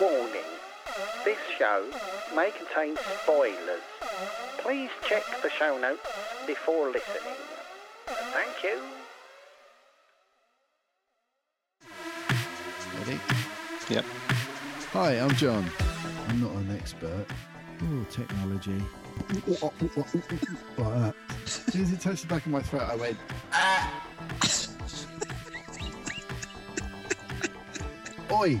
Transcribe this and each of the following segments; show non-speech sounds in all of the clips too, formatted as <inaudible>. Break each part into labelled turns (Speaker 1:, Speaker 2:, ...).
Speaker 1: Warning This show may contain spoilers. Please check the show notes before listening. Thank you.
Speaker 2: Ready?
Speaker 3: Yep.
Speaker 2: Hi, I'm John. I'm not an expert. Oh, technology. like that. As soon as it touched the back of my throat, I went, ah! Oi!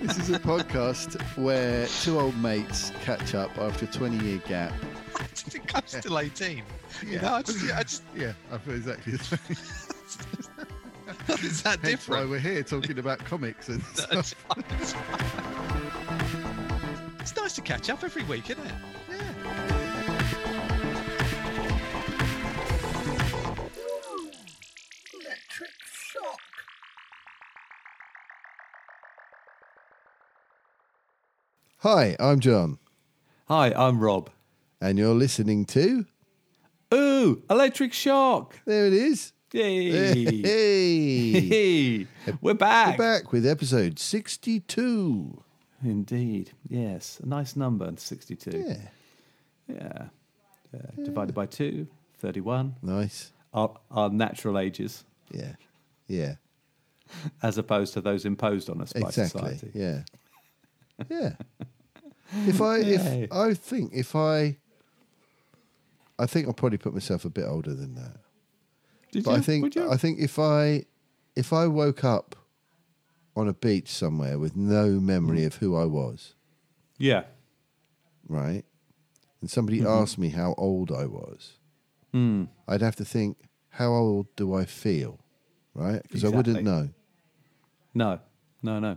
Speaker 2: This is a podcast where two old mates catch up after a 20 year gap.
Speaker 3: I think I'm still 18. You know, I just, I <laughs> just,
Speaker 2: Yeah, I feel exactly the same.
Speaker 3: it's that
Speaker 2: That's why
Speaker 3: different.
Speaker 2: we're here talking about comics and
Speaker 3: <laughs>
Speaker 2: stuff.
Speaker 3: it's nice to catch up every week, isn't it?
Speaker 2: Yeah.
Speaker 1: Electric shock.
Speaker 2: Hi, I'm John,
Speaker 4: Hi, I'm Rob.
Speaker 2: and you're listening to.
Speaker 4: Ooh, electric shock!
Speaker 2: There it is.
Speaker 4: Yay!
Speaker 2: <laughs>
Speaker 4: <laughs>
Speaker 2: Hey.
Speaker 4: Hey, we're
Speaker 2: We're
Speaker 4: back.
Speaker 2: back with episode 62.
Speaker 4: Indeed, yes, a nice number, sixty-two.
Speaker 2: Yeah,
Speaker 4: Yeah. Uh, Divided by two, 31.
Speaker 2: nice.
Speaker 4: Our, our natural ages,
Speaker 2: Yeah, yeah,
Speaker 4: as opposed to those imposed on us by
Speaker 2: exactly.
Speaker 4: society.
Speaker 2: Yeah, yeah. If
Speaker 4: <laughs>
Speaker 2: I,
Speaker 4: Yay.
Speaker 2: if I think if I, I think I'll probably put myself a bit older than that.
Speaker 4: Did
Speaker 2: But
Speaker 4: you?
Speaker 2: I think
Speaker 4: Would you?
Speaker 2: I think if I, if I woke up on a beach somewhere with no
Speaker 4: Mm.
Speaker 2: memory of who I was,
Speaker 4: yeah.
Speaker 2: right? And somebody
Speaker 4: Mm-hmm.
Speaker 2: asked me how old I was,
Speaker 4: Hmm.
Speaker 2: I'd have to think, how old do I feel? Right? Because I wouldn't
Speaker 4: Exactly.
Speaker 2: know.
Speaker 4: No, no, no.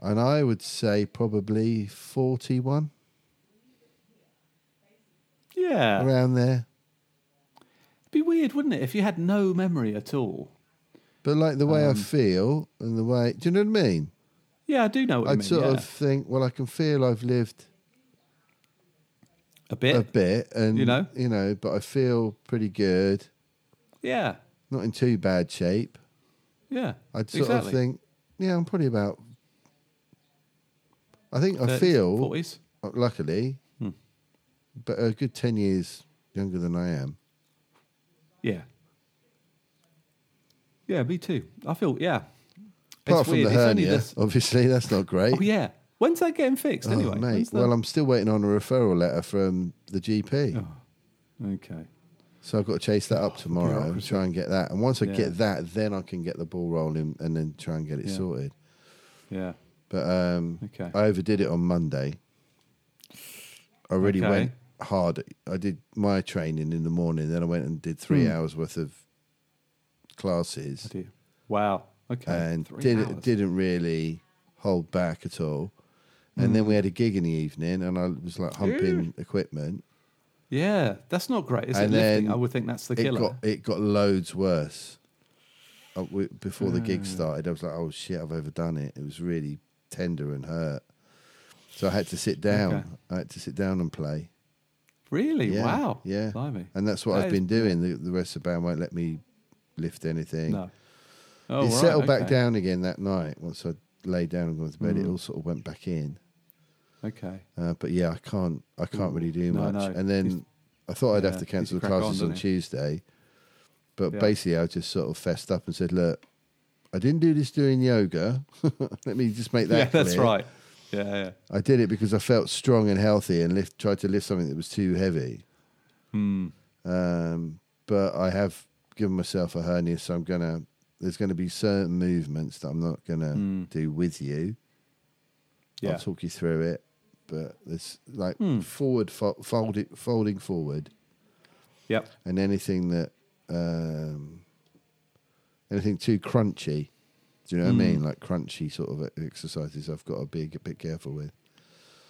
Speaker 2: And I would say probably 41,
Speaker 4: Yeah.
Speaker 2: around there.
Speaker 4: It'd be weird, wouldn't it, if you had no memory at all?
Speaker 2: But like the
Speaker 4: Um,
Speaker 2: way I feel and the way, do you know what I mean?
Speaker 4: Yeah, I do know what you
Speaker 2: I'd
Speaker 4: mean.
Speaker 2: sort
Speaker 4: yeah.
Speaker 2: of think, well, I can feel I've lived
Speaker 4: a bit.
Speaker 2: a bit and,
Speaker 4: You know?
Speaker 2: you know, but I feel pretty good,
Speaker 4: Yeah,
Speaker 2: not in too bad shape.
Speaker 4: yeah.
Speaker 2: I'd sort
Speaker 4: exactly.
Speaker 2: of think, yeah, I'm probably about, I think I
Speaker 4: 30s,
Speaker 2: feel
Speaker 4: 40s.
Speaker 2: Uh, luckily,
Speaker 4: Hmm.
Speaker 2: but a good 10 years younger than I am.
Speaker 4: Yeah. Yeah, me too. I feel yeah.
Speaker 2: Apart
Speaker 4: It's
Speaker 2: from
Speaker 4: weird.
Speaker 2: the
Speaker 4: It's only
Speaker 2: hernia,
Speaker 4: this-
Speaker 2: obviously, that's not great.
Speaker 4: Oh yeah. When's that getting fixed
Speaker 2: Oh,
Speaker 4: anyway?
Speaker 2: mate.
Speaker 4: When's that-
Speaker 2: Well, I'm still waiting on a referral letter from the GP.
Speaker 4: Oh. okay.
Speaker 2: So I've got to chase that up tomorrow and
Speaker 4: bureaucracy.
Speaker 2: try and get that. And once I
Speaker 4: Yeah.
Speaker 2: get that, then I can get the ball rolling and then try and get it
Speaker 4: Yeah.
Speaker 2: sorted.
Speaker 4: Yeah.
Speaker 2: But um,
Speaker 4: Okay.
Speaker 2: I overdid it on Monday. I really
Speaker 4: Okay.
Speaker 2: went hard. I did my training in the morning, then I went and did three
Speaker 4: Hmm.
Speaker 2: hours worth of classes.
Speaker 4: Do you- Oh, Wow. Okay.
Speaker 2: and
Speaker 4: Three
Speaker 2: didn't
Speaker 4: hours.
Speaker 2: didn't really hold back at all. And
Speaker 4: Hmm.
Speaker 2: then we had a gig in the evening, and I was like humping equipment.
Speaker 4: Yeah, that's not great, is
Speaker 2: And
Speaker 4: it? Lifting,
Speaker 2: then
Speaker 4: I would think that's the
Speaker 2: It
Speaker 4: killer.
Speaker 2: got it got loads worse. Uh, we- Before the
Speaker 4: Hmm.
Speaker 2: gig started, I was like, "Oh shit, I've overdone it." It was really tender and hurt, so I had to sit down.
Speaker 4: Okay.
Speaker 2: I had to sit down and play.
Speaker 4: really?
Speaker 2: Yeah,
Speaker 4: wow.
Speaker 2: yeah.
Speaker 4: Blimey.
Speaker 2: And that's what
Speaker 4: That
Speaker 2: I've
Speaker 4: is-
Speaker 2: been doing. The, the rest of the band won't let me lift anything.
Speaker 4: No. Oh,
Speaker 2: it
Speaker 4: right,
Speaker 2: settled back
Speaker 4: okay. Hmm.
Speaker 2: down again that night. Once I lay down and gone to bed, it all sort of went back in.
Speaker 4: Okay.
Speaker 2: Uh, but yeah, I can't. I can't really do
Speaker 4: No,
Speaker 2: much.
Speaker 4: no.
Speaker 2: And then
Speaker 4: It's-
Speaker 2: I thought I'd
Speaker 4: yeah,
Speaker 2: have to
Speaker 4: it's
Speaker 2: cancel the
Speaker 4: crack on,
Speaker 2: classes on,
Speaker 4: doesn't it?
Speaker 2: Tuesday, but
Speaker 4: Yeah.
Speaker 2: basically I just sort of fessed up and said, "Look, I didn't do this doing yoga. <laughs> Let me just make that.
Speaker 4: <laughs> yeah, that's
Speaker 2: clear.
Speaker 4: right. Yeah, yeah.
Speaker 2: I did it because I felt strong and healthy and lift, tried to lift something that was too heavy.
Speaker 4: Hmm.
Speaker 2: Um, but I have given myself a hernia, so I'm gonna. There's going to be certain movements that I'm not going to
Speaker 4: Hmm.
Speaker 2: do with you.
Speaker 4: Yeah. Hmm.
Speaker 2: I'll talk you through it. But there's like forward fo- fold it, folding forward,
Speaker 4: Yep.
Speaker 2: and anything that um, anything too crunchy. Do
Speaker 4: Hmm.
Speaker 2: you know what I mean? Like crunchy sort of exercises. I've got to be a bit careful with.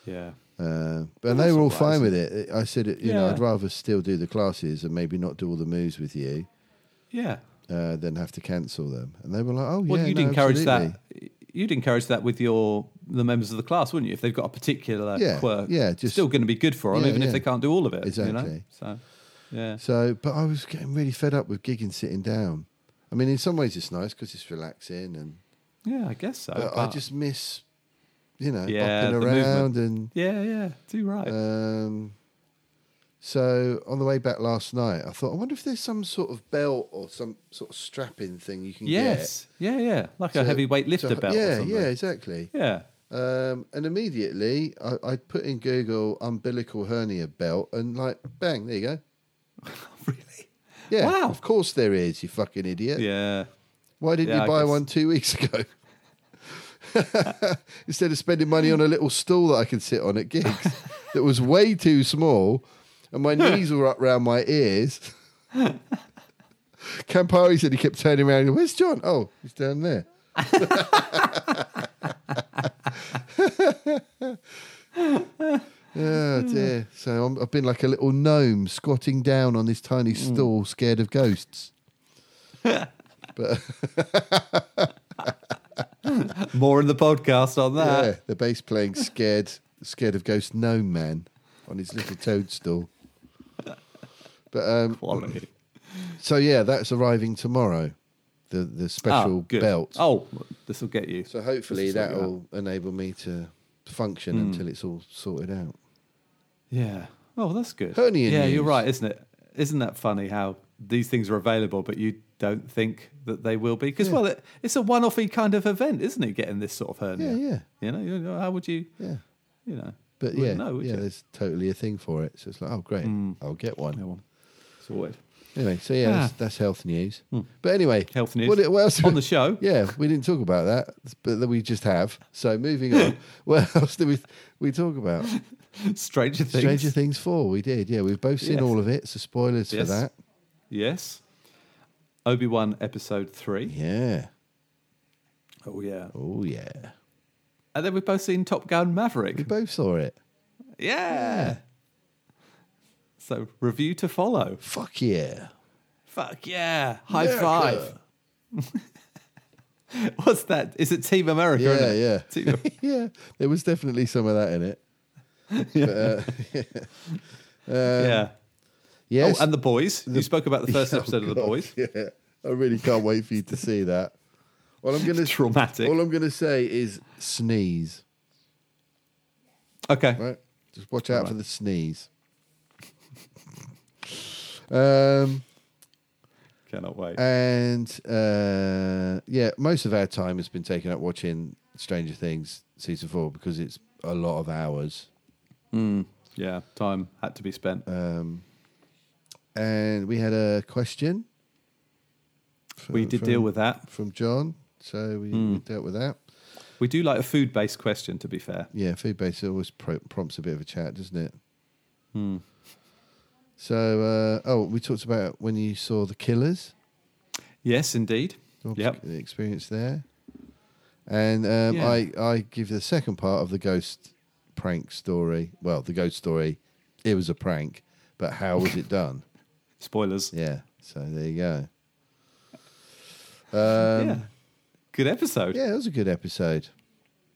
Speaker 4: Yeah.
Speaker 2: Uh, but
Speaker 4: that's
Speaker 2: they were all
Speaker 4: all right,
Speaker 2: fine with
Speaker 4: isn't
Speaker 2: it. I said, you know,
Speaker 4: Yeah.
Speaker 2: I'd rather still do the classes and maybe not do all the moves with you
Speaker 4: Yeah.
Speaker 2: uh, than have to cancel them. And they were like, oh,
Speaker 4: Well,
Speaker 2: yeah,
Speaker 4: you'd
Speaker 2: no,
Speaker 4: encourage
Speaker 2: absolutely.
Speaker 4: that. You'd encourage that with your the members of the class, wouldn't you? If they've got a particular
Speaker 2: Yeah,
Speaker 4: quirk,
Speaker 2: yeah, just-
Speaker 4: still going to be good for them,
Speaker 2: Yeah,
Speaker 4: even
Speaker 2: yeah.
Speaker 4: if they can't do all of it. You know?
Speaker 2: Exactly.
Speaker 4: So, yeah,
Speaker 2: So, but I was getting really fed up with gigging sitting down. I mean, in some ways it's nice because it's relaxing, and
Speaker 4: yeah, I guess so.
Speaker 2: but I
Speaker 4: Oh, but-
Speaker 2: just miss, you know,
Speaker 4: Yeah,
Speaker 2: bopping
Speaker 4: the
Speaker 2: around and.
Speaker 4: yeah, yeah, do right.
Speaker 2: Um, so on the way back last night, I thought, I wonder if there's some sort of belt or some sort of strapping thing you can get.
Speaker 4: yes, yeah, yeah, like
Speaker 2: So-
Speaker 4: a heavyweight lifter
Speaker 2: so-
Speaker 4: belt. or
Speaker 2: Yeah,
Speaker 4: something.
Speaker 2: yeah, exactly.
Speaker 4: yeah.
Speaker 2: Um, and immediately I, I put in Google umbilical hernia belt and like bang, there you go.
Speaker 4: <laughs> really?
Speaker 2: Yeah,
Speaker 4: Wow.
Speaker 2: of course there is, you fucking idiot.
Speaker 4: Yeah, <laughs>
Speaker 2: Why didn't
Speaker 4: Yeah,
Speaker 2: you
Speaker 4: I
Speaker 2: buy
Speaker 4: guess-
Speaker 2: one two weeks
Speaker 4: <laughs>
Speaker 2: ago? <laughs> Instead of spending money on a little stool that I could sit on at gigs
Speaker 4: <laughs>
Speaker 2: that was way too small and my knees were up round my
Speaker 4: <laughs>
Speaker 2: ears. Campari said he kept turning around. Where's John? Oh, he's down
Speaker 4: <laughs>
Speaker 2: there. oh dear. So I'm, I've been like a little gnome squatting down on this tiny
Speaker 4: Mm.
Speaker 2: stool, scared of ghosts.
Speaker 4: more in the podcast on that.
Speaker 2: yeah, the bass playing scared, scared of ghost gnome man on his little toadstool. But um,
Speaker 4: Quality.
Speaker 2: so yeah, that's arriving tomorrow. The the
Speaker 4: Ah,
Speaker 2: special
Speaker 4: good.
Speaker 2: belt.
Speaker 4: Oh, this will get you.
Speaker 2: So hopefully
Speaker 4: Just sort it
Speaker 2: that'll enable me to function
Speaker 4: Hmm.
Speaker 2: until it's all sorted out.
Speaker 4: Yeah. Oh, that's good.
Speaker 2: Hernia
Speaker 4: yeah, you're
Speaker 2: news.
Speaker 4: right, isn't it? Isn't that funny how these things are available, but you don't think that they will be? Because, well, it, it's a one offy kind of event, isn't it? Getting this sort of hernia.
Speaker 2: Yeah, yeah,
Speaker 4: You know, you know, how would you,
Speaker 2: yeah.
Speaker 4: you know?
Speaker 2: But
Speaker 4: wouldn't
Speaker 2: yeah,
Speaker 4: know, would
Speaker 2: yeah,
Speaker 4: you?
Speaker 2: there's totally a thing for it. So it's like, oh great, I'll get one.
Speaker 4: Hmm. Yeah, well,
Speaker 2: <laughs>
Speaker 4: sorted.
Speaker 2: Anyway, so yeah, that's,
Speaker 4: Ah. Hmm.
Speaker 2: that's health news. But anyway,
Speaker 4: Health news.
Speaker 2: What, what else
Speaker 4: On the show.
Speaker 2: <laughs> Yeah, we didn't talk about that, but that we just have. So moving
Speaker 4: <laughs>
Speaker 2: on, what else did we we talk about?
Speaker 4: Stranger Things.
Speaker 2: Stranger Things four. We did. Yeah, we've both seen
Speaker 4: Yes.
Speaker 2: all of it. So spoilers
Speaker 4: Yes.
Speaker 2: for that.
Speaker 4: Yes. Obi Wan episode three.
Speaker 2: Yeah.
Speaker 4: Oh, yeah.
Speaker 2: Oh yeah.
Speaker 4: And then we've both seen Top Gun
Speaker 2: We
Speaker 4: <laughs> Maverick.
Speaker 2: both saw it.
Speaker 4: yeah. So, review to follow.
Speaker 2: Fuck yeah.
Speaker 4: Fuck yeah. High
Speaker 2: America.
Speaker 4: five. <laughs> What's that? Is it Team America?
Speaker 2: Yeah,
Speaker 4: isn't it?
Speaker 2: yeah.
Speaker 4: Team,
Speaker 2: <laughs> yeah, there was definitely some of that in it.
Speaker 4: Oh, yeah.
Speaker 2: Um, Yes.
Speaker 4: oh, and the boys. you spoke
Speaker 2: <laughs>
Speaker 4: about the first
Speaker 2: Oh,
Speaker 4: episode of the
Speaker 2: God,
Speaker 4: boys.
Speaker 2: Yeah, I really can't wait for you to see that. All I'm gonna
Speaker 4: <laughs> Traumatic.
Speaker 2: All I'm gonna say is sneeze.
Speaker 4: Okay.
Speaker 2: Right, just watch out for the sneeze. <laughs> um,
Speaker 4: Cannot wait.
Speaker 2: and uh, yeah, most of our time has been taken up watching Stranger Things season four because it's a lot of hours.
Speaker 4: yeah. Time had to be spent.
Speaker 2: uh, And we had a question. fr-
Speaker 4: we did
Speaker 2: from-
Speaker 4: deal with Hmm. that.
Speaker 2: from John, so we, we dealt with that.
Speaker 4: We do like a food based question, to be fair.
Speaker 2: Yeah, food based always pro- prompts a bit of a chat, doesn't it?
Speaker 4: Hmm.
Speaker 2: So, uh, oh, we talked about when you saw the Killers,
Speaker 4: Yes, indeed.
Speaker 2: the
Speaker 4: Yep.
Speaker 2: the experience there, and um,
Speaker 4: Yeah.
Speaker 2: I I give the second part of the ghost prank story. Well, the ghost story, it was a prank, but how was it done?
Speaker 4: Spoilers.
Speaker 2: yeah, so there you go.
Speaker 4: yeah. Good episode. Yeah.
Speaker 2: Um, Yeah, it was a good episode.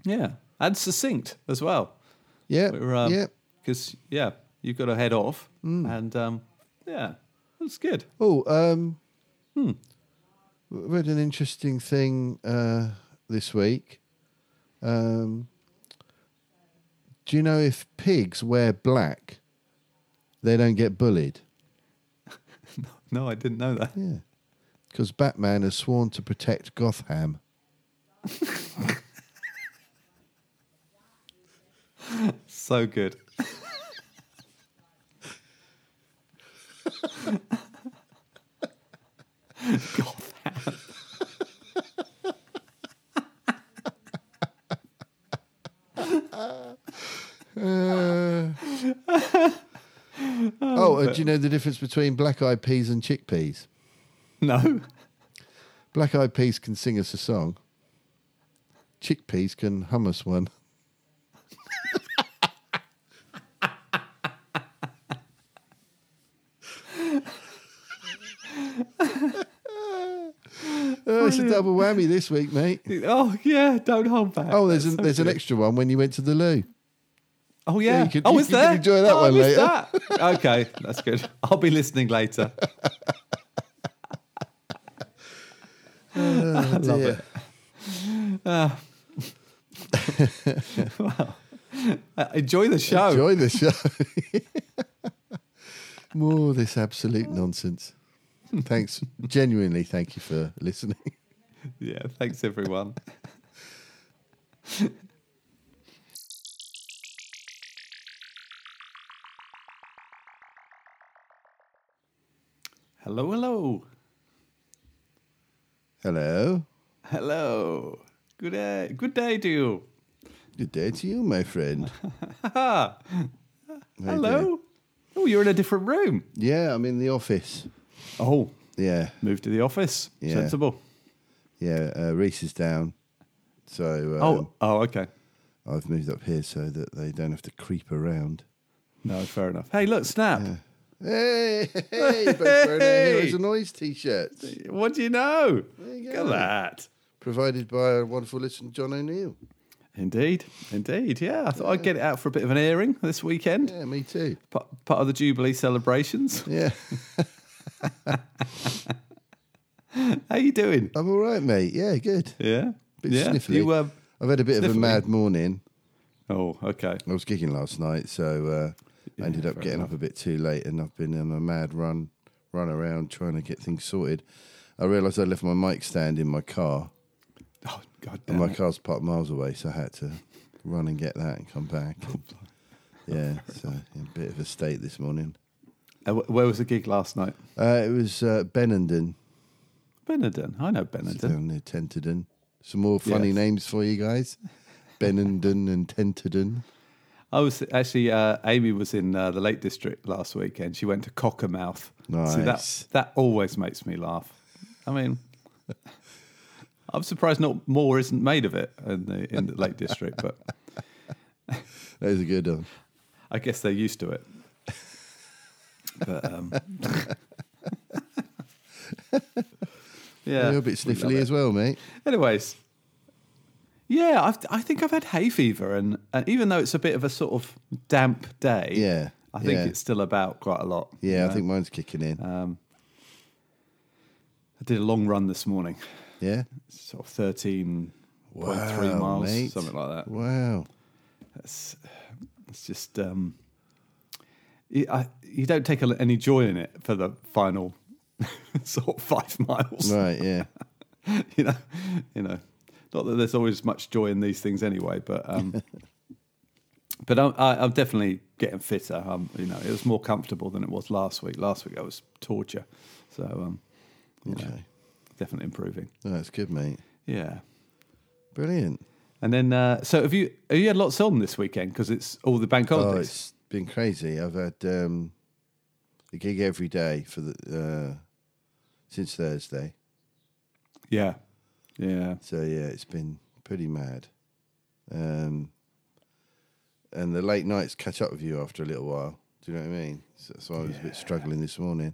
Speaker 4: And succinct as well.
Speaker 2: Yeah,
Speaker 4: We were, um,
Speaker 2: yeah.
Speaker 4: Because, yeah, you've got to head off.
Speaker 2: Mm.
Speaker 4: And, um, yeah, it was good.
Speaker 2: Oh, um,
Speaker 4: Hmm.
Speaker 2: w- read an interesting thing uh, this week. Um, do you know if pigs wear black, they don't get bullied?
Speaker 4: No, I didn't know that.
Speaker 2: Yeah, because Batman has sworn to protect Gotham.
Speaker 4: So good. <laughs> Gotham.
Speaker 2: oh, and do you know the difference between black-eyed peas and chickpeas?
Speaker 4: No.
Speaker 2: Black-eyed peas can sing us a song. Chickpeas can hum us one. oh, it's a double whammy this week, mate.
Speaker 4: Oh yeah, don't hold back.
Speaker 2: Oh, there's
Speaker 4: That's
Speaker 2: an,
Speaker 4: so
Speaker 2: there's an
Speaker 4: good.
Speaker 2: extra one when you went to the loo.
Speaker 4: Oh yeah.
Speaker 2: you can-
Speaker 4: oh,
Speaker 2: you-
Speaker 4: is
Speaker 2: you can
Speaker 4: there?
Speaker 2: enjoy that
Speaker 4: oh,
Speaker 2: one
Speaker 4: I missed
Speaker 2: later.
Speaker 4: that.
Speaker 2: <laughs>
Speaker 4: okay, that's good. I'll be listening later.
Speaker 2: Oh, dear.
Speaker 4: Uh, enjoy the show.
Speaker 2: Enjoy the show. <laughs> More of this absolute nonsense. Thanks. Genuinely, thank you for listening.
Speaker 4: Yeah, thanks everyone. <laughs> hello, hello,
Speaker 2: Hello.
Speaker 4: hello. Good day, good day to you.
Speaker 2: Good day to you, my
Speaker 4: <laughs>
Speaker 2: friend. How
Speaker 4: Ah,
Speaker 2: you doing?
Speaker 4: hello. Oh, you're in a different room.
Speaker 2: Yeah, I'm in the office.
Speaker 4: Oh,
Speaker 2: Yeah,
Speaker 4: move to the office.
Speaker 2: Yeah. Um,
Speaker 4: Sensible.
Speaker 2: yeah. Uh, Reese is down, so
Speaker 4: Oh,
Speaker 2: um,
Speaker 4: oh, okay.
Speaker 2: I've moved up here so that they don't have to creep around.
Speaker 4: No, fair enough. Hey, look, snap.
Speaker 2: Hey, hey, both wearing our Heroes and Noise t-shirts,
Speaker 4: What do you know?
Speaker 2: you
Speaker 4: Look
Speaker 2: go.
Speaker 4: at that.
Speaker 2: provided by our wonderful listener John O'Neill.
Speaker 4: Indeed, indeed. Yeah, I thought I'd get it out for a bit of an airing this weekend,
Speaker 2: Yeah, me too.
Speaker 4: part, part of the Jubilee
Speaker 2: <laughs>
Speaker 4: celebrations.
Speaker 2: Yeah,
Speaker 4: How you doing?
Speaker 2: I'm all right, mate. Yeah, good.
Speaker 4: Yeah,
Speaker 2: Bit
Speaker 4: yeah.
Speaker 2: sniffly.
Speaker 4: You were.
Speaker 2: I've had a bit of a
Speaker 4: Sniffly.
Speaker 2: mad morning.
Speaker 4: oh, okay.
Speaker 2: I was gigging last night, so uh, I ended up
Speaker 4: fair
Speaker 2: getting up a bit too late, and I've been on a mad run, run around trying to get things sorted. I realised I left my mic stand in my car,
Speaker 4: Oh God
Speaker 2: and
Speaker 4: damn
Speaker 2: my
Speaker 4: it.
Speaker 2: car's parked miles away, so I had to run and get that and come back.
Speaker 4: Oh,
Speaker 2: And, yeah, so in a bit of a state this morning.
Speaker 4: Uh, wh- Where was the gig last night?
Speaker 2: Uh, it was uh, Benenden,
Speaker 4: Benenden. I know Benenden.
Speaker 2: down near Tenterden. Some more funny
Speaker 4: Yes.
Speaker 2: names for you guys. Benenden and Tenterden.
Speaker 4: I was actually. Uh, Amy was in uh, the Lake District last weekend. She went to Cockermouth. See,
Speaker 2: Nice.
Speaker 4: that that always makes me laugh. I mean, <laughs> I'm surprised not more isn't made of it in the in the Lake District, but
Speaker 2: That was a good one.
Speaker 4: I guess they're used to it. But um, <laughs> yeah,
Speaker 2: You're a bit
Speaker 4: we love
Speaker 2: sniffly
Speaker 4: it.
Speaker 2: as well, mate.
Speaker 4: Anyways, yeah, I've, I think I've had hay fever, and, and even though it's a bit of a sort of damp day,
Speaker 2: Yeah,
Speaker 4: I think
Speaker 2: yeah.
Speaker 4: it's still about quite a lot. you
Speaker 2: Yeah, I
Speaker 4: know.
Speaker 2: think mine's kicking in.
Speaker 4: Uh, I did a long run this morning,
Speaker 2: yeah.
Speaker 4: sort of thirteen point three
Speaker 2: Wow,
Speaker 4: miles,
Speaker 2: mate.
Speaker 4: something like that. <laughs>
Speaker 2: Wow.
Speaker 4: It's, it's just um, you, I, you don't take a- any joy in it for the final <laughs> sort of five miles.
Speaker 2: Right,
Speaker 4: <laughs>
Speaker 2: yeah.
Speaker 4: you know, you know, not that there's always much joy in these things anyway,
Speaker 2: <laughs>
Speaker 4: but um, but I'm, I, I'm definitely getting fitter. Um, you know, it was more comfortable than it was last week. Last week I was torture, so um, you know,
Speaker 2: Okay.
Speaker 4: definitely improving.
Speaker 2: No, that's good, mate.
Speaker 4: Yeah,
Speaker 2: Brilliant.
Speaker 4: and then uh, so have you have you had lots on this weekend because it's all the bank
Speaker 2: Oh,
Speaker 4: holidays?
Speaker 2: it's been crazy. I've had um, a gig every day for the uh, since Thursday.
Speaker 4: yeah, yeah,
Speaker 2: So yeah, it's been pretty mad. Um, and the late nights catch up with you after a little while. Do you know what I mean? So that's why I was a bit struggling this morning.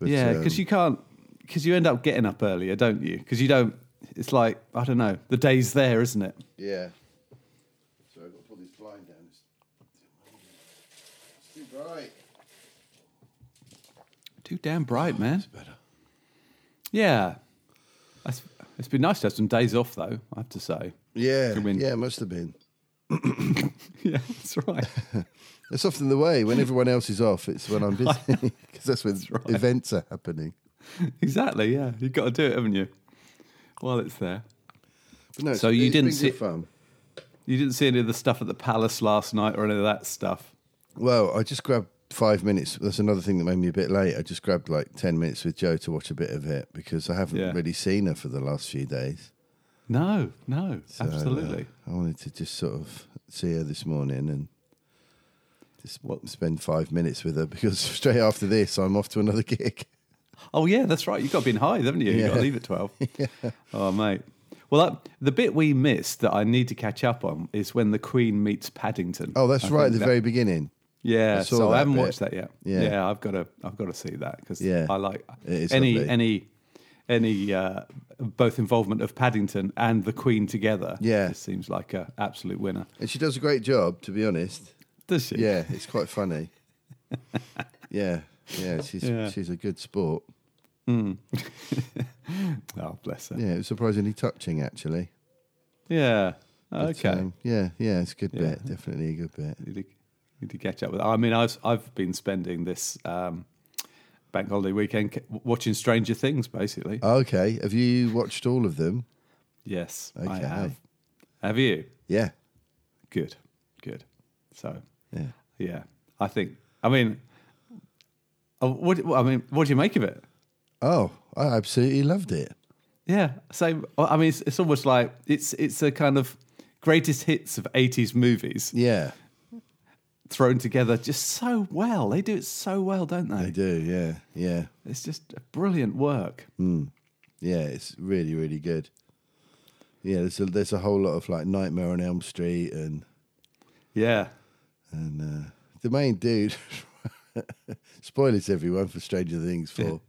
Speaker 2: But,
Speaker 4: yeah, because
Speaker 2: um,
Speaker 4: you can't because you end up getting up earlier, don't you? Because you don't. It's like I don't know. The day's there, isn't it?
Speaker 2: Yeah. So I've got to pull this blind down. It's it's too bright.
Speaker 4: Too damn bright, man.
Speaker 2: Oh, Better.
Speaker 4: Yeah. That's, it's been nice to have some days off, though, I have
Speaker 2: <laughs>
Speaker 4: to say.
Speaker 2: Yeah,
Speaker 4: To win.
Speaker 2: yeah, it must have been.
Speaker 4: yeah, that's right.
Speaker 2: That's often the way. When everyone else is off, it's when I'm
Speaker 4: <laughs>
Speaker 2: busy <laughs> because that's when events are happening.
Speaker 4: <laughs> exactly, yeah. You've got to do it, haven't you? While it's there.
Speaker 2: But no, it's-
Speaker 4: So you
Speaker 2: it's
Speaker 4: didn't
Speaker 2: been
Speaker 4: see-
Speaker 2: good fun.
Speaker 4: You didn't see any of the stuff at the palace last night or any of that stuff.
Speaker 2: Well, I just grabbed five minutes. That's another thing that made me a bit late. I just grabbed like ten minutes with Joe to watch a bit of it because I haven't
Speaker 4: Yeah.
Speaker 2: really seen her for the last few days.
Speaker 4: No, no,
Speaker 2: So, uh,
Speaker 4: absolutely.
Speaker 2: I wanted to just sort of see her this morning and just spend five minutes with her because <laughs> straight after this, I'm off to another gig. <laughs>
Speaker 4: Oh, yeah, that's right. You've got to be in Hythe, haven't you? You've got
Speaker 2: <laughs>
Speaker 4: to
Speaker 2: Yeah.
Speaker 4: leave at 12. Oh, mate. Well, that, the bit we missed that I need to catch up on is when the Queen meets Paddington.
Speaker 2: Oh, that's
Speaker 4: I
Speaker 2: right at
Speaker 4: think
Speaker 2: the
Speaker 4: that-
Speaker 2: very beginning.
Speaker 4: Yeah,
Speaker 2: I saw
Speaker 4: so
Speaker 2: that
Speaker 4: I haven't
Speaker 2: bit.
Speaker 4: watched that yet.
Speaker 2: Yeah.
Speaker 4: I've got to, I've got to see that because
Speaker 2: Yeah.
Speaker 4: I like
Speaker 2: It is
Speaker 4: any
Speaker 2: lovely.
Speaker 4: any any uh, both involvement of Paddington and the Queen together.
Speaker 2: Yeah.
Speaker 4: just seems like a absolute winner.
Speaker 2: And she does a great job, to be honest.
Speaker 4: Does she?
Speaker 2: Yeah, it's quite
Speaker 4: <laughs>
Speaker 2: funny. yeah, yeah, she's
Speaker 4: Yeah.
Speaker 2: she's a good sport.
Speaker 4: Oh, bless her.
Speaker 2: Yeah, it was surprisingly touching actually.
Speaker 4: Yeah.
Speaker 2: But,
Speaker 4: Okay.
Speaker 2: um, yeah, yeah, it's a good
Speaker 4: Yeah.
Speaker 2: bit. Definitely a good bit.
Speaker 4: need to, need to catch up with. I mean, I've I've been spending this um, bank holiday weekend c- watching Stranger Things, basically.
Speaker 2: Oh, Okay, have you watched all of them?
Speaker 4: yes, I
Speaker 2: Okay.
Speaker 4: have. Have you?
Speaker 2: Yeah,
Speaker 4: Good, good. So
Speaker 2: yeah.
Speaker 4: yeah, I think. I mean, uh, what I mean, what do you make of it?
Speaker 2: Oh, I absolutely loved it.
Speaker 4: Yeah, same. I mean, it's, it's almost like it's it's a kind of greatest hits of '80s movies
Speaker 2: Yeah,
Speaker 4: thrown together just so well. They do it so well, don't
Speaker 2: I
Speaker 4: they?
Speaker 2: do. Yeah, yeah,
Speaker 4: It's just brilliant work.
Speaker 2: Mm. yeah. It's really, really good. Yeah, there's a, there's a whole lot of like Nightmare on Elm Street and
Speaker 4: Yeah.
Speaker 2: and uh, the main dude. <laughs> spoilers, everyone, for Stranger Things four.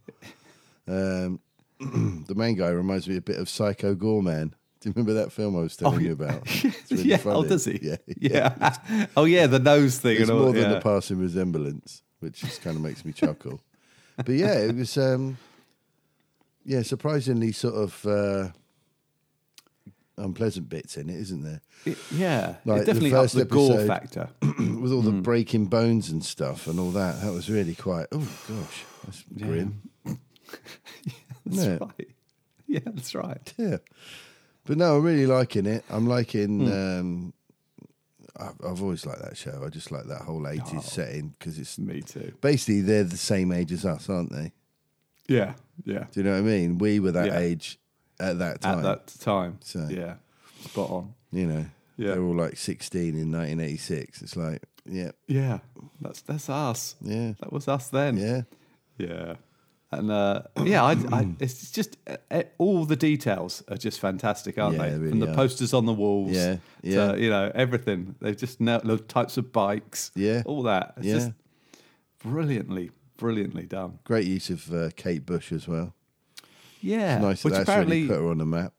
Speaker 2: um, <clears throat> the main guy reminds me a bit of Psycho Gorman. Do you remember that film I was telling you
Speaker 4: <laughs>
Speaker 2: about? It's really
Speaker 4: Oh, yeah. Oh,
Speaker 2: funny.
Speaker 4: does he?
Speaker 2: Yeah,
Speaker 4: <laughs> Yeah.
Speaker 2: <laughs>
Speaker 4: oh, yeah. The nose thing.
Speaker 2: It's
Speaker 4: and all,
Speaker 2: more than
Speaker 4: yeah.
Speaker 2: the passing resemblance, which just kind of makes me chuckle. <laughs> But yeah, it was um yeah, surprisingly sort of uh unpleasant bits in it, isn't there? <clears throat>
Speaker 4: It- yeah.
Speaker 2: Like, the
Speaker 4: it definitely up
Speaker 2: first
Speaker 4: the gore
Speaker 2: episode-
Speaker 4: factor. <laughs>
Speaker 2: With all the breaking bones and stuff and all that. That was really quite oh gosh, that's grim.
Speaker 4: That's
Speaker 2: Yeah.
Speaker 4: right. <laughs> Yeah, that's right.
Speaker 2: Yeah. But no, I'm really liking it. I'm liking um I- I've always liked that show. I just like that whole 80s setting because it's
Speaker 4: Me too.
Speaker 2: basically they're the same age as us, aren't they?
Speaker 4: Yeah. Yeah.
Speaker 2: Do you know what I mean? We were that
Speaker 4: Yeah.
Speaker 2: age at that time.
Speaker 4: At that time.
Speaker 2: So-
Speaker 4: Yeah. Spot on.
Speaker 2: you know,
Speaker 4: Yeah.
Speaker 2: they're all like 16 in 1986. It's like, yeah,
Speaker 4: Yeah. That's that's us.
Speaker 2: yeah,
Speaker 4: That was us then.
Speaker 2: yeah,
Speaker 4: Yeah. And uh, yeah, I, I, it's just uh, uh, all the details are just fantastic, aren't
Speaker 2: Yeah,
Speaker 4: they?
Speaker 2: they really
Speaker 4: From the
Speaker 2: are.
Speaker 4: posters on the walls,
Speaker 2: Yeah, yeah.
Speaker 4: to, you know everything. They've just nailed the types of bikes,
Speaker 2: Yeah.
Speaker 4: all that. It's
Speaker 2: yeah.
Speaker 4: just brilliantly, brilliantly done.
Speaker 2: Great use of uh, Kate Bush as well.
Speaker 4: Yeah,
Speaker 2: Nice that
Speaker 4: which
Speaker 2: that's
Speaker 4: apparently,
Speaker 2: really put her on the map.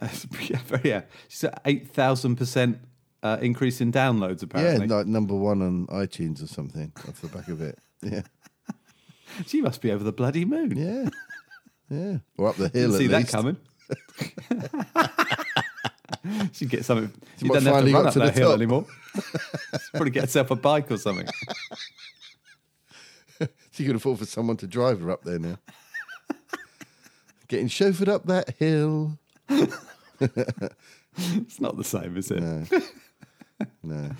Speaker 4: <laughs> yeah, very- yeah, she's at eight thousand percent uh, increase in downloads. Apparently,
Speaker 2: Yeah, like number one on iTunes or something off the back of it. <laughs> Yeah,
Speaker 4: she must be over the bloody moon.
Speaker 2: yeah, yeah. Or up the hill
Speaker 4: Didn't
Speaker 2: at
Speaker 4: see that
Speaker 2: least. <laughs>
Speaker 4: coming. <laughs> she get something. She
Speaker 2: might
Speaker 4: doesn't have
Speaker 2: finally
Speaker 4: to run
Speaker 2: got
Speaker 4: up
Speaker 2: to the
Speaker 4: that hill
Speaker 2: top. <laughs>
Speaker 4: anymore. She'll probably get herself a bike or something. <laughs>
Speaker 2: She could afford for someone to drive her up there now. <laughs> Getting chauffeured up that hill.
Speaker 4: It's not the same, is it?
Speaker 2: No.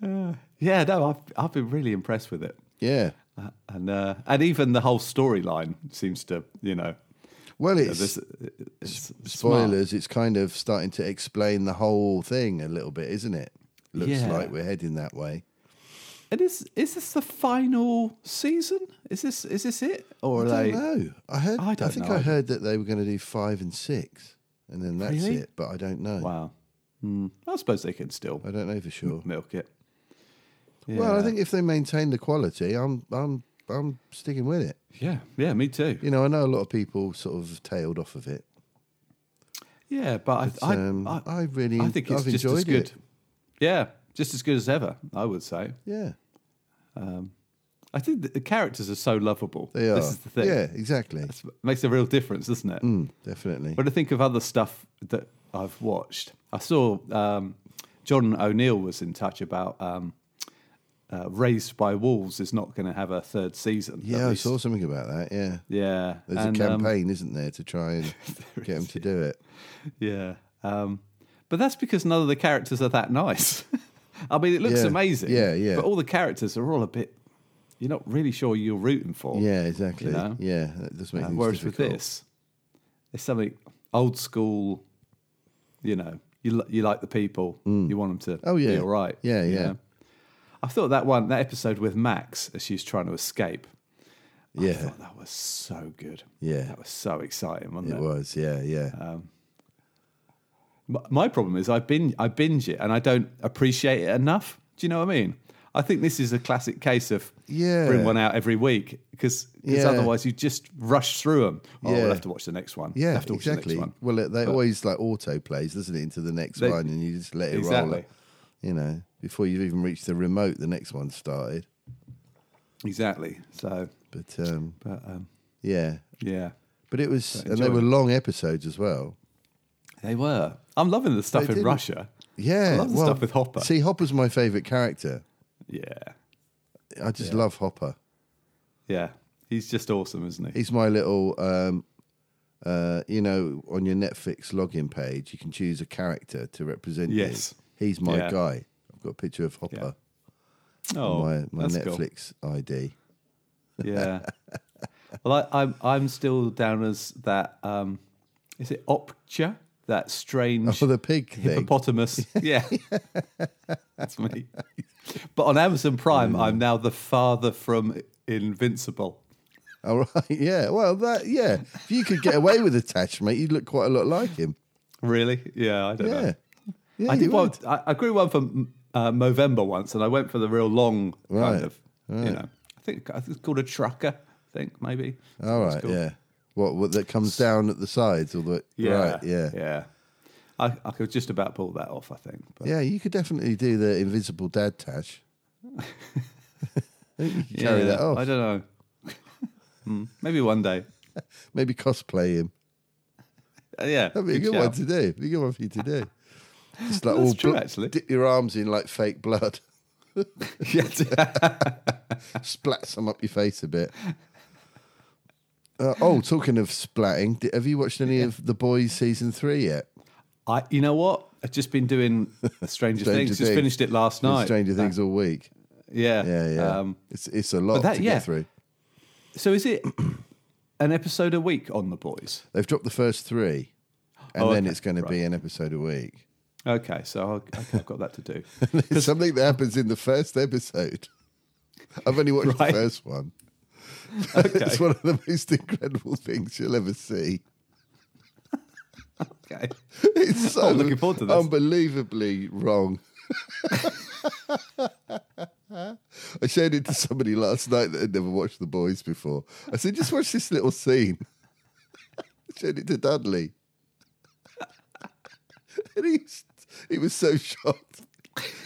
Speaker 2: no.
Speaker 4: <sighs> Yeah, no, I've I've been really impressed with it,
Speaker 2: Yeah.
Speaker 4: Uh, and uh, and even the whole storyline seems to you know
Speaker 2: Well, it's
Speaker 4: this. It's smart.
Speaker 2: spoilers, it's kind of starting to explain the whole thing a little bit, isn't it? Looks
Speaker 4: Yeah.
Speaker 2: like we're heading that way.
Speaker 4: And is is this the final season? Is this is this it? Or are
Speaker 2: I
Speaker 4: they?
Speaker 2: don't know. I heard.
Speaker 4: I
Speaker 2: I,
Speaker 4: don't
Speaker 2: think
Speaker 4: know.
Speaker 2: I heard that they were going to do five and six, and then that's
Speaker 4: Really?
Speaker 2: it. But I don't know.
Speaker 4: Wow. Hmm. I suppose they can still
Speaker 2: I don't know for sure.
Speaker 4: milk it.
Speaker 2: Well, I
Speaker 4: <laughs> Yeah.
Speaker 2: think if they maintain the quality, I'm I'm I'm sticking with it.
Speaker 4: Yeah, yeah, me too.
Speaker 2: You know, I know a lot of people sort of tailed off of it.
Speaker 4: Yeah, but I,
Speaker 2: Um, I,
Speaker 4: I, I,
Speaker 2: really,
Speaker 4: I think it's
Speaker 2: have
Speaker 4: just
Speaker 2: enjoyed
Speaker 4: as good.
Speaker 2: it.
Speaker 4: Yeah, just as good as ever. I would say.
Speaker 2: Yeah,
Speaker 4: I think that the characters are so lovable.
Speaker 2: they are.
Speaker 4: This is the thing.
Speaker 2: Yeah, exactly.
Speaker 4: It's- makes a real difference, doesn't it?
Speaker 2: Mm, definitely.
Speaker 4: But I think of other stuff that I've watched. I saw um, John O'Neill was in touch about um, uh, Raised by Wolves is not going to have a third season. at
Speaker 2: yeah, I
Speaker 4: least.
Speaker 2: saw something about that. Yeah.
Speaker 4: Yeah,
Speaker 2: There's
Speaker 4: and,
Speaker 2: a
Speaker 4: um,
Speaker 2: campaign, isn't there, to try
Speaker 4: <laughs>
Speaker 2: and get them to do it?
Speaker 4: Yeah. Um, but that's because none of the characters are that nice. <laughs> I mean, it looks
Speaker 2: Yeah.
Speaker 4: amazing.
Speaker 2: Yeah, yeah.
Speaker 4: But all the characters are all a bit, you're not really sure who you're rooting for.
Speaker 2: Yeah, exactly.
Speaker 4: You know?
Speaker 2: Yeah, that does make
Speaker 4: Uh,
Speaker 2: things
Speaker 4: whereas
Speaker 2: difficult.
Speaker 4: with this, it's something old school, you know, you, li- you like the people, you want them to
Speaker 2: Oh,
Speaker 4: be
Speaker 2: yeah.
Speaker 4: all right.
Speaker 2: Yeah,
Speaker 4: you
Speaker 2: yeah.
Speaker 4: know? I thought that one, that episode with Max, as she's trying to escape, I
Speaker 2: Yeah,
Speaker 4: thought that was so good.
Speaker 2: Yeah.
Speaker 4: That was so exciting, wasn't
Speaker 2: it
Speaker 4: it? Uh,
Speaker 2: was. Yeah, yeah.
Speaker 4: M- My problem is I bin I binge it and I don't appreciate it enough. Do you know what I mean? I think this is a classic case of
Speaker 2: Yeah.
Speaker 4: bring one out every week because
Speaker 2: Yeah.
Speaker 4: otherwise you just rush through them. Oh,
Speaker 2: Yeah.
Speaker 4: we'll have to watch the next one.
Speaker 2: Yeah,
Speaker 4: we'll have to watch
Speaker 2: exactly.
Speaker 4: The next one.
Speaker 2: Well, it- they
Speaker 4: But-
Speaker 2: always like auto plays, doesn't it, into the next
Speaker 4: They-
Speaker 2: one, and you just let it roll.
Speaker 4: Exactly.
Speaker 2: You know, before you've even reached the remote, the next one started.
Speaker 4: Exactly. So,
Speaker 2: But um,
Speaker 4: but um,
Speaker 2: yeah,
Speaker 4: yeah,
Speaker 2: but it was, and they
Speaker 4: enjoy
Speaker 2: were
Speaker 4: it.
Speaker 2: long episodes as well.
Speaker 4: they were. I'm loving the stuff
Speaker 2: They
Speaker 4: in
Speaker 2: did.
Speaker 4: Russia.
Speaker 2: Yeah,
Speaker 4: I love the
Speaker 2: well,
Speaker 4: stuff with Hopper.
Speaker 2: See, Hopper's my favorite character.
Speaker 4: Yeah,
Speaker 2: I just love Hopper.
Speaker 4: yeah. He's just awesome, isn't he?
Speaker 2: He's my little, um, uh, you know, on your Netflix login page, you can choose a character to represent you.
Speaker 4: Yes.
Speaker 2: He's my
Speaker 4: Yeah.
Speaker 2: guy. I've got a picture of Hopper on
Speaker 4: oh,
Speaker 2: my, my
Speaker 4: that's cool.
Speaker 2: Netflix
Speaker 4: <laughs>
Speaker 2: ID. <laughs>
Speaker 4: Yeah. well, I, I'm I'm still down as that. Um, is it Opcha? That strange
Speaker 2: Oh, the pig thing. <laughs>
Speaker 4: hippopotamus. yeah, that's me. But on Amazon Prime, I'm now the father from Invincible.
Speaker 2: All right, <laughs> yeah. Well, that yeah. If you could get away with a tash, mate, you'd look quite a lot like him.
Speaker 4: Really? Yeah, I don't
Speaker 2: Yeah,
Speaker 4: know.
Speaker 2: yeah.
Speaker 4: I
Speaker 2: you
Speaker 4: did one.
Speaker 2: would.
Speaker 4: I, I grew one from uh, Movember once, and I went for the real long
Speaker 2: Right,
Speaker 4: kind of. You know, I think I think it's called a trucker. I think maybe.
Speaker 2: All
Speaker 4: It's
Speaker 2: Oh, right,
Speaker 4: called.
Speaker 2: yeah. What, what that comes down at the sides, or the right, yeah. yeah,
Speaker 4: yeah. I, I could just about pull that off, I think. But
Speaker 2: You could definitely do the invisible dad
Speaker 4: <laughs>
Speaker 2: tash. I think you could <laughs> carry
Speaker 4: Yeah,
Speaker 2: that off.
Speaker 4: I don't know. <laughs> Hmm, Maybe one day.
Speaker 2: Maybe cosplay him.
Speaker 4: Uh, yeah,
Speaker 2: That'd be a good
Speaker 4: shout.
Speaker 2: one to do. Be a good one for you to do.
Speaker 4: <laughs>
Speaker 2: Just like
Speaker 4: That's
Speaker 2: all
Speaker 4: true,
Speaker 2: blo-
Speaker 4: actually.
Speaker 2: dip your arms in like fake
Speaker 4: <laughs>
Speaker 2: blood,
Speaker 4: yeah,
Speaker 2: splat some up your face a bit. Uh, oh, talking of splatting, d- have you watched any of The Boys season three yet?
Speaker 4: I. You know what? I've just
Speaker 2: <laughs>
Speaker 4: been doing Stranger, Things. Just finished it last
Speaker 2: Been
Speaker 4: night.
Speaker 2: Stranger Things all week.
Speaker 4: Yeah,
Speaker 2: Yeah, yeah.
Speaker 4: Um,
Speaker 2: it's it's a lot
Speaker 4: that-
Speaker 2: to
Speaker 4: yeah.
Speaker 2: get through.
Speaker 4: so is it <clears throat> an episode a week on the boys?
Speaker 2: They've dropped the first three, and
Speaker 4: Oh,
Speaker 2: then
Speaker 4: okay,
Speaker 2: it's going to be
Speaker 4: right.
Speaker 2: an episode a week.
Speaker 4: Okay, so I'll, okay, I've got that to
Speaker 2: <laughs>
Speaker 4: do. <laughs>
Speaker 2: There's something that happens in the first episode. I've only watched
Speaker 4: Right.
Speaker 2: the first one. <laughs> it's
Speaker 4: Okay,
Speaker 2: one of the most incredible things you'll ever see.
Speaker 4: okay.
Speaker 2: <laughs> It's so
Speaker 4: I'm looking forward to this.
Speaker 2: unbelievably wrong. <laughs> I showed it to somebody last night that had never watched The Boys before. I said, just watch this little scene. <laughs> I showed it to Dudley. <laughs> And he, was- he was so shocked.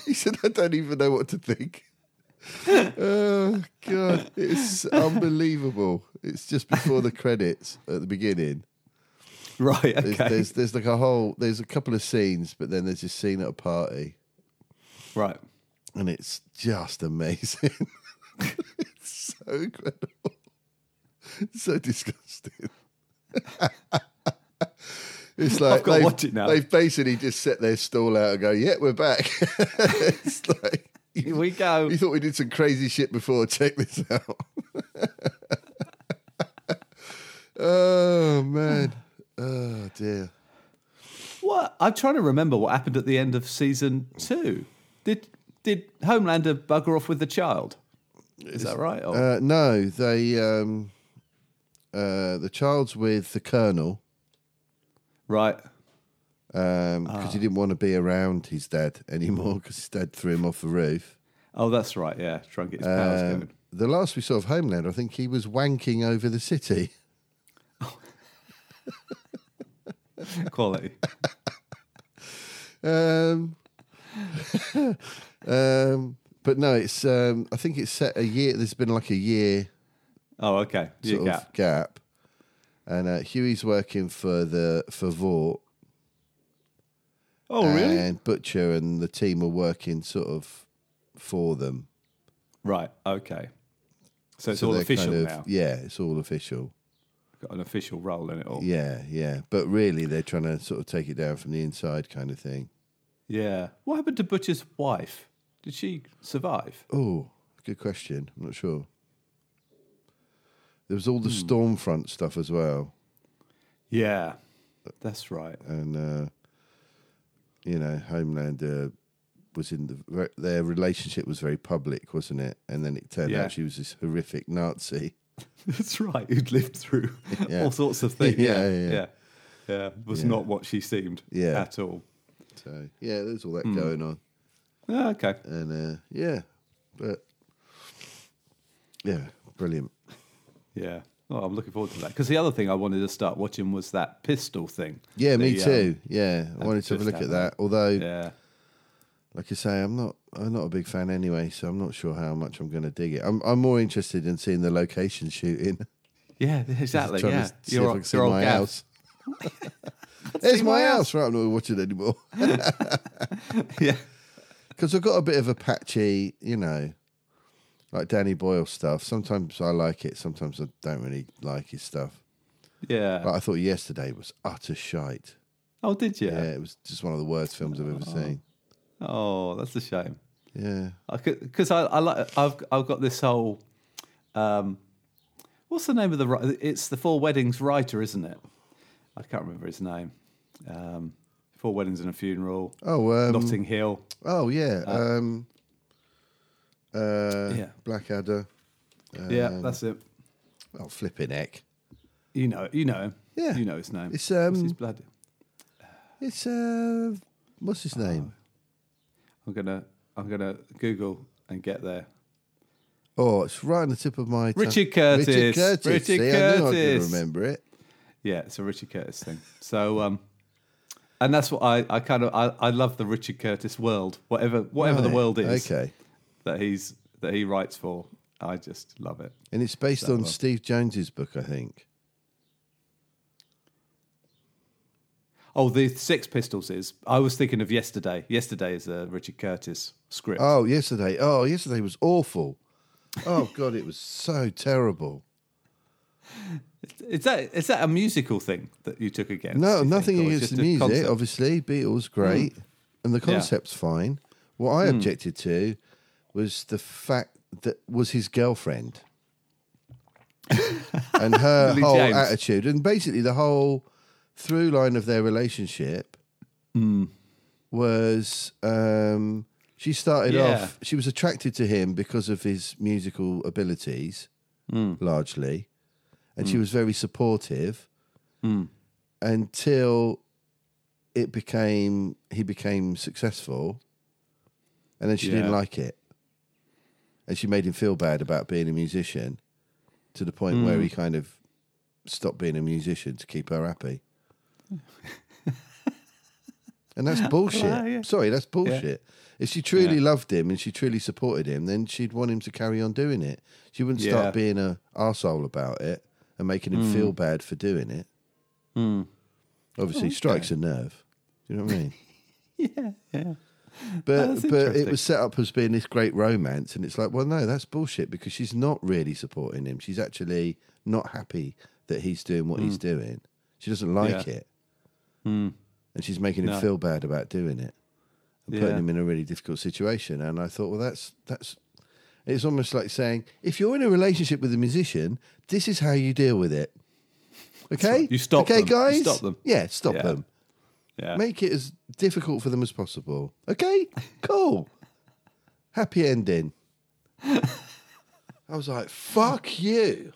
Speaker 2: He said, I don't even know what to think. <laughs> Oh, God. It's unbelievable. It's just before the credits at the beginning.
Speaker 4: right.
Speaker 2: There's,
Speaker 4: Okay,
Speaker 2: there's there's like a whole there's a couple of scenes, but then there's this scene at a party,
Speaker 4: right.
Speaker 2: and it's just amazing. <laughs> it's so incredible, so disgusting. it's like
Speaker 4: I've gotta
Speaker 2: they've-
Speaker 4: watch it now.
Speaker 2: They've basically just set their stall out and go, "Yeah, we're back." <laughs> it's like
Speaker 4: Here we go.
Speaker 2: You thought we did some crazy shit before. Check this out. <laughs> oh man. Oh dear.
Speaker 4: What I'm trying to remember what happened at the end of season two. Did did Homelander bugger off with the child? Is that right? Or,
Speaker 2: Uh, no, they um, uh, the child's with the colonel
Speaker 4: right.
Speaker 2: because um, he
Speaker 4: Ah.
Speaker 2: didn't want to be around his dad <laughs> anymore because his dad threw him off the roof.
Speaker 4: Oh, that's right. Yeah, try and get his powers
Speaker 2: Um,
Speaker 4: going.
Speaker 2: the last we saw of Homeland, I think he was wanking over the city. <laughs>
Speaker 4: Quality.
Speaker 2: Um, <laughs> um, but no, it's um, I think it's set a year. There's been like a year
Speaker 4: Oh, okay.
Speaker 2: <laughs>
Speaker 4: Yeah,
Speaker 2: sort
Speaker 4: gap.
Speaker 2: of gap, and uh, Huey's working for the for Vought,
Speaker 4: Oh, really?
Speaker 2: And Butcher and the team are working sort of for them.
Speaker 4: right. Okay. So it's
Speaker 2: So
Speaker 4: all
Speaker 2: they're
Speaker 4: official
Speaker 2: kind of-
Speaker 4: now.
Speaker 2: Yeah, it's all official.
Speaker 4: Got an official role in it all. Yeah.
Speaker 2: Yeah, yeah. But really, they're trying to sort of take it down from the inside kind of thing.
Speaker 4: What happened to Butcher's wife? Did she survive?
Speaker 2: Oh, good question. I'm not sure. There was all the
Speaker 4: Hmm.
Speaker 2: Stormfront stuff as well.
Speaker 4: Yeah.
Speaker 2: <laughs>
Speaker 4: That's right.
Speaker 2: And, uh, you know, Homelander was in the. Their relationship was very public, wasn't it? And then it turned
Speaker 4: Yeah.
Speaker 2: out she was this horrific Nazi.
Speaker 4: That's right. Who'd lived <laughs> through
Speaker 2: Yeah.
Speaker 4: all sorts of things.
Speaker 2: Yeah,
Speaker 4: <laughs> Yeah, yeah,
Speaker 2: yeah.
Speaker 4: yeah. was not what she seemed
Speaker 2: Yeah.
Speaker 4: at all. Hmm.
Speaker 2: So, yeah, there's all that going on.
Speaker 4: Ah, okay.
Speaker 2: and uh, yeah, But yeah, brilliant.
Speaker 4: Yeah. Oh, I'm looking forward to that. Because the other thing I wanted to start watching was that pistol thing.
Speaker 2: Yeah, me
Speaker 4: The, um,
Speaker 2: too. yeah, I
Speaker 4: the
Speaker 2: wanted to have a
Speaker 4: twist
Speaker 2: look
Speaker 4: out
Speaker 2: at
Speaker 4: there.
Speaker 2: that. Although,
Speaker 4: yeah.
Speaker 2: like you say, I'm not I'm not a big fan anyway, so I'm not sure how much I'm going to dig it. I'm I'm more interested in seeing the location shooting. <laughs>
Speaker 4: Yeah, <laughs> exactly.
Speaker 2: Trying
Speaker 4: Yeah.
Speaker 2: to see if I
Speaker 4: old-
Speaker 2: can see
Speaker 4: your old
Speaker 2: my
Speaker 4: Gav.
Speaker 2: house. There's my house. Right, I'm not watching it anymore <laughs>
Speaker 4: <laughs> yeah.
Speaker 2: because I've got a bit of a patchy, you know, like Danny Boyle stuff. Sometimes I like it, sometimes I don't really like his stuff.
Speaker 4: Yeah.
Speaker 2: Like I thought yesterday was utter shite.
Speaker 4: Oh, did you?
Speaker 2: Yeah, it was just one of the worst films I've ever seen.
Speaker 4: Oh, that's a shame.
Speaker 2: Yeah.
Speaker 4: because I, I like I've I've got this whole um, what's the name of the wri- it's the Four Weddings writer, isn't it? I can't remember his name. Um, Four Weddings and a Funeral,
Speaker 2: Oh, um,
Speaker 4: Notting Hill.
Speaker 2: Oh yeah. um, uh,
Speaker 4: Yeah.
Speaker 2: Blackadder.
Speaker 4: yeah,
Speaker 2: um,
Speaker 4: that's it.
Speaker 2: Oh, flipping heck.
Speaker 4: You know, you know him.
Speaker 2: Yeah.
Speaker 4: you know his name.
Speaker 2: It's,
Speaker 4: What's his
Speaker 2: um,
Speaker 4: bloody-
Speaker 2: It's uh, what's
Speaker 4: Oh.
Speaker 2: his name?
Speaker 4: I'm gonna I'm gonna Google and get there.
Speaker 2: Oh, it's right on the tip of my tongue.
Speaker 4: Richard Curtis.
Speaker 2: Richard Curtis.
Speaker 4: Richard
Speaker 2: See, I knew I could
Speaker 4: Curtis.
Speaker 2: remember it.
Speaker 4: Yeah, it's a Richard Curtis thing. So, um, and that's what I, I kind of I, I love the Richard Curtis world, whatever whatever the
Speaker 2: Right,
Speaker 4: world is.
Speaker 2: Okay.
Speaker 4: that he's that he writes for. I just love it.
Speaker 2: And it's based on Steve Jones's book, I think.
Speaker 4: Oh, the Six Pistols is. I was thinking of yesterday. Yesterday is a Richard Curtis script.
Speaker 2: Oh, yesterday. Oh, yesterday was awful. Oh God, it was so terrible.
Speaker 4: Is that is that a musical thing that you took against?
Speaker 2: No,
Speaker 4: you think,
Speaker 2: nothing
Speaker 4: or
Speaker 2: against
Speaker 4: just
Speaker 2: the
Speaker 4: a
Speaker 2: music.
Speaker 4: concept? Hmm.
Speaker 2: Obviously, Beatles great, and the concept's fine. What I objected to was the fact that was his
Speaker 4: <laughs>
Speaker 2: girlfriend and her
Speaker 4: Lily
Speaker 2: whole
Speaker 4: James.
Speaker 2: attitude, and basically the whole through line of their relationship
Speaker 4: Hmm.
Speaker 2: was um, she started
Speaker 4: Yeah.
Speaker 2: off. She was attracted to him because of his musical abilities,
Speaker 4: Hmm.
Speaker 2: largely, and she was very supportive until it became he became successful and then she didn't
Speaker 4: Yeah.
Speaker 2: like it and she made him feel bad about being a musician to the point where he
Speaker 4: Mm.
Speaker 2: kind of stopped being a musician to keep her
Speaker 4: <laughs>
Speaker 2: happy and that's bullshit
Speaker 4: Ah, yeah.
Speaker 2: sorry that's bullshit if she truly loved him and she truly supported him then she'd want him to carry on doing it she wouldn't
Speaker 4: Yeah. Hmm.
Speaker 2: start being a arsehole about it and making him feel bad for doing it obviously strikes a nerve. Do you know what I mean?
Speaker 4: Oh, <laughs> Yeah, yeah.
Speaker 2: But
Speaker 4: that's
Speaker 2: but it
Speaker 4: interesting.
Speaker 2: was set up as being this great romance, and it's like, well, no, that's bullshit because she's not really supporting him. She's actually not happy that he's doing what he's doing. She doesn't like
Speaker 4: Hmm. Yeah. Hmm.
Speaker 2: it, and she's making him
Speaker 4: No.
Speaker 2: feel bad about doing it and putting
Speaker 4: Yeah.
Speaker 2: him in a really difficult situation. And I thought, well, that's that's. It's almost like saying, if you're in a relationship with a musician, this is how you deal with it. Okay,
Speaker 4: You stop
Speaker 2: Okay,
Speaker 4: them. You
Speaker 2: guys,
Speaker 4: stop them.
Speaker 2: Yeah, stop
Speaker 4: Yeah.
Speaker 2: them.
Speaker 4: Yeah.
Speaker 2: Make it as difficult for them as possible.
Speaker 4: <laughs>
Speaker 2: Okay, cool. Happy ending. I was like, fuck you.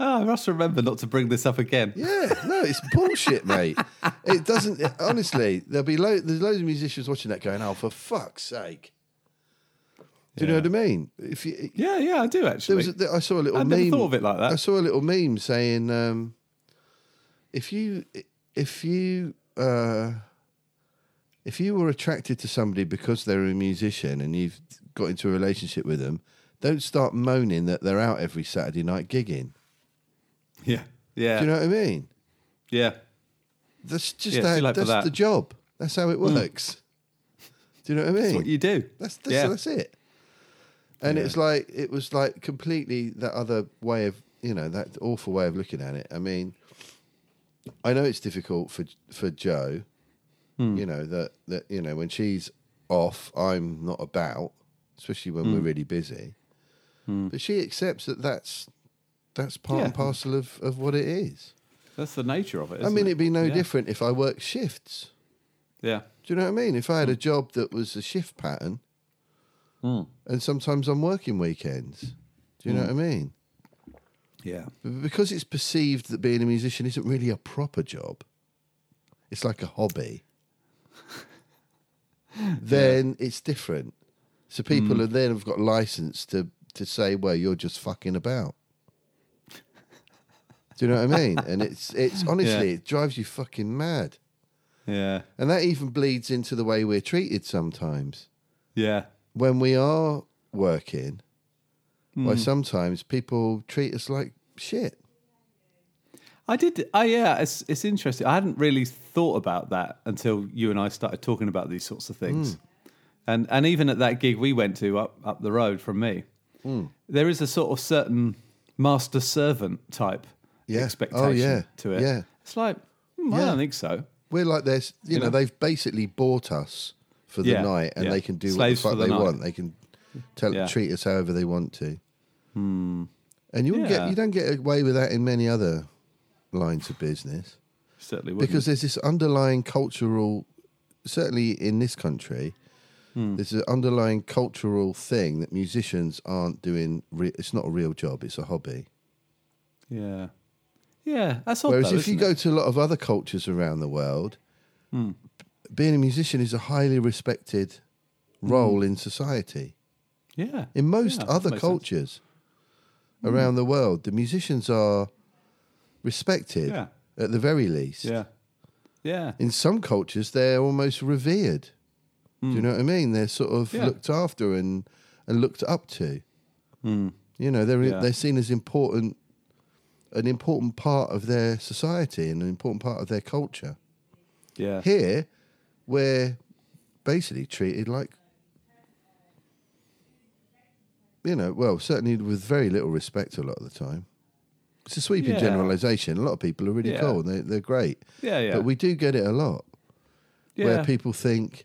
Speaker 4: Oh, I must remember not to bring this up again.
Speaker 2: Yeah, no, it's bullshit, mate. It doesn't, honestly, there'll be lo- there's loads of musicians watching that going, oh, for fuck's sake. Do you know what I mean? If you,
Speaker 4: Yeah, yeah, I do
Speaker 2: There
Speaker 4: actually.
Speaker 2: was a, I saw a little
Speaker 4: I
Speaker 2: meme.
Speaker 4: never thought of it like that.
Speaker 2: I saw a little meme saying, um, if you if you uh, if you were attracted to somebody because they're a musician and you've got into a relationship with them, don't start moaning that they're out every Saturday night gigging.
Speaker 4: yeah, yeah,
Speaker 2: Do you know what I mean?
Speaker 4: yeah.
Speaker 2: That's just
Speaker 4: Yeah,
Speaker 2: how,
Speaker 4: too late for
Speaker 2: that's
Speaker 4: that. Mm.
Speaker 2: the job. That's how it works. Do you know what I mean?
Speaker 4: That's what you do.
Speaker 2: That's that's,
Speaker 4: yeah.
Speaker 2: that's it. And it's like it was like completely that other way of you know that awful way of looking at it. I mean, I know it's difficult for for Joe.
Speaker 4: Hmm.
Speaker 2: You know that that you know when she's off, I'm not about, especially when
Speaker 4: Hmm.
Speaker 2: we're really busy. But she accepts that that's that's part and
Speaker 4: Yeah.
Speaker 2: parcel of of what it is.
Speaker 4: That's the nature of it.
Speaker 2: I
Speaker 4: isn't
Speaker 2: mean,
Speaker 4: it?
Speaker 2: it'd be no
Speaker 4: Yeah.
Speaker 2: different if I worked shifts.
Speaker 4: Yeah,
Speaker 2: Do you know what I mean? If I
Speaker 4: Hmm.
Speaker 2: had a job that was a shift pattern, and sometimes I'm working weekends. Do you know what
Speaker 4: Hmm.
Speaker 2: I mean?
Speaker 4: yeah,
Speaker 2: B- Because it's perceived that being a musician isn't really a
Speaker 4: <laughs>
Speaker 2: proper job. It's like a hobby. then it's different. So people
Speaker 4: Hmm.
Speaker 2: are then have got license to to say, well, you're just fucking about. Do you know what I mean? And it's it's honestly
Speaker 4: <laughs> Yeah.
Speaker 2: it drives you fucking mad,
Speaker 4: Yeah.
Speaker 2: and that even bleeds into the way we're treated sometimes
Speaker 4: Yeah.
Speaker 2: when we are working.
Speaker 4: Hmm.
Speaker 2: Why sometimes people treat us like shit.
Speaker 4: I did. Oh, yeah. It's it's interesting. I hadn't really thought about that until you and I started talking about these sorts of
Speaker 2: Hmm.
Speaker 4: things. And and even at that gig we went to up up the road from me,
Speaker 2: Hmm.
Speaker 4: there is a sort of certain master servant type
Speaker 2: Yeah. Oh,
Speaker 4: expectation
Speaker 2: yeah.
Speaker 4: to it.
Speaker 2: Yeah.
Speaker 4: It's like hmm, I
Speaker 2: Yeah.
Speaker 4: don't think so.
Speaker 2: We're like this, you,
Speaker 4: You
Speaker 2: know,
Speaker 4: know?
Speaker 2: They've basically bought us for the
Speaker 4: Yeah,
Speaker 2: night, and
Speaker 4: yeah.
Speaker 2: they can do
Speaker 4: Slaves for
Speaker 2: what the fuck
Speaker 4: the
Speaker 2: they
Speaker 4: night.
Speaker 2: want. They can tell,
Speaker 4: Yeah. Hmm.
Speaker 2: treat us however they want to. And you wouldn't
Speaker 4: Yeah.
Speaker 2: get you don't get away with that in many other lines of business
Speaker 4: Certainly wouldn't.
Speaker 2: because there's this underlying cultural, certainly in this country,
Speaker 4: Hmm.
Speaker 2: there's an underlying cultural thing that musicians aren't doing. Re- it's not a real job; it's a hobby.
Speaker 4: yeah, yeah. That's odd.
Speaker 2: Whereas
Speaker 4: though,
Speaker 2: if you
Speaker 4: isn't
Speaker 2: go
Speaker 4: it? Hmm.
Speaker 2: to a lot of other cultures around the world, being a musician is a highly respected role in society.
Speaker 4: yeah,
Speaker 2: In most
Speaker 4: Hmm. Yeah, that
Speaker 2: other
Speaker 4: makes sense. Hmm.
Speaker 2: cultures around the world, the musicians are respected
Speaker 4: Yeah.
Speaker 2: at the very least.
Speaker 4: yeah, yeah,
Speaker 2: In some cultures, they're almost revered. Do you know what I mean? They're sort of
Speaker 4: Hmm. Yeah.
Speaker 2: looked after and, and looked up to. You know, they're
Speaker 4: Hmm. Yeah.
Speaker 2: they're seen as important, an important part of their society and an important part of their culture.
Speaker 4: yeah.
Speaker 2: Here, we're basically treated like, you know, well, certainly with very little respect a lot of the time. It's a sweeping
Speaker 4: Yeah.
Speaker 2: generalisation. A lot of people are really
Speaker 4: Yeah.
Speaker 2: cool. and They, they're great.
Speaker 4: Yeah, yeah.
Speaker 2: But we do get it a lot
Speaker 4: yeah.
Speaker 2: where people think,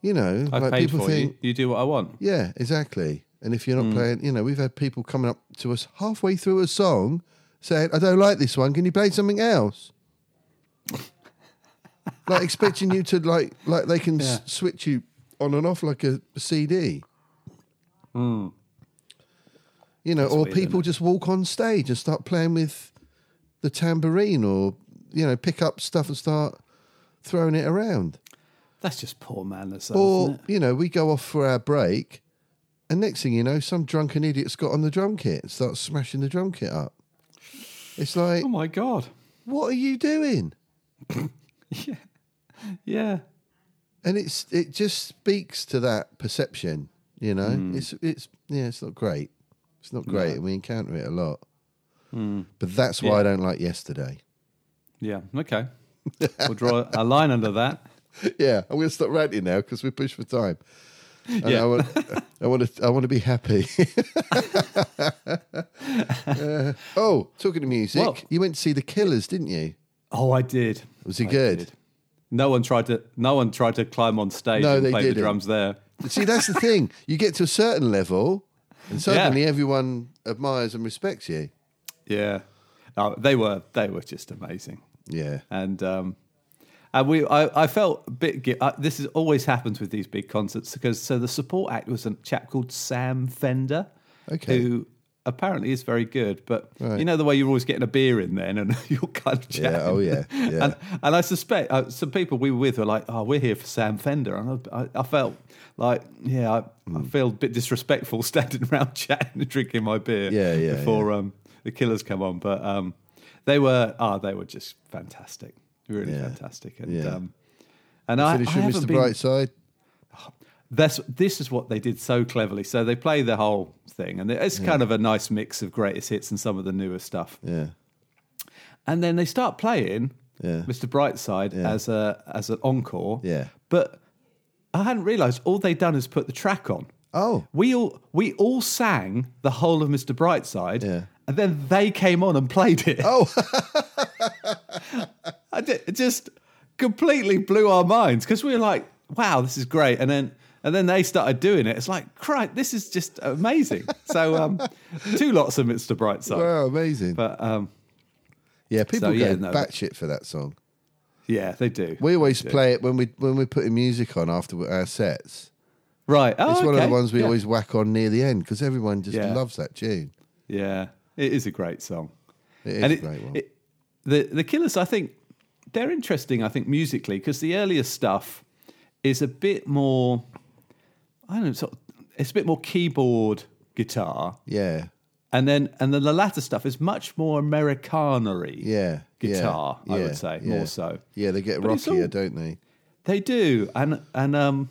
Speaker 2: you know,
Speaker 4: I
Speaker 2: like
Speaker 4: paid
Speaker 2: people
Speaker 4: for
Speaker 2: think,
Speaker 4: you. Hmm. You do what I want.
Speaker 2: yeah, exactly. And if you're not playing, you know, we've had people coming up to us halfway through a song saying, I don't like this one. Can you play something
Speaker 4: <laughs>
Speaker 2: else? like expecting you to like like they can s-
Speaker 4: Yeah.
Speaker 2: switch you on and off like a CD. You know, or
Speaker 4: Hmm. weird, isn't
Speaker 2: people
Speaker 4: it?
Speaker 2: just walk on stage and start playing with the tambourine or you know, pick up stuff and start throwing it around
Speaker 4: That's just poor manners, though,
Speaker 2: or
Speaker 4: isn't it?
Speaker 2: you know we go off for our break and next thing you know some drunken idiot's got on the drum kit and starts smashing the drum kit up it's like
Speaker 4: Oh my god.
Speaker 2: what are you doing
Speaker 4: Yeah.
Speaker 2: and it's it just speaks to that perception you know
Speaker 4: Hmm.
Speaker 2: it's it's yeah it's not great it's not great and we encounter it a lot but that's why i
Speaker 4: Hmm. Yeah.
Speaker 2: don't like yesterday
Speaker 4: Yeah. <laughs> Okay. we'll draw a line under that.
Speaker 2: yeah i'm gonna stop ranting now because we push for time And
Speaker 4: Yeah.
Speaker 2: I want, I want to. I want to be
Speaker 4: <laughs>
Speaker 2: happy. Uh, oh, talking to music,
Speaker 4: Well-
Speaker 2: you went to see the Killers, didn't you?
Speaker 4: Oh, I did.
Speaker 2: Was he
Speaker 4: I
Speaker 2: good?
Speaker 4: did. No one tried to. No one tried to climb on stage
Speaker 2: No,
Speaker 4: and
Speaker 2: they
Speaker 4: play the
Speaker 2: didn't.
Speaker 4: drums there.
Speaker 2: See, that's the thing. You get to a certain level, and suddenly everyone admires and respects you.
Speaker 4: Yeah. No, they were. They were just amazing.
Speaker 2: Yeah,
Speaker 4: and um, and we I, I felt a bit gui- uh, this is always happens with these big concerts because so the support act was a chap called Sam Fender,
Speaker 2: Okay.
Speaker 4: who apparently is very good, but
Speaker 2: Right.
Speaker 4: you know the way you're always getting a beer in then and <laughs> you're kind of
Speaker 2: Yeah,
Speaker 4: chatting.
Speaker 2: oh, yeah, yeah.
Speaker 4: And, and I suspect uh, some people we were with were like, oh, we're here for Sam Fender, and I, I, I felt like yeah, I,
Speaker 2: Hmm.
Speaker 4: I feel a bit disrespectful <laughs> standing around chatting and drinking my beer
Speaker 2: Yeah, yeah,
Speaker 4: before um, the killers come on. But um, they were ah, they were just fantastic, really
Speaker 2: Yeah.
Speaker 4: fantastic. And
Speaker 2: Yeah.
Speaker 4: um, and I,
Speaker 2: finish
Speaker 4: I
Speaker 2: with
Speaker 4: haven't
Speaker 2: Mr.
Speaker 4: been-
Speaker 2: Brightside.
Speaker 4: That's this is what they did so cleverly. So they play the whole thing, and it's kind of a nice mix of greatest hits and some of the newer stuff.
Speaker 2: Yeah,
Speaker 4: And then they start playing
Speaker 2: Yeah.
Speaker 4: Mr. Brightside as a as an encore.
Speaker 2: Yeah.
Speaker 4: but I hadn't realised all they'd done is put the track on.
Speaker 2: Oh.
Speaker 4: we all we all sang the whole of Mr. Brightside.
Speaker 2: Yeah.
Speaker 4: And then they came on and played it. Oh, <laughs> I di- it just completely blew our minds because we were like, "Wow, this is great!" And then and then they started doing it. It's like, "Christ, this is just amazing!" so,
Speaker 2: <laughs>
Speaker 4: um, two lots of Mr. Brightside.
Speaker 2: wow, amazing.
Speaker 4: But um,
Speaker 2: yeah, people
Speaker 4: so,
Speaker 2: go
Speaker 4: yeah, no, but-
Speaker 2: batshit for that song.
Speaker 4: yeah, they do.
Speaker 2: We always
Speaker 4: They do.
Speaker 2: play it when we when we're putting music on after our sets.
Speaker 4: Right. Oh,
Speaker 2: It's one of
Speaker 4: okay.
Speaker 2: the ones we
Speaker 4: yeah.
Speaker 2: always whack on near the end because everyone just
Speaker 4: Yeah.
Speaker 2: loves that tune.
Speaker 4: Yeah, it is a great song.
Speaker 2: It is
Speaker 4: And
Speaker 2: a great one.
Speaker 4: it- the the Killers, I think, they're interesting. I think musically because the earlier stuff is a bit more. I don't know. Sort of, it's a bit more keyboard guitar,
Speaker 2: Yeah.
Speaker 4: and then and then the latter stuff is much more Americanery.
Speaker 2: Yeah. yeah,
Speaker 4: Guitar, I would say, more
Speaker 2: yeah.
Speaker 4: so.
Speaker 2: Yeah, they get
Speaker 4: But it's
Speaker 2: rockier,
Speaker 4: all-
Speaker 2: don't they?
Speaker 4: They do, and and um,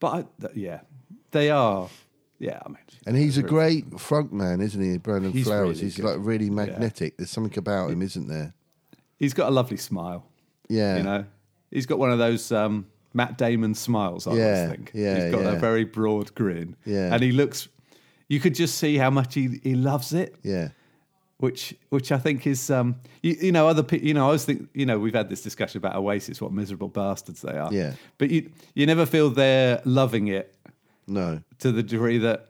Speaker 4: but I, th- yeah, they are. Yeah, I mean,
Speaker 2: And he's a
Speaker 4: they're-
Speaker 2: great front man, isn't he? Brandon
Speaker 4: He's
Speaker 2: Flowers.
Speaker 4: really
Speaker 2: he's
Speaker 4: good.
Speaker 2: like really magnetic. There's something about him, isn't there?
Speaker 4: He's got a lovely smile.
Speaker 2: Yeah.
Speaker 4: You know, he's got one of those um, Matt Damon smiles. I
Speaker 2: Yeah,
Speaker 4: always think.
Speaker 2: yeah,
Speaker 4: he's got
Speaker 2: yeah.
Speaker 4: a very broad grin.
Speaker 2: Yeah.
Speaker 4: and he looks. You could just see how much he, he loves it,
Speaker 2: Yeah.
Speaker 4: which which I think is um you, you know other pe- you know I always think you know we've had this discussion about Oasis what miserable bastards they are
Speaker 2: Yeah.
Speaker 4: but you you never feel they're loving it
Speaker 2: No.
Speaker 4: to the degree that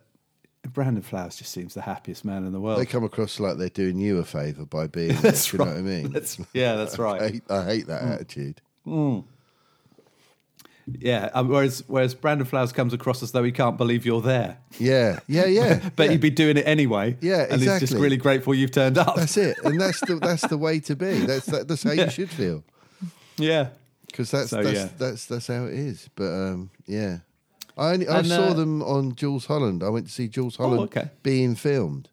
Speaker 4: Brandon Flowers just seems the happiest man in the world <laughs>
Speaker 2: They come across like they're doing you a favour by being there,
Speaker 4: That's
Speaker 2: do you know
Speaker 4: right.
Speaker 2: what I mean? <laughs>
Speaker 4: That's- yeah, that's right.
Speaker 2: I hate, I hate that attitude.
Speaker 4: yeah um, whereas whereas Brandon Flowers comes across as though he can't believe you're there
Speaker 2: Yeah, yeah, yeah.
Speaker 4: <laughs> but
Speaker 2: yeah.
Speaker 4: he'd be doing it anyway.
Speaker 2: Yeah,
Speaker 4: and he's just
Speaker 2: exactly.
Speaker 4: really grateful you've turned up.
Speaker 2: that's it, and that's the that's the way to be. That's that, that's how
Speaker 4: <laughs> Yeah.
Speaker 2: you should feel
Speaker 4: <laughs> yeah,
Speaker 2: because that's
Speaker 4: So,
Speaker 2: that's,
Speaker 4: yeah.
Speaker 2: that's that's how it is. But um, yeah, I only, I
Speaker 4: And,
Speaker 2: saw
Speaker 4: uh, Oh,
Speaker 2: them on Jules Holland. I went to see Jules Holland
Speaker 4: okay.
Speaker 2: being filmed.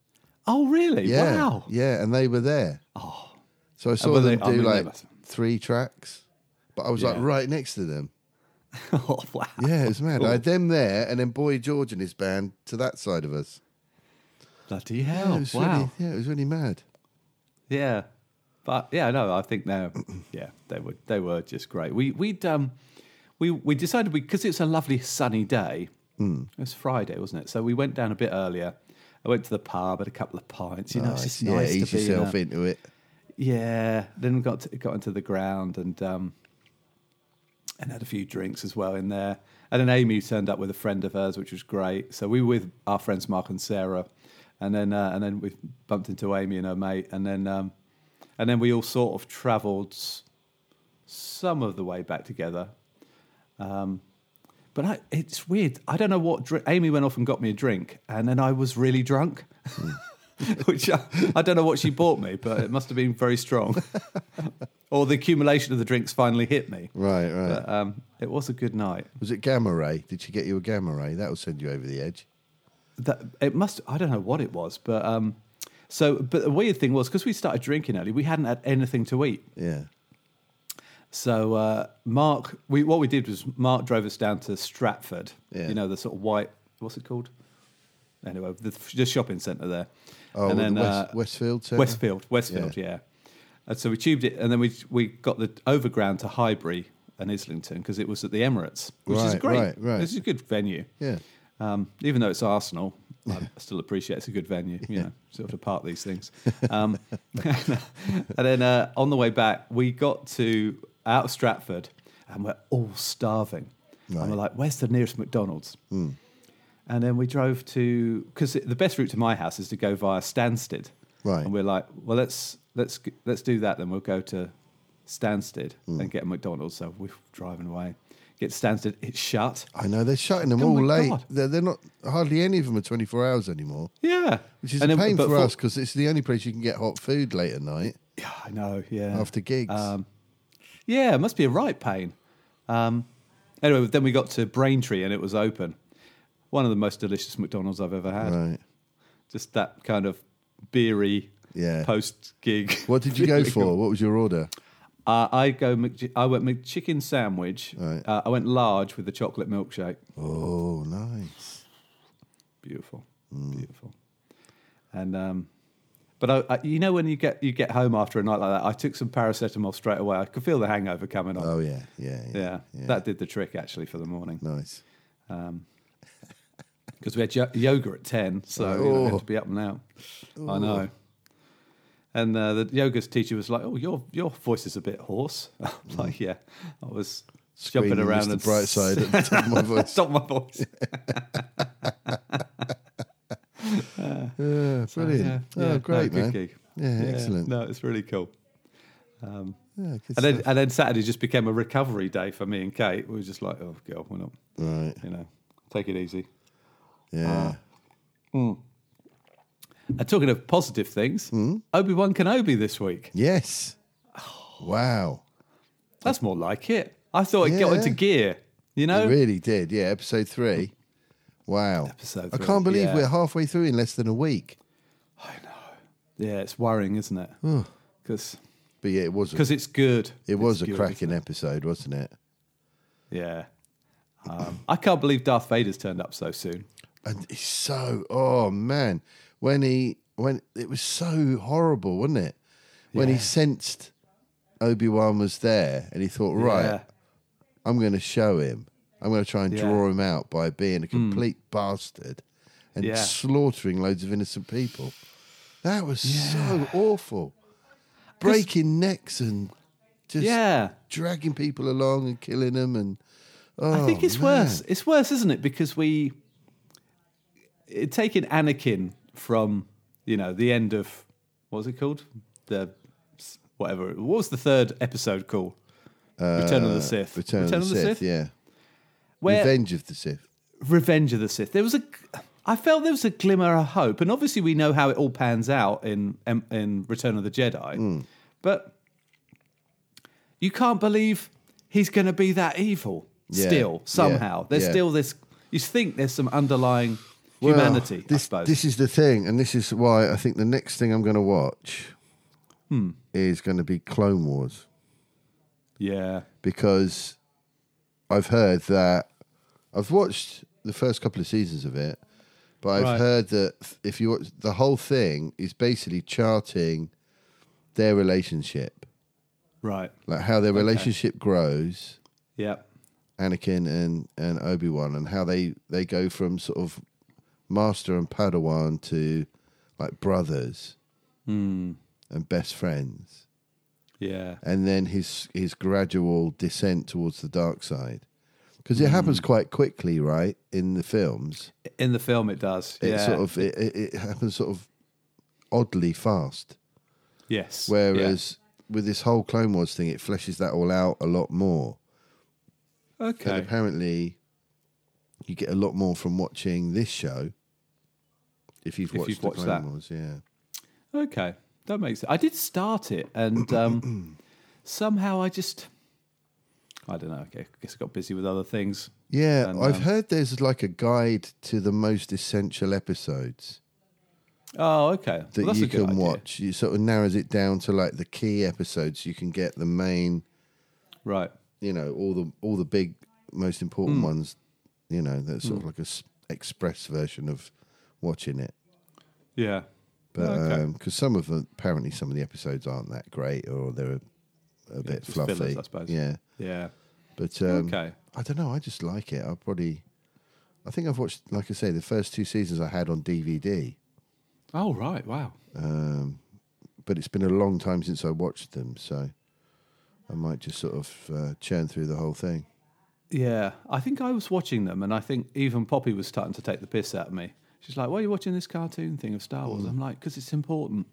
Speaker 4: Oh, really?
Speaker 2: Yeah,
Speaker 4: Wow.
Speaker 2: yeah, and they were there. Oh, so I saw
Speaker 4: but
Speaker 2: them
Speaker 4: they-
Speaker 2: do
Speaker 4: I mean, they
Speaker 2: like
Speaker 4: must-
Speaker 2: three tracks, but I was like
Speaker 4: Yeah.
Speaker 2: right next to them.
Speaker 4: <laughs> oh, wow.
Speaker 2: Yeah, it was mad.
Speaker 4: Cool.
Speaker 2: I had them there, and then Boy George and his band to that side of us.
Speaker 4: Bloody
Speaker 2: Yeah,
Speaker 4: hell!
Speaker 2: it was
Speaker 4: Oh, wow.
Speaker 2: really, yeah, it was really mad.
Speaker 4: Yeah, but yeah, no, I think now, <clears throat> yeah, they were they were just great. We we'd um, we we decided because it's a lovely sunny day.
Speaker 2: Hmm.
Speaker 4: Mm. It was Friday, wasn't it? So we went down a bit earlier. I went to the pub, had a couple of pints. You know, it's just
Speaker 2: yeah,
Speaker 4: nice
Speaker 2: ease
Speaker 4: to be in
Speaker 2: yourself
Speaker 4: a-
Speaker 2: into it.
Speaker 4: Yeah. Then we got to, got into the ground and um, and had a few drinks as well in there. And then Amy turned up with a friend of hers, which was great. So we were with our friends Mark and Sarah, and then uh, and then we bumped into Amy and her mate, and then um, and then we all sort of travelled s- some of the way back together. Um, but I, it's weird. I don't know what drink. Amy went off and got me a drink, and then I was really drunk, <laughs> which I, I don't know what she bought me, but it must have been
Speaker 2: <laughs>
Speaker 4: very strong. or the accumulation of the drinks finally hit me.
Speaker 2: Right, right.
Speaker 4: But um, it was a good night.
Speaker 2: Was it gamma ray? Did she get you a gamma ray? That'll send you over the edge.
Speaker 4: That it must. I don't know what it was, but um, so. But the weird thing was because we started drinking early, we hadn't had anything to eat.
Speaker 2: Yeah.
Speaker 4: So uh, Mark, we what we did was Mark drove us down to Stratford.
Speaker 2: Yeah.
Speaker 4: You know the sort of white. What's it called? Anyway, the, the shopping centre there.
Speaker 2: Oh,
Speaker 4: and then
Speaker 2: West,
Speaker 4: uh,
Speaker 2: Westfield. Centre?
Speaker 4: Westfield, Westfield, yeah. And so we tubed it, and then we we got the overground to Highbury and Islington because it was at the Emirates, which is
Speaker 2: Right,
Speaker 4: great.
Speaker 2: right, right.
Speaker 4: This is a good venue.
Speaker 2: Yeah.
Speaker 4: Um, even though it's Arsenal, I <laughs> still appreciate it's a good venue, you know, sort of to part these things. Um, <laughs> and then uh, on the way back, we got to out of Stratford and we're all starving. And we're like, where's the nearest McDonald's?
Speaker 2: Hmm.
Speaker 4: And then we drove to, because the best route to my house is to go via Stansted.
Speaker 2: Right.
Speaker 4: And we're like, well, let's, let's, g- let's do that. Then we'll go to Stansted
Speaker 2: Hmm.
Speaker 4: and get a McDonald's. So we're driving away. Get to Stansted, it's shut.
Speaker 2: I know they're shutting them
Speaker 4: Oh
Speaker 2: all
Speaker 4: my
Speaker 2: late.
Speaker 4: God.
Speaker 2: They're, they're not hardly any of them are twenty four hours anymore,
Speaker 4: Yeah.
Speaker 2: which is
Speaker 4: And
Speaker 2: a
Speaker 4: then-
Speaker 2: pain
Speaker 4: but
Speaker 2: for, us because it's the only place you can get hot food late at night
Speaker 4: Yeah, I know. Yeah.
Speaker 2: after gigs.
Speaker 4: Um, yeah, it must be a right pain. Um, anyway, then we got to Braintree and it was open. One of the most delicious McDonald's I've ever had.
Speaker 2: right.
Speaker 4: Just that kind of beery
Speaker 2: Yeah.
Speaker 4: post gig.
Speaker 2: <laughs> What did you go for? What was your order?
Speaker 4: Uh, I go. McChi- I went McChicken sandwich.
Speaker 2: Right.
Speaker 4: Uh, I went large with the chocolate milkshake.
Speaker 2: Oh, nice.
Speaker 4: Beautiful,
Speaker 2: Mm.
Speaker 4: beautiful. And um, but I, I, you know when you get you get home after a night like that, I took some paracetamol straight away. I could feel the hangover coming on.
Speaker 2: Oh yeah, yeah, yeah.
Speaker 4: yeah, that did the trick actually for the morning
Speaker 2: nice.
Speaker 4: because we had yo- yoga at ten, so you know, we had
Speaker 2: Oh.
Speaker 4: to be up and out. I know. And uh, the yoga teacher was like, "Oh, your your voice is a bit hoarse." <laughs> I'm like, "Yeah, I was jumping
Speaker 2: Hmm. Screaming
Speaker 4: around
Speaker 2: Mr.
Speaker 4: and <laughs>
Speaker 2: Brightside at the top of my voice.
Speaker 4: stop my
Speaker 2: <laughs>
Speaker 4: voice."
Speaker 2: Yeah, brilliant.
Speaker 4: Yeah,
Speaker 2: oh,
Speaker 4: yeah,
Speaker 2: great
Speaker 4: no, good
Speaker 2: man.
Speaker 4: gig.
Speaker 2: Yeah, excellent.
Speaker 4: No, it's really cool.
Speaker 2: Yeah, good
Speaker 4: And then,
Speaker 2: stuff.
Speaker 4: and then Saturday just became a recovery day for me and Kate. We were just like, "Oh, girl, we're not,
Speaker 2: right.
Speaker 4: you know, take it easy."
Speaker 2: Yeah.
Speaker 4: Ah. And talking of positive things,
Speaker 2: Hmm?
Speaker 4: Obi Wan Kenobi this week.
Speaker 2: Yes. Wow.
Speaker 4: That's more like it. I thought it
Speaker 2: Uh, Yeah.
Speaker 4: got into gear. You know,
Speaker 2: It really did. Yeah, episode three. Wow.
Speaker 4: Episode
Speaker 2: I
Speaker 4: three,
Speaker 2: can't believe
Speaker 4: yeah.
Speaker 2: we're halfway through in less than a week.
Speaker 4: yeah, it's worrying, isn't it? Because
Speaker 2: But yeah, it was a,
Speaker 4: because it's good.
Speaker 2: it was
Speaker 4: It's
Speaker 2: a
Speaker 4: good,
Speaker 2: cracking
Speaker 4: isn't it?
Speaker 2: episode, wasn't it?
Speaker 4: Yeah. Um, I can't believe Darth Vader's turned up so soon.
Speaker 2: And he's so oh man, when he when it was so horrible, wasn't it? When he
Speaker 4: Yeah.
Speaker 2: sensed Obi Wan was there, and he thought, right,
Speaker 4: Yeah.
Speaker 2: I'm going to show him. I'm going to try and
Speaker 4: Yeah. Hmm.
Speaker 2: draw him out by being a complete bastard and
Speaker 4: Yeah.
Speaker 2: slaughtering loads of innocent people. That was so awful. Breaking necks and just
Speaker 4: Yeah.
Speaker 2: dragging people along and killing them. And oh,
Speaker 4: I think it's
Speaker 2: man.
Speaker 4: worse. It's worse, isn't it? Because we it, taking Anakin from you know the end of what was it called the s- whatever what was the third episode called Return of the Sith.
Speaker 2: Uh, Return, of the, Sith, yeah.
Speaker 4: Where
Speaker 2: Revenge of the Sith.
Speaker 4: Revenge of the Sith. There was a, I felt there was a glimmer of hope, and obviously we know how it all pans out in in- in Return of the Jedi,
Speaker 2: Hmm.
Speaker 4: but you can't believe he's going to be that evil
Speaker 2: Yeah,
Speaker 4: still
Speaker 2: yeah,
Speaker 4: somehow. There's
Speaker 2: yeah.
Speaker 4: still this. You think there's some underlying
Speaker 2: Well,
Speaker 4: humanity.
Speaker 2: This,
Speaker 4: I suppose.
Speaker 2: this is the thing, and this is why I think the next thing I'm going to watch
Speaker 4: Hmm.
Speaker 2: is going to be Clone Wars.
Speaker 4: yeah,
Speaker 2: because I've heard that I've watched the first couple of seasons of it, but I've
Speaker 3: Right.
Speaker 2: heard that if you watch the whole thing is basically charting their relationship,
Speaker 4: right.
Speaker 2: like how their relationship grows,
Speaker 4: Yeah,
Speaker 2: Anakin and and Obi Wan, and how they they go from sort of master and Padawan to like brothers and best friends
Speaker 4: yeah,
Speaker 2: and then his his gradual descent towards the dark side because it
Speaker 4: Mm.
Speaker 2: happens quite quickly right in the films
Speaker 4: in the film it does.
Speaker 2: it
Speaker 4: yeah.
Speaker 2: sort of it, it, it happens sort of oddly fast
Speaker 4: yes.
Speaker 2: whereas with this whole clone wars thing it fleshes that all out a lot more
Speaker 4: yeah.
Speaker 2: and
Speaker 4: okay,
Speaker 2: apparently you get a lot more from watching this show if you've
Speaker 4: If
Speaker 2: watched
Speaker 4: you've
Speaker 2: the
Speaker 4: watched
Speaker 2: clone
Speaker 4: that.
Speaker 2: wars yeah
Speaker 4: Okay, that makes sense. I did start it, and um, <clears throat> somehow I just, I don't know. I guess I got busy with other things.
Speaker 2: yeah
Speaker 4: And,
Speaker 2: i've
Speaker 4: um,
Speaker 2: heard there's like a guide to the most essential episodes
Speaker 4: Oh, okay.
Speaker 2: that
Speaker 4: well, that's
Speaker 2: you
Speaker 4: a good
Speaker 2: can
Speaker 4: idea.
Speaker 2: watch. You sort of narrows it down to like the key episodes. You can get the main,
Speaker 4: Right.
Speaker 2: you know, all the all the big, most
Speaker 4: Hmm.
Speaker 2: important ones. You know, that's sort of like a s- express version of watching it.
Speaker 4: Yeah. Oh,
Speaker 2: But um, because
Speaker 4: Okay.
Speaker 2: some of them, apparently some of the episodes aren't that great, or they're a, a bit
Speaker 4: just
Speaker 2: fluffy.
Speaker 4: fillers, I suppose.
Speaker 2: Yeah,
Speaker 4: Yeah.
Speaker 2: but um,
Speaker 4: Okay.
Speaker 2: I don't know. I just like it. I probably, I think I've watched, like I say, the first two seasons I had on DVD.
Speaker 4: Oh, right. Wow.
Speaker 2: um, but it's been a long time since I watched them, so I might just sort of uh, churn through the whole thing.
Speaker 4: Yeah. I think I was watching them, and I think even Poppy was starting to take the piss out of me. She's like, "Why are you watching this cartoon thing of Star
Speaker 2: Hmm.
Speaker 4: Wars?" I'm like, "Because it's important."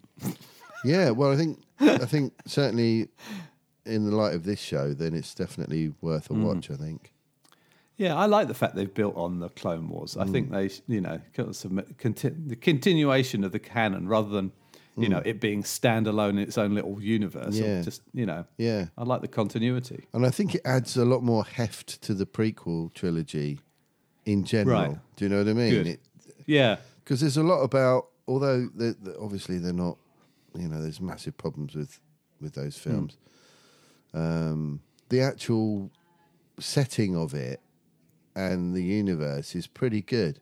Speaker 2: Yeah, well, I think I
Speaker 4: <laughs>
Speaker 2: think certainly in the light of this show, then it's definitely worth a
Speaker 4: Mm.
Speaker 2: watch. I think.
Speaker 4: Yeah, I like the fact they've built on the Clone Wars. I
Speaker 2: Mm.
Speaker 4: think they, you know, kind of submit- conti- the continuation of the canon rather than, you know, it being standalone in its own little universe. or
Speaker 2: Mm. Yeah.
Speaker 4: Just, you know,
Speaker 2: Yeah,
Speaker 4: I like the continuity.
Speaker 2: and I think it adds a lot more heft to the prequel trilogy in general.
Speaker 4: Right.
Speaker 2: Do you know what I mean?
Speaker 4: Good.
Speaker 2: It,
Speaker 4: Yeah.
Speaker 2: because there's a lot about although they they- obviously they're not you know there's massive problems with with those
Speaker 4: Hmm.
Speaker 2: films um the actual setting of it and the universe is pretty good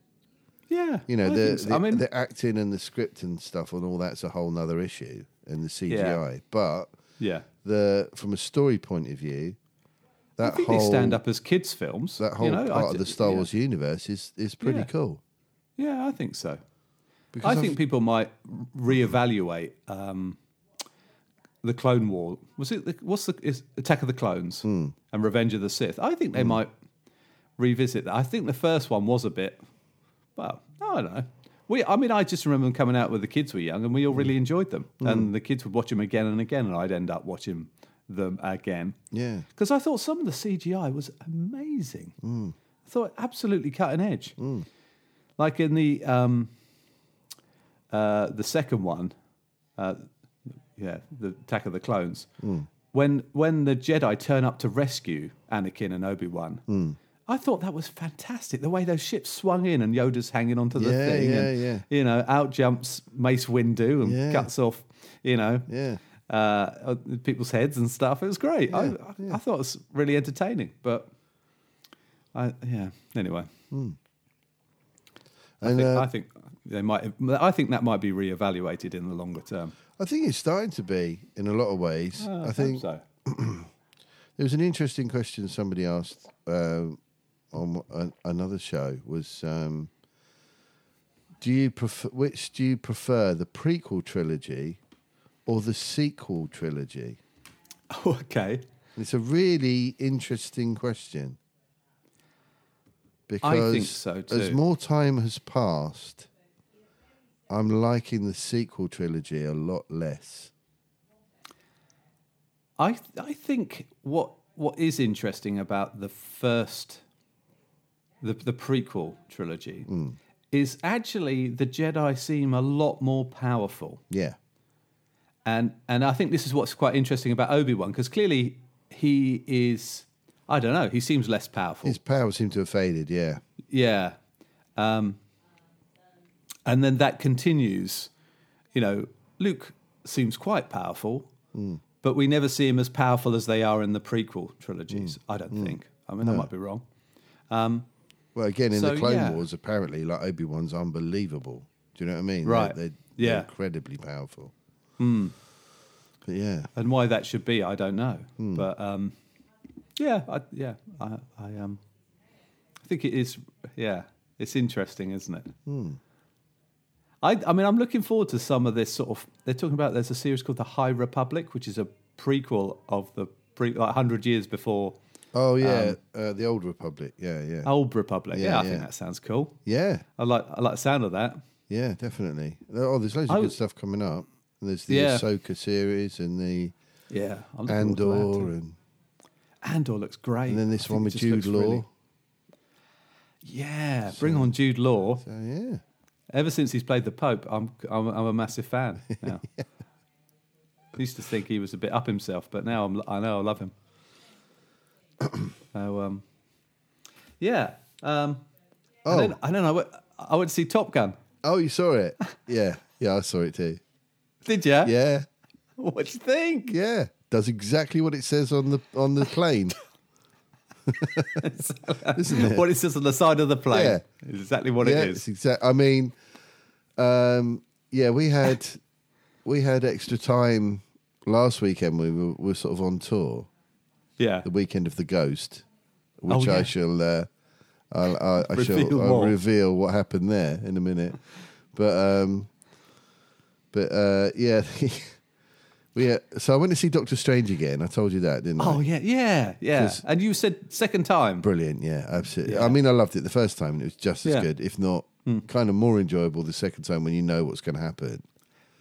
Speaker 4: Yeah.
Speaker 2: you know
Speaker 4: I
Speaker 2: the,
Speaker 4: think so.
Speaker 2: the,
Speaker 4: I mean,
Speaker 2: the acting and the script and stuff and all that's a whole nother issue and the cgi but
Speaker 4: yeah.
Speaker 2: the from a story point of view
Speaker 4: I
Speaker 2: that
Speaker 4: think
Speaker 2: whole
Speaker 4: they stand up as kids' films.
Speaker 2: that whole
Speaker 4: you know, I
Speaker 2: part
Speaker 4: ju-
Speaker 2: of the star
Speaker 4: yeah.
Speaker 2: wars universe is is pretty
Speaker 4: Yeah.
Speaker 2: cool
Speaker 4: Yeah, I think so.
Speaker 2: because
Speaker 4: I
Speaker 2: I've-
Speaker 4: think people might reevaluate um, the Clone War. Was it the, what's the is Attack of the Clones
Speaker 2: Hmm.
Speaker 4: and Revenge of the Sith? I think they might revisit that. I think the first one was a bit. Well, I don't know. We, I mean, I just remember them coming out when the kids were young, and we
Speaker 2: Hmm.
Speaker 4: all really enjoyed them. And the kids would watch them again and again, and I'd end up watching them again
Speaker 2: yeah
Speaker 4: because I thought some of the CGI was amazing.
Speaker 2: Mm.
Speaker 4: I thought absolutely cutting edge. Like in the
Speaker 2: Mm.
Speaker 4: um, uh, the second one, uh, yeah, the Attack of the Clones. when when the Jedi turn up to rescue Anakin and Obi Wan.
Speaker 2: Mm.
Speaker 4: I thought that was fantastic. The way those ships swung in and Yoda's hanging onto the
Speaker 2: Yeah,
Speaker 4: thing,
Speaker 2: yeah,
Speaker 4: and
Speaker 2: yeah.
Speaker 4: you know, out jumps Mace Windu and
Speaker 2: Yeah.
Speaker 4: cuts off, you know,
Speaker 2: Yeah.
Speaker 4: uh, uh, people's heads and stuff. It was great. I,
Speaker 2: Yeah,
Speaker 4: I,
Speaker 2: yeah.
Speaker 4: I thought it was really entertaining. But I, yeah, anyway, I,
Speaker 2: And
Speaker 4: think,
Speaker 2: uh,
Speaker 4: I think they might. I think that might be reevaluated in the longer term.
Speaker 2: I think it's starting to be in a lot of ways.
Speaker 4: Uh,
Speaker 2: I think
Speaker 4: so. <laughs>
Speaker 2: there was an interesting question somebody asked uh, on an, another show was um, do you prefer which do you prefer the prequel trilogy or the sequel trilogy?
Speaker 4: okay.
Speaker 2: It's a really interesting question because
Speaker 4: so
Speaker 2: as
Speaker 4: too.
Speaker 2: more time has passed, I'm liking the sequel trilogy a lot less.
Speaker 4: I I think what what is interesting about the first the the prequel trilogy
Speaker 2: Mm.
Speaker 4: is actually the Jedi seem a lot more powerful.
Speaker 2: Yeah,
Speaker 4: And and I think this is what's quite interesting about Obi-Wan because clearly he is I don't know, he seems less powerful.
Speaker 2: his power seemed to have faded. Yeah,
Speaker 4: Yeah. Um, and then that continues. You know, Luke seems quite powerful, but we never see him as powerful as they are in the prequel trilogies, I don't think. I mean, I might be wrong.
Speaker 2: Well, again, in
Speaker 4: So,
Speaker 2: the Clone
Speaker 4: yeah.
Speaker 2: Wars, apparently, like Obi Wan's unbelievable. Do you know what I mean?
Speaker 4: Right.
Speaker 2: They're, they're,
Speaker 4: Yeah. Hmm.
Speaker 2: incredibly powerful. But yeah,
Speaker 4: And why that should be, I don't know.
Speaker 2: Hmm.
Speaker 4: But um, yeah, I, yeah, I, I, um, I think it is, yeah, it's interesting, isn't it?
Speaker 2: Hmm.
Speaker 4: I, I mean, I'm looking forward to some of this sort of. They're talking about there's a series called The High Republic, which is a prequel of the pre, like 100 years before
Speaker 2: oh yeah,
Speaker 4: Um,
Speaker 2: uh, the Old Republic. Yeah, yeah,
Speaker 4: Old Republic. Yeah,
Speaker 2: Yeah,
Speaker 4: I think
Speaker 2: yeah.
Speaker 4: that sounds cool.
Speaker 2: yeah,
Speaker 4: I like, I like the sound of that.
Speaker 2: yeah, definitely. Oh, there's loads
Speaker 4: I
Speaker 2: of good
Speaker 4: was-
Speaker 2: stuff coming up. And there's the
Speaker 4: Yeah.
Speaker 2: Ahsoka series and the
Speaker 4: Yeah, I'm looking
Speaker 2: Andor,
Speaker 4: forward to that too.
Speaker 2: and,
Speaker 4: Andor looks great.
Speaker 2: and then
Speaker 4: I
Speaker 2: this
Speaker 4: think
Speaker 2: one
Speaker 4: it
Speaker 2: with
Speaker 4: just
Speaker 2: Jude
Speaker 4: looks
Speaker 2: Law.
Speaker 4: really- yeah, bring on Jude Law.
Speaker 2: So Oh, yeah,
Speaker 4: Ever since he's played the Pope, I'm I'm, I'm a massive
Speaker 2: <laughs>
Speaker 4: fan now. I used to think he was a bit up himself, but now I'm I know I love him.
Speaker 2: <coughs>
Speaker 4: so um, yeah. Um,
Speaker 2: Oh.
Speaker 4: and then, and then I went I went to see Top Gun.
Speaker 2: oh, you saw
Speaker 4: <laughs>
Speaker 2: it? yeah, yeah, I saw it too.
Speaker 4: Did you?
Speaker 2: Yeah,
Speaker 4: <laughs> What do you think?
Speaker 2: yeah, does exactly what it says on the on the plane.
Speaker 4: <laughs> What it says on the side of the plane
Speaker 2: Yeah.
Speaker 4: is exactly what
Speaker 2: yeah,
Speaker 4: it is.
Speaker 2: It's exact. I mean, um, yeah, we had we had extra time last weekend. We were, we were sort of on tour
Speaker 4: Yeah.
Speaker 2: the weekend of the Ghost, which
Speaker 4: Oh, yeah.
Speaker 2: I shall uh, I'll, I, I
Speaker 4: Reveal
Speaker 2: shall I'll
Speaker 4: more.
Speaker 2: reveal what happened there in a minute. But um, but uh, yeah, <laughs> we had, so I went to see Doctor Strange again. I told you that, didn't I?
Speaker 4: Oh yeah, yeah, yeah.
Speaker 2: 'Cause-
Speaker 4: And you said second time.
Speaker 2: Brilliant, yeah, absolutely.
Speaker 4: Yeah.
Speaker 2: I mean, I loved it the first time, and it was just as
Speaker 4: Yeah. Hmm.
Speaker 2: good, if not kind of more enjoyable the second time when you know what's going to happen.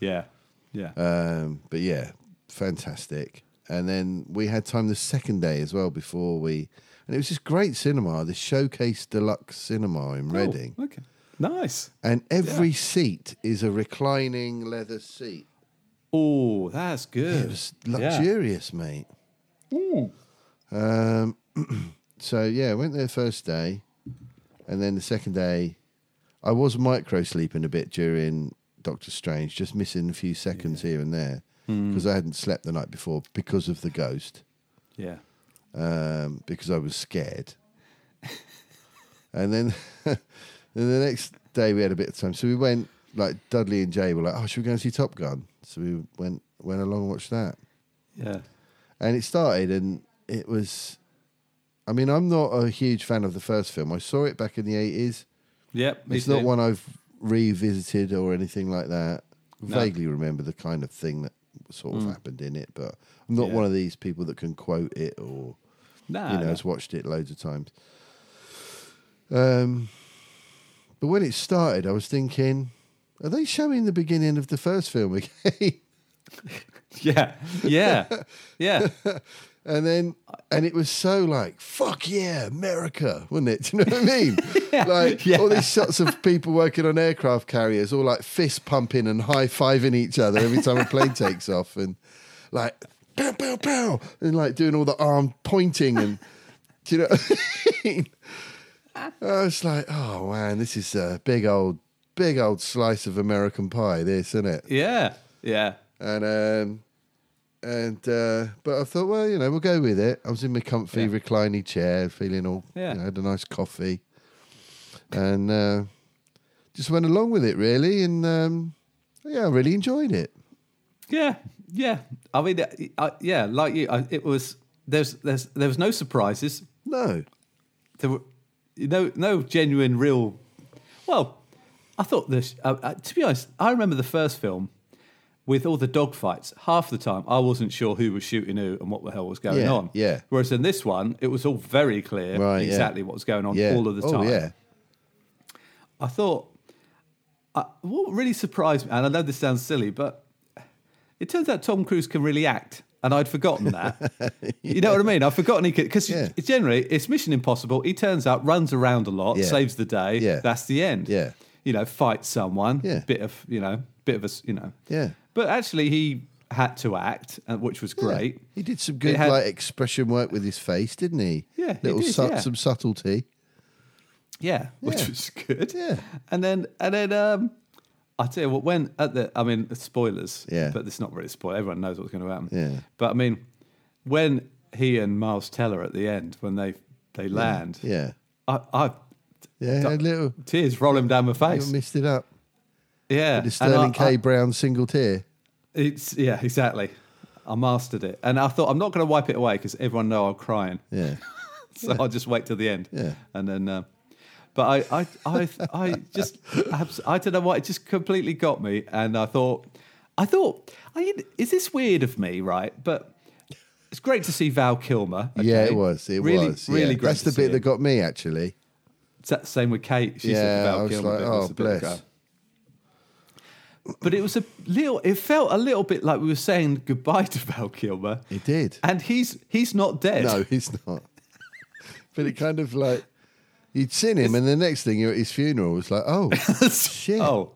Speaker 4: Yeah. Yeah.
Speaker 2: Um, but yeah, fantastic. And then we had time the second day as well before we, and it was just great cinema, the Showcase Deluxe Cinema in Reading.
Speaker 4: Oh, okay. Nice.
Speaker 2: And every seat is a reclining leather seat.
Speaker 4: Oh, that's good.
Speaker 2: It was
Speaker 4: Yeah.
Speaker 2: luxurious, mate. Um, <clears throat> so yeah, went there first day, and then the second day, I was micro sleeping a bit during Doctor Strange, just missing a few seconds here and there because I hadn't slept the night before because of the ghost,
Speaker 4: Yeah.
Speaker 2: um, because I was scared. and then, <laughs> then the next day we had a bit of time, so we went. Like Dudley and Jay were like, "Oh, should we go and see Top Gun?" So we went went along and watched that
Speaker 4: Yeah.
Speaker 2: and it started and it was i mean i'm not a huge fan of the first film i saw it back in the 80s
Speaker 4: Yep. me
Speaker 2: it's not
Speaker 4: too.
Speaker 2: one i've revisited or anything like that
Speaker 4: No. Mm.
Speaker 2: vaguely remember the kind of thing that sort of happened in it but i'm not
Speaker 4: Yeah.
Speaker 2: one of these people that can quote it or
Speaker 4: Nah,
Speaker 2: you know
Speaker 4: no.
Speaker 2: has watched it loads of times um but when it started i was thinking are they showing the beginning of the first film <laughs> again <laughs>
Speaker 4: Yeah. Yeah. Yeah.
Speaker 2: And then, and it was so like, fuck yeah, America, wasn't it? <laughs> Do you know what I mean? like,
Speaker 4: <laughs> yeah.
Speaker 2: all these shots of people working on aircraft carriers, all like fist pumping and high fiving each other every time a plane takes off. And like, pow, pow, pow, and like doing all the arm pointing and do you know? What I
Speaker 4: <laughs>
Speaker 2: mean? I was like, oh man, this is a big old, big old slice of American pie. This, isn't it?
Speaker 4: Yeah, yeah.
Speaker 2: and um, and uh, but I thought, well, you know, we'll go with it. I was in my comfy
Speaker 4: Yeah.
Speaker 2: reclining chair, feeling all.
Speaker 4: Yeah.
Speaker 2: you know, had a nice coffee, and uh, just went along with it really, and um, yeah, I really enjoyed it.
Speaker 4: Yeah, yeah. I mean, uh, I, I- yeah, like you, I, it was. There's, there's, there was no surprises.
Speaker 2: No,
Speaker 4: There were no, no genuine, real. Well, I thought this. Uh, uh, to be honest, I remember the first film with all the dogfights. Half the time, I wasn't sure who was shooting who and what the hell was going
Speaker 2: Yeah,
Speaker 4: on.
Speaker 2: yeah.
Speaker 4: Whereas in this one, it was all very clear
Speaker 2: Right, yeah.
Speaker 4: exactly what was going on
Speaker 2: yeah,
Speaker 4: all of the time.
Speaker 2: Oh yeah,
Speaker 4: I thought, I, what really surprised me, and I know this sounds silly, but it turns out Tom Cruise can really act, and I'd forgotten
Speaker 2: <laughs>
Speaker 4: that. You know what I mean? I've forgotten he could because
Speaker 2: Yeah.
Speaker 4: generally it's Mission Impossible. He turns up, runs around a lot,
Speaker 2: Yeah.
Speaker 4: saves the day.
Speaker 2: Yeah.
Speaker 4: that's the end.
Speaker 2: Yeah.
Speaker 4: you know, fights someone.
Speaker 2: Yeah.
Speaker 4: bit of you know, bit of a s- you know.
Speaker 2: yeah.
Speaker 4: But actually, he had to act, uh, which was
Speaker 2: Yeah.
Speaker 4: great.
Speaker 2: He did some good
Speaker 4: had-
Speaker 2: like expression work with his face, didn't he?
Speaker 4: Yeah, he
Speaker 2: little
Speaker 4: did,
Speaker 2: sub-
Speaker 4: yeah.
Speaker 2: some subtlety.
Speaker 4: Yeah, which was good.
Speaker 2: Yeah.
Speaker 4: and then and then um, I tell you what, when at the, I mean, spoilers.
Speaker 2: Yeah.
Speaker 4: but it's not really a spoiler. Everyone knows what's going to happen.
Speaker 2: Yeah.
Speaker 4: but I mean, when he and Miles Teller at the end, when they they land,
Speaker 2: Yeah,
Speaker 4: I, I
Speaker 2: yeah.
Speaker 4: Duck-
Speaker 2: a little,
Speaker 4: tears rolling down my
Speaker 2: little
Speaker 4: face.
Speaker 2: missed it up.
Speaker 4: Yeah,
Speaker 2: The
Speaker 4: and
Speaker 2: Sterling
Speaker 4: I- I-
Speaker 2: K. Brown single tear.
Speaker 4: It's yeah, exactly. I mastered it, and I thought I'm not going to wipe it away because everyone know I'm crying.
Speaker 2: Yeah.
Speaker 4: <laughs> so I'll just wait till the end.
Speaker 2: Yeah.
Speaker 4: And then, uh, but I, I, I, I just, abs- I don't know why it just completely got me, and I thought, I thought, I mean, is this weird of me, right? But it's great to see Val Kilmer. okay?
Speaker 2: Yeah, it was. It
Speaker 4: really,
Speaker 2: was. yeah.
Speaker 4: really great.
Speaker 2: That's
Speaker 4: to
Speaker 2: the bit
Speaker 4: see
Speaker 2: that
Speaker 4: him.
Speaker 2: got me actually.
Speaker 4: It's that same with Kate. She said
Speaker 2: yeah,
Speaker 4: the Val
Speaker 2: I was
Speaker 4: Kilmer
Speaker 2: like,
Speaker 4: bit
Speaker 2: oh
Speaker 4: was a bit of a
Speaker 2: bless.
Speaker 4: go. But it was a little. It felt a little bit like we were saying goodbye to Val Kilmer.
Speaker 2: It did.
Speaker 4: and he's he's not
Speaker 2: <laughs>
Speaker 4: dead.
Speaker 2: No, he's not. <laughs> but it kind of like you'd seen him, and the next thing you're at his funeral. It's like,
Speaker 4: <laughs>
Speaker 2: oh shit,
Speaker 4: Oh,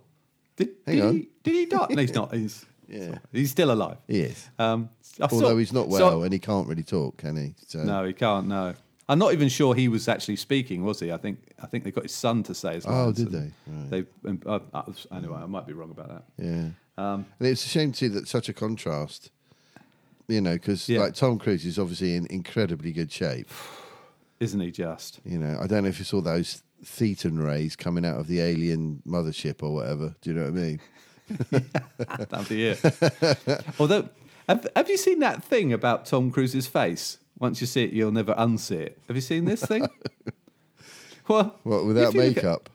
Speaker 4: did,
Speaker 2: Hang
Speaker 4: did
Speaker 2: on.
Speaker 4: he? Did he die? No, he's not. He's
Speaker 2: Yeah.
Speaker 4: he's still alive.
Speaker 2: he is.
Speaker 4: Um, I
Speaker 2: Although
Speaker 4: saw-
Speaker 2: he's not
Speaker 4: so-
Speaker 2: well, and he can't really talk, can he? So,
Speaker 4: no, he can't. No, I'm not even sure he was actually speaking, was he? I think I think they got his son to say his.
Speaker 2: Oh,
Speaker 4: lines
Speaker 2: did
Speaker 4: and
Speaker 2: they?
Speaker 4: They um, uh, uh, anyway. I might be wrong about that.
Speaker 2: Yeah.
Speaker 4: Um,
Speaker 2: and it's a shame to see that such a contrast, you know, because
Speaker 4: Yeah.
Speaker 2: like Tom Cruise is obviously in incredibly good shape.
Speaker 4: Isn't he just?
Speaker 2: You know, I don't know if you saw those Thetan rays coming out of the alien mothership or whatever. Do you know what I mean?
Speaker 4: That'd be it.
Speaker 2: <laughs>
Speaker 4: Although, have, have you seen that thing about Tom Cruise's face? Once you see it, you'll never unsee it. Have you seen
Speaker 2: <laughs>
Speaker 4: this thing? well,
Speaker 2: What
Speaker 4: if
Speaker 2: without
Speaker 4: you look at-
Speaker 2: makeup? Oh,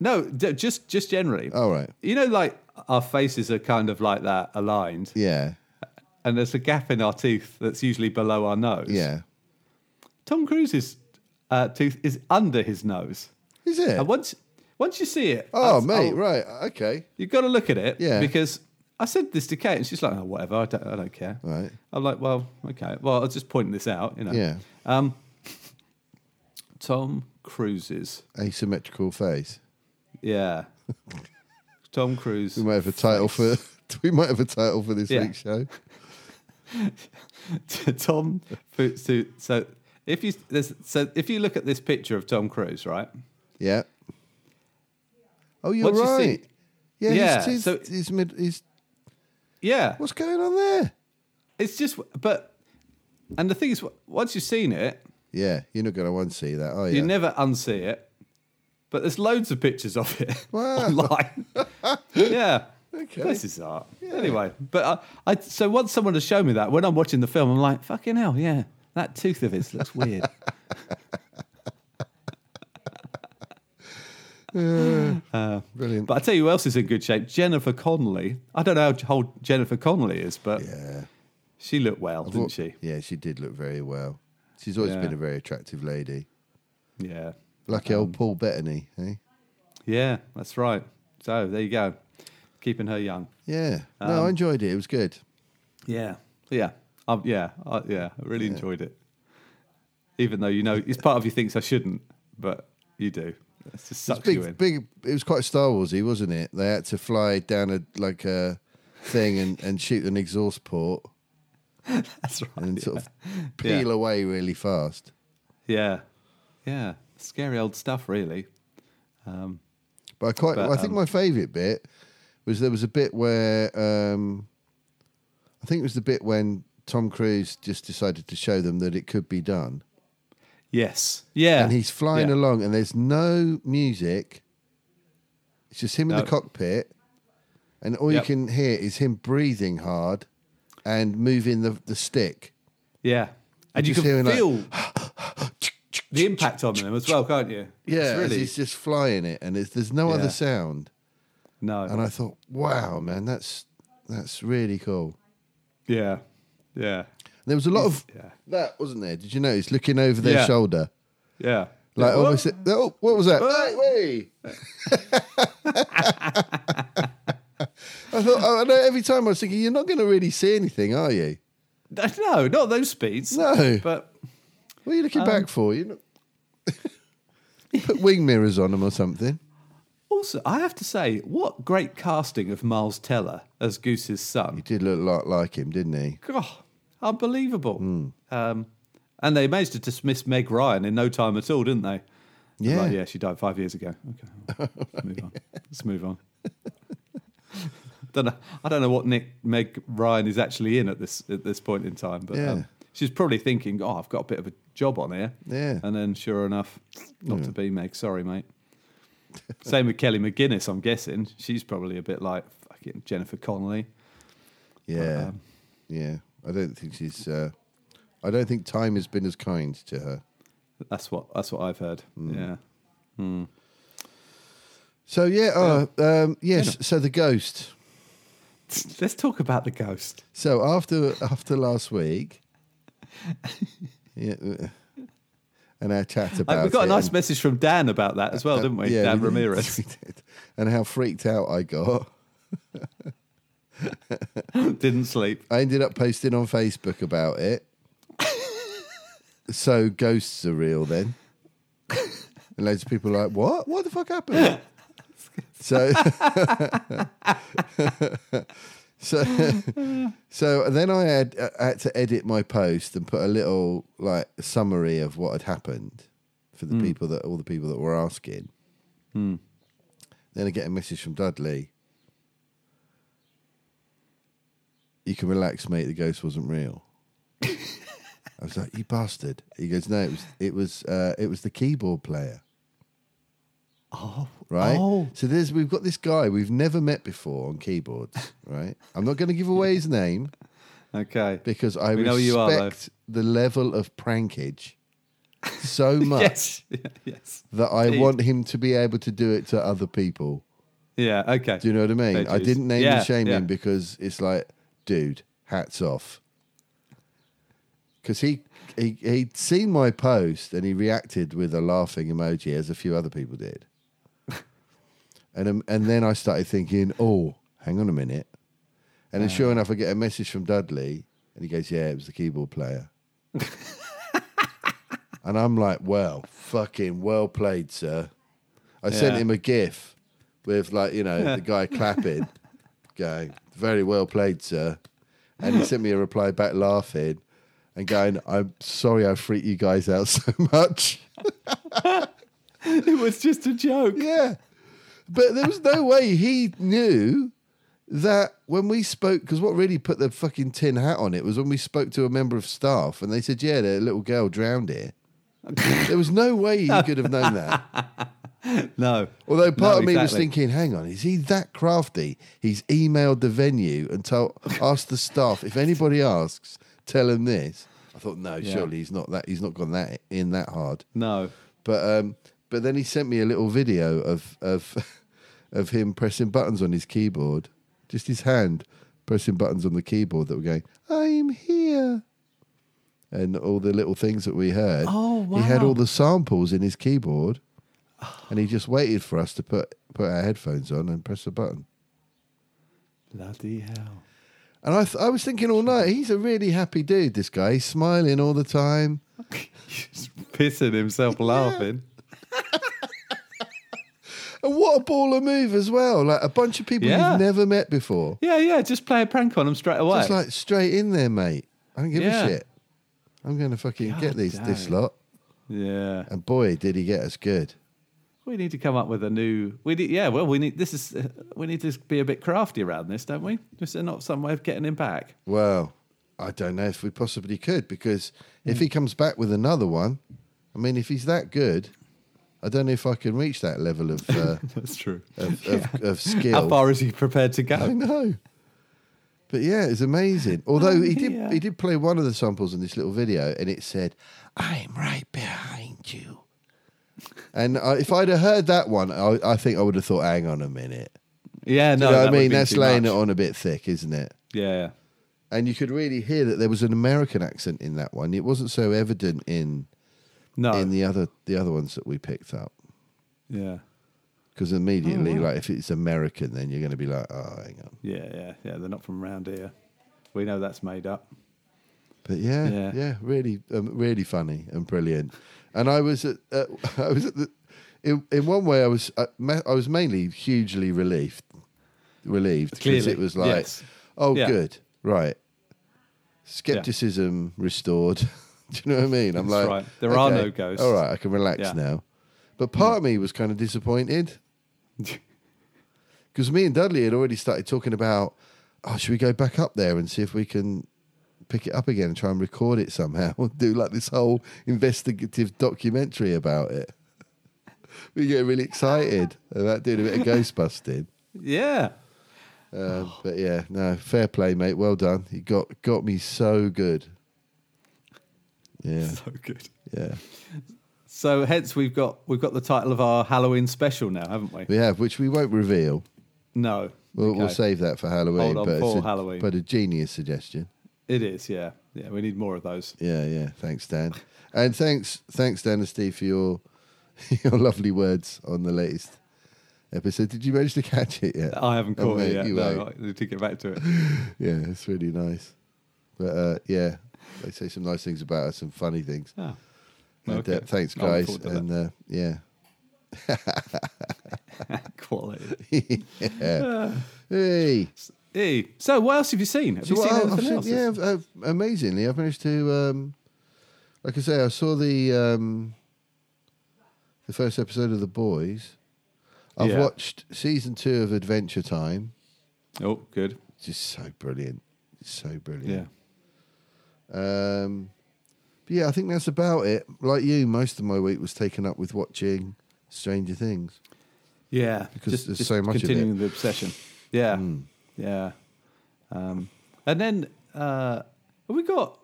Speaker 4: No, d- just just generally.
Speaker 2: All right.
Speaker 4: You know, like our faces are kind of like that aligned,
Speaker 2: Yeah,
Speaker 4: and there's a gap in our teeth that's usually below our nose.
Speaker 2: yeah.
Speaker 4: Tom Cruise's uh, tooth is under his nose,
Speaker 2: Is it?
Speaker 4: and once once you see it,
Speaker 2: Oh,
Speaker 4: that's-
Speaker 2: mate,
Speaker 4: I'll-
Speaker 2: right, okay.
Speaker 4: you've got to look at it.
Speaker 2: Yeah.
Speaker 4: Because I said this to Kate, and she's like, "Oh, whatever. I don't, I don't care."
Speaker 2: Right.
Speaker 4: I'm like, "Well, okay. Well, I was just pointing this out, you know."
Speaker 2: Yeah.
Speaker 4: Um, Tom Cruise's,
Speaker 2: Asymmetrical face. <laughs>
Speaker 4: yeah. Tom Cruise.
Speaker 2: We might have a title for <laughs> we might have a title for this
Speaker 4: Yeah.
Speaker 2: week's show.
Speaker 4: to <laughs> Tom Fu- to, so if you there's, so if you look at this picture of Tom Cruise, right?
Speaker 2: Yeah. Oh, you're
Speaker 4: Once you see-
Speaker 2: right. yeah,
Speaker 4: Yeah,
Speaker 2: He's, he's,
Speaker 4: so-
Speaker 2: he's mid. He's,
Speaker 4: Yeah,
Speaker 2: what's going on there?
Speaker 4: it's just but and the thing is, once you've seen it,
Speaker 2: Yeah, you're not going to want to see that, are you?
Speaker 4: you never unsee it. But there's loads of pictures of it <laughs>
Speaker 2: Wow. <laughs>
Speaker 4: online. yeah.
Speaker 2: Okay.
Speaker 4: This is art. Anyway, but I, I so once someone has shown me that when I'm watching the film, I'm like, fucking hell, yeah, that tooth of his looks
Speaker 2: <laughs>
Speaker 4: weird.
Speaker 2: Brilliant.
Speaker 4: But I tell you who else is in good shape? Jennifer Connolly. I don't know how old Jennifer Connolly is, but
Speaker 2: yeah,
Speaker 4: she looked well, didn't
Speaker 2: What-
Speaker 4: she?
Speaker 2: Yeah, she did look very well. She's always
Speaker 4: Yeah.
Speaker 2: been a very attractive lady.
Speaker 4: Yeah.
Speaker 2: Lucky
Speaker 4: Um,
Speaker 2: old Paul Bettany, eh?
Speaker 4: Yeah, that's right. So there you go. Keeping her young.
Speaker 2: Yeah. No,
Speaker 4: um,
Speaker 2: I enjoyed it. It was good.
Speaker 4: Yeah. Yeah. Um, yeah. I, yeah. I really enjoyed it. Even though, you know, it's part of you thinks I shouldn't, but you do. It just sucks you in.
Speaker 2: big, big. It was quite Star Warsy, wasn't it? They had to fly down a like a thing and, and shoot an exhaust port,
Speaker 4: That's right.
Speaker 2: and sort of
Speaker 4: <laughs> Yeah.
Speaker 2: peel away really fast.
Speaker 4: Yeah. Yeah. Scary old stuff, really.
Speaker 2: But I quite,
Speaker 4: But,
Speaker 2: I think
Speaker 4: um,
Speaker 2: my favourite bit was there was a bit where um, I think it was the bit when Tom Cruise just decided to show them that it could be done,
Speaker 4: Yes. Yeah.
Speaker 2: and he's flying
Speaker 4: Yeah.
Speaker 2: along, and there's no music. It's just him in
Speaker 4: No.
Speaker 2: the cockpit, and all
Speaker 4: Yep.
Speaker 2: you can hear is him breathing hard and moving the the stick.
Speaker 4: Yeah. And you
Speaker 2: just
Speaker 4: can
Speaker 2: hearing, like,
Speaker 4: feel
Speaker 2: <gasps>
Speaker 4: the impact on them as well, can't you? It's
Speaker 2: Yeah, as
Speaker 4: really.
Speaker 2: he's just flying it, and it's, there's no
Speaker 4: Yeah.
Speaker 2: other sound.
Speaker 4: no.
Speaker 2: And I thought, wow, man, that's that's really cool.
Speaker 4: yeah. Yeah.
Speaker 2: There was a lot of
Speaker 4: Yeah.
Speaker 2: that, wasn't there? Did you notice looking over their
Speaker 4: Yeah.
Speaker 2: shoulder,
Speaker 4: Yeah.
Speaker 2: like
Speaker 4: Yeah. <laughs>
Speaker 2: almost? Oh, what was that?
Speaker 4: Whoa.
Speaker 2: Hey, wait. I thought. I know, every time I was thinking, you're not going to really see anything, are you?
Speaker 4: No, not those speeds.
Speaker 2: No.
Speaker 4: But
Speaker 2: What are you looking back for? You know, <laughs> put wing mirrors on them or something.
Speaker 4: also, I have to say, what great casting of Miles Teller as Goose's son.
Speaker 2: He did look a lot like him, didn't he?
Speaker 4: God, unbelievable.
Speaker 2: Hmm.
Speaker 4: Um, and they managed to dismiss Meg Ryan in no time at all, didn't they?
Speaker 2: Yeah.
Speaker 4: Like, yeah, she died five years ago. Okay, let's move on. Let's
Speaker 2: <laughs>
Speaker 4: move on. don't know, I don't know what Nick Meg Ryan is actually in at this at this point in time, but
Speaker 2: Yeah.
Speaker 4: um, she's probably thinking, "Oh, I've got a bit of a job on here."
Speaker 2: Yeah.
Speaker 4: And then, sure enough, not to be Meg. Sorry, mate. Same with Kelly McGuinness. I'm guessing she's probably a bit like fucking Jennifer Connelly.
Speaker 2: Yeah,
Speaker 4: um,
Speaker 2: yeah. I don't think she's. Uh, I don't think time has been as kind to her.
Speaker 4: That's what that's what I've heard.
Speaker 2: Hmm.
Speaker 4: Yeah.
Speaker 2: So yeah, uh, um, yes. So the ghost.
Speaker 4: Let's talk about the ghost.
Speaker 2: So after after last
Speaker 4: <laughs>
Speaker 2: week, yeah, uh, and our chat about
Speaker 4: Uh, we got a
Speaker 2: it
Speaker 4: nice
Speaker 2: and- Uh,
Speaker 4: message from Dan about that as well, didn't we? Dan
Speaker 2: we did,
Speaker 4: Ramirez.
Speaker 2: <laughs> we did. and how freaked out I got.
Speaker 4: Didn't sleep.
Speaker 2: I ended up posting on Facebook about it. so ghosts are real then. And loads of people are like, what? What the fuck happened? so, <laughs> so, so then I had, I had to edit my post and put a little like summary of what had happened for
Speaker 4: Hmm.
Speaker 2: the people that all the people that were asking. Then I get a message from Dudley. you can relax, mate. The ghost wasn't real. I was like, you bastard. He goes, no, it was, it was, uh, it was the keyboard player. Oh, right.
Speaker 4: oh.
Speaker 2: So there's, we've got this guy we've never met before on keyboards, right? I'm not going to give away his name
Speaker 4: Okay.
Speaker 2: because I
Speaker 4: We
Speaker 2: respect
Speaker 4: know you are, though.
Speaker 2: the level of prankage so much
Speaker 4: <laughs> Yes. yes.
Speaker 2: that I
Speaker 4: Indeed.
Speaker 2: want him to be able to do it to other people.
Speaker 4: Yeah. Okay.
Speaker 2: Do you know what I mean?
Speaker 4: Fair
Speaker 2: I
Speaker 4: dues.
Speaker 2: didn't name
Speaker 4: Yeah,
Speaker 2: and shame
Speaker 4: yeah.
Speaker 2: him because it's like, dude, hats off. Because he, he he'd seen my post and he reacted with a laughing emoji, as a few other people
Speaker 4: <laughs>
Speaker 2: did. and um, and then I started thinking, oh, hang on a minute. And then sure enough, I get a message from Dudley, and he goes, yeah, it was the keyboard player. and I'm like, well, fucking well played, sir. I sent
Speaker 4: Yeah.
Speaker 2: him a GIF with like you know the guy clapping, going very well played, sir, and he sent me a reply back laughing and going, "I'm sorry I freaked you guys out <laughs> so much."
Speaker 4: <laughs> It was just a joke.
Speaker 2: yeah, but there was no way he knew that when we spoke because what really put the fucking tin hat on it was when we spoke to a member of staff and they said, "Yeah, the little girl drowned here." there was no way he could have known that.
Speaker 4: <laughs> No.
Speaker 2: Although part
Speaker 4: No,
Speaker 2: of me was
Speaker 4: exactly.
Speaker 2: thinking, hang on, is he that crafty? He's emailed the venue and told asked the staff if anybody asks, tell him this. I thought, no,
Speaker 4: Yeah.
Speaker 2: surely he's not that. He's not gone that in that hard.
Speaker 4: No.
Speaker 2: But um, but then he sent me a little video of of <laughs> of him pressing buttons on his keyboard, just his hand pressing buttons on the keyboard that were going, "I'm here," and all the little things that we heard.
Speaker 4: Oh,
Speaker 2: He had all
Speaker 4: wow.
Speaker 2: the samples in his keyboard, and he just waited for us to put put our headphones on and press the button.
Speaker 4: Bloody hell.
Speaker 2: And I, th- I was thinking all night, he's a really happy dude. This guy, he's smiling all the time.
Speaker 4: He's pissing himself laughing.
Speaker 2: And what a baller move as well! Like a bunch of people
Speaker 4: Yeah.
Speaker 2: you've never met before.
Speaker 4: Yeah. Yeah. Just play a prank on him straight away.
Speaker 2: Just like straight in there, mate. I don't give
Speaker 4: Yeah.
Speaker 2: a shit. I'm going to fucking get
Speaker 4: God
Speaker 2: these this
Speaker 4: damn.
Speaker 2: lot.
Speaker 4: Yeah.
Speaker 2: And boy, did he get us good.
Speaker 4: We need to come up with a new. We need, yeah. Well, we need. This is. Uh, we need to be a bit crafty around this, don't we? Is there not some way of getting him back? <laughs>
Speaker 2: Well, I don't know if we possibly could because
Speaker 4: Hmm.
Speaker 2: if he comes back with another one, I mean, if he's that good, I don't know if I can reach that level of
Speaker 4: <laughs>
Speaker 2: uh,
Speaker 4: That's true.
Speaker 2: of, of, of skill.
Speaker 4: How far is he prepared
Speaker 2: <laughs>
Speaker 4: to
Speaker 2: I
Speaker 4: go?
Speaker 2: know. But yeah, it's amazing. Although he did
Speaker 4: Oh, yeah.
Speaker 2: he did play one of the samples in this little video and it said, I'm right behind you. And I, if I'd have heard that one, I, I think I would have thought, hang on a minute.
Speaker 4: Yeah.
Speaker 2: Do
Speaker 4: No.
Speaker 2: you know what I
Speaker 4: that would
Speaker 2: mean?
Speaker 4: be
Speaker 2: That's
Speaker 4: too
Speaker 2: laying
Speaker 4: much.
Speaker 2: it on a bit thick, isn't it?
Speaker 4: Yeah.
Speaker 2: And you could really hear that there was an American accent in that one. It wasn't so evident in
Speaker 4: No.
Speaker 2: in the other the other ones that we picked up.
Speaker 4: yeah.
Speaker 2: Because
Speaker 4: Oh,
Speaker 2: immediately, like if it's American, then you're going to be like, oh, hang on.
Speaker 4: Yeah. Yeah. Yeah. They're not from round here. We know that's made up.
Speaker 2: But yeah, yeah,
Speaker 4: Yeah.
Speaker 2: really, um, really funny and brilliant. And I was at, uh, <laughs> I was at the, in, in one way, I was, uh, ma- I was mainly hugely relieved, relieved because
Speaker 4: Clearly,
Speaker 2: it was like,
Speaker 4: yes.
Speaker 2: oh,
Speaker 4: Yeah.
Speaker 2: good, right. Skepticism restored. <laughs> Do you know what I mean? I'm
Speaker 4: That's
Speaker 2: like,
Speaker 4: right. There are no ghosts.
Speaker 2: All right, I can relax
Speaker 4: Yeah.
Speaker 2: now. But part of me was kind of disappointed <laughs> because me and Dudley had already started talking about, oh, should we go back up there and see if we can pick it up again and try and record it somehow? <laughs> Do like this whole investigative documentary about it. <laughs> We get really excited about doing a bit of ghost busting. <laughs>
Speaker 4: yeah.
Speaker 2: Um, but yeah, no, fair play, mate. Well done. You got got me so good. Yeah,
Speaker 4: So good.
Speaker 2: yeah.
Speaker 4: So hence we've got we've got the title of our Halloween special now, haven't we?
Speaker 2: We have, which we won't reveal.
Speaker 4: No.
Speaker 2: We'll, we'll
Speaker 4: Okay.
Speaker 2: save that for Halloween.
Speaker 4: Hold on
Speaker 2: but it's
Speaker 4: for
Speaker 2: a,
Speaker 4: Halloween.
Speaker 2: But a genius suggestion.
Speaker 4: It is. Yeah. Yeah. We need more of those.
Speaker 2: Yeah, yeah. Thanks, Dan. And thanks, thanks, Dan and Steve for your <laughs> your lovely words on the latest episode. Did you manage to catch it yet?
Speaker 4: I haven't
Speaker 2: Oh,
Speaker 4: caught
Speaker 2: mate,
Speaker 4: it yet.
Speaker 2: you
Speaker 4: No,
Speaker 2: won't.
Speaker 4: I need to get back to it.
Speaker 2: <laughs> Yeah, it's really nice. But uh, yeah, they say some nice things about us, some funny things.
Speaker 4: Oh.
Speaker 2: And,
Speaker 4: Okay.
Speaker 2: uh, thanks,
Speaker 4: I'll look
Speaker 2: guys.
Speaker 4: forward to that.
Speaker 2: And uh, yeah.
Speaker 4: quality.
Speaker 2: <laughs> Hey.
Speaker 4: Hey, so what else have you seen? Have you
Speaker 2: what
Speaker 4: seen
Speaker 2: I've-
Speaker 4: anything
Speaker 2: I've seen-
Speaker 4: else?
Speaker 2: yeah, I've, I've- amazingly, I've managed to, um, like I say, I saw the um, the first episode of The Boys. I've
Speaker 4: Yeah.
Speaker 2: watched season two of Adventure Time.
Speaker 4: Oh, good.
Speaker 2: Just so brilliant, so
Speaker 4: Yeah.
Speaker 2: brilliant. Um, but yeah, I think that's about it. Like you, most of my week was taken up with watching Stranger Things.
Speaker 4: Yeah.
Speaker 2: Because there's so much of it. Hmm.
Speaker 4: Continuing the obsession. Yeah. Yeah. Um, and then uh, have we got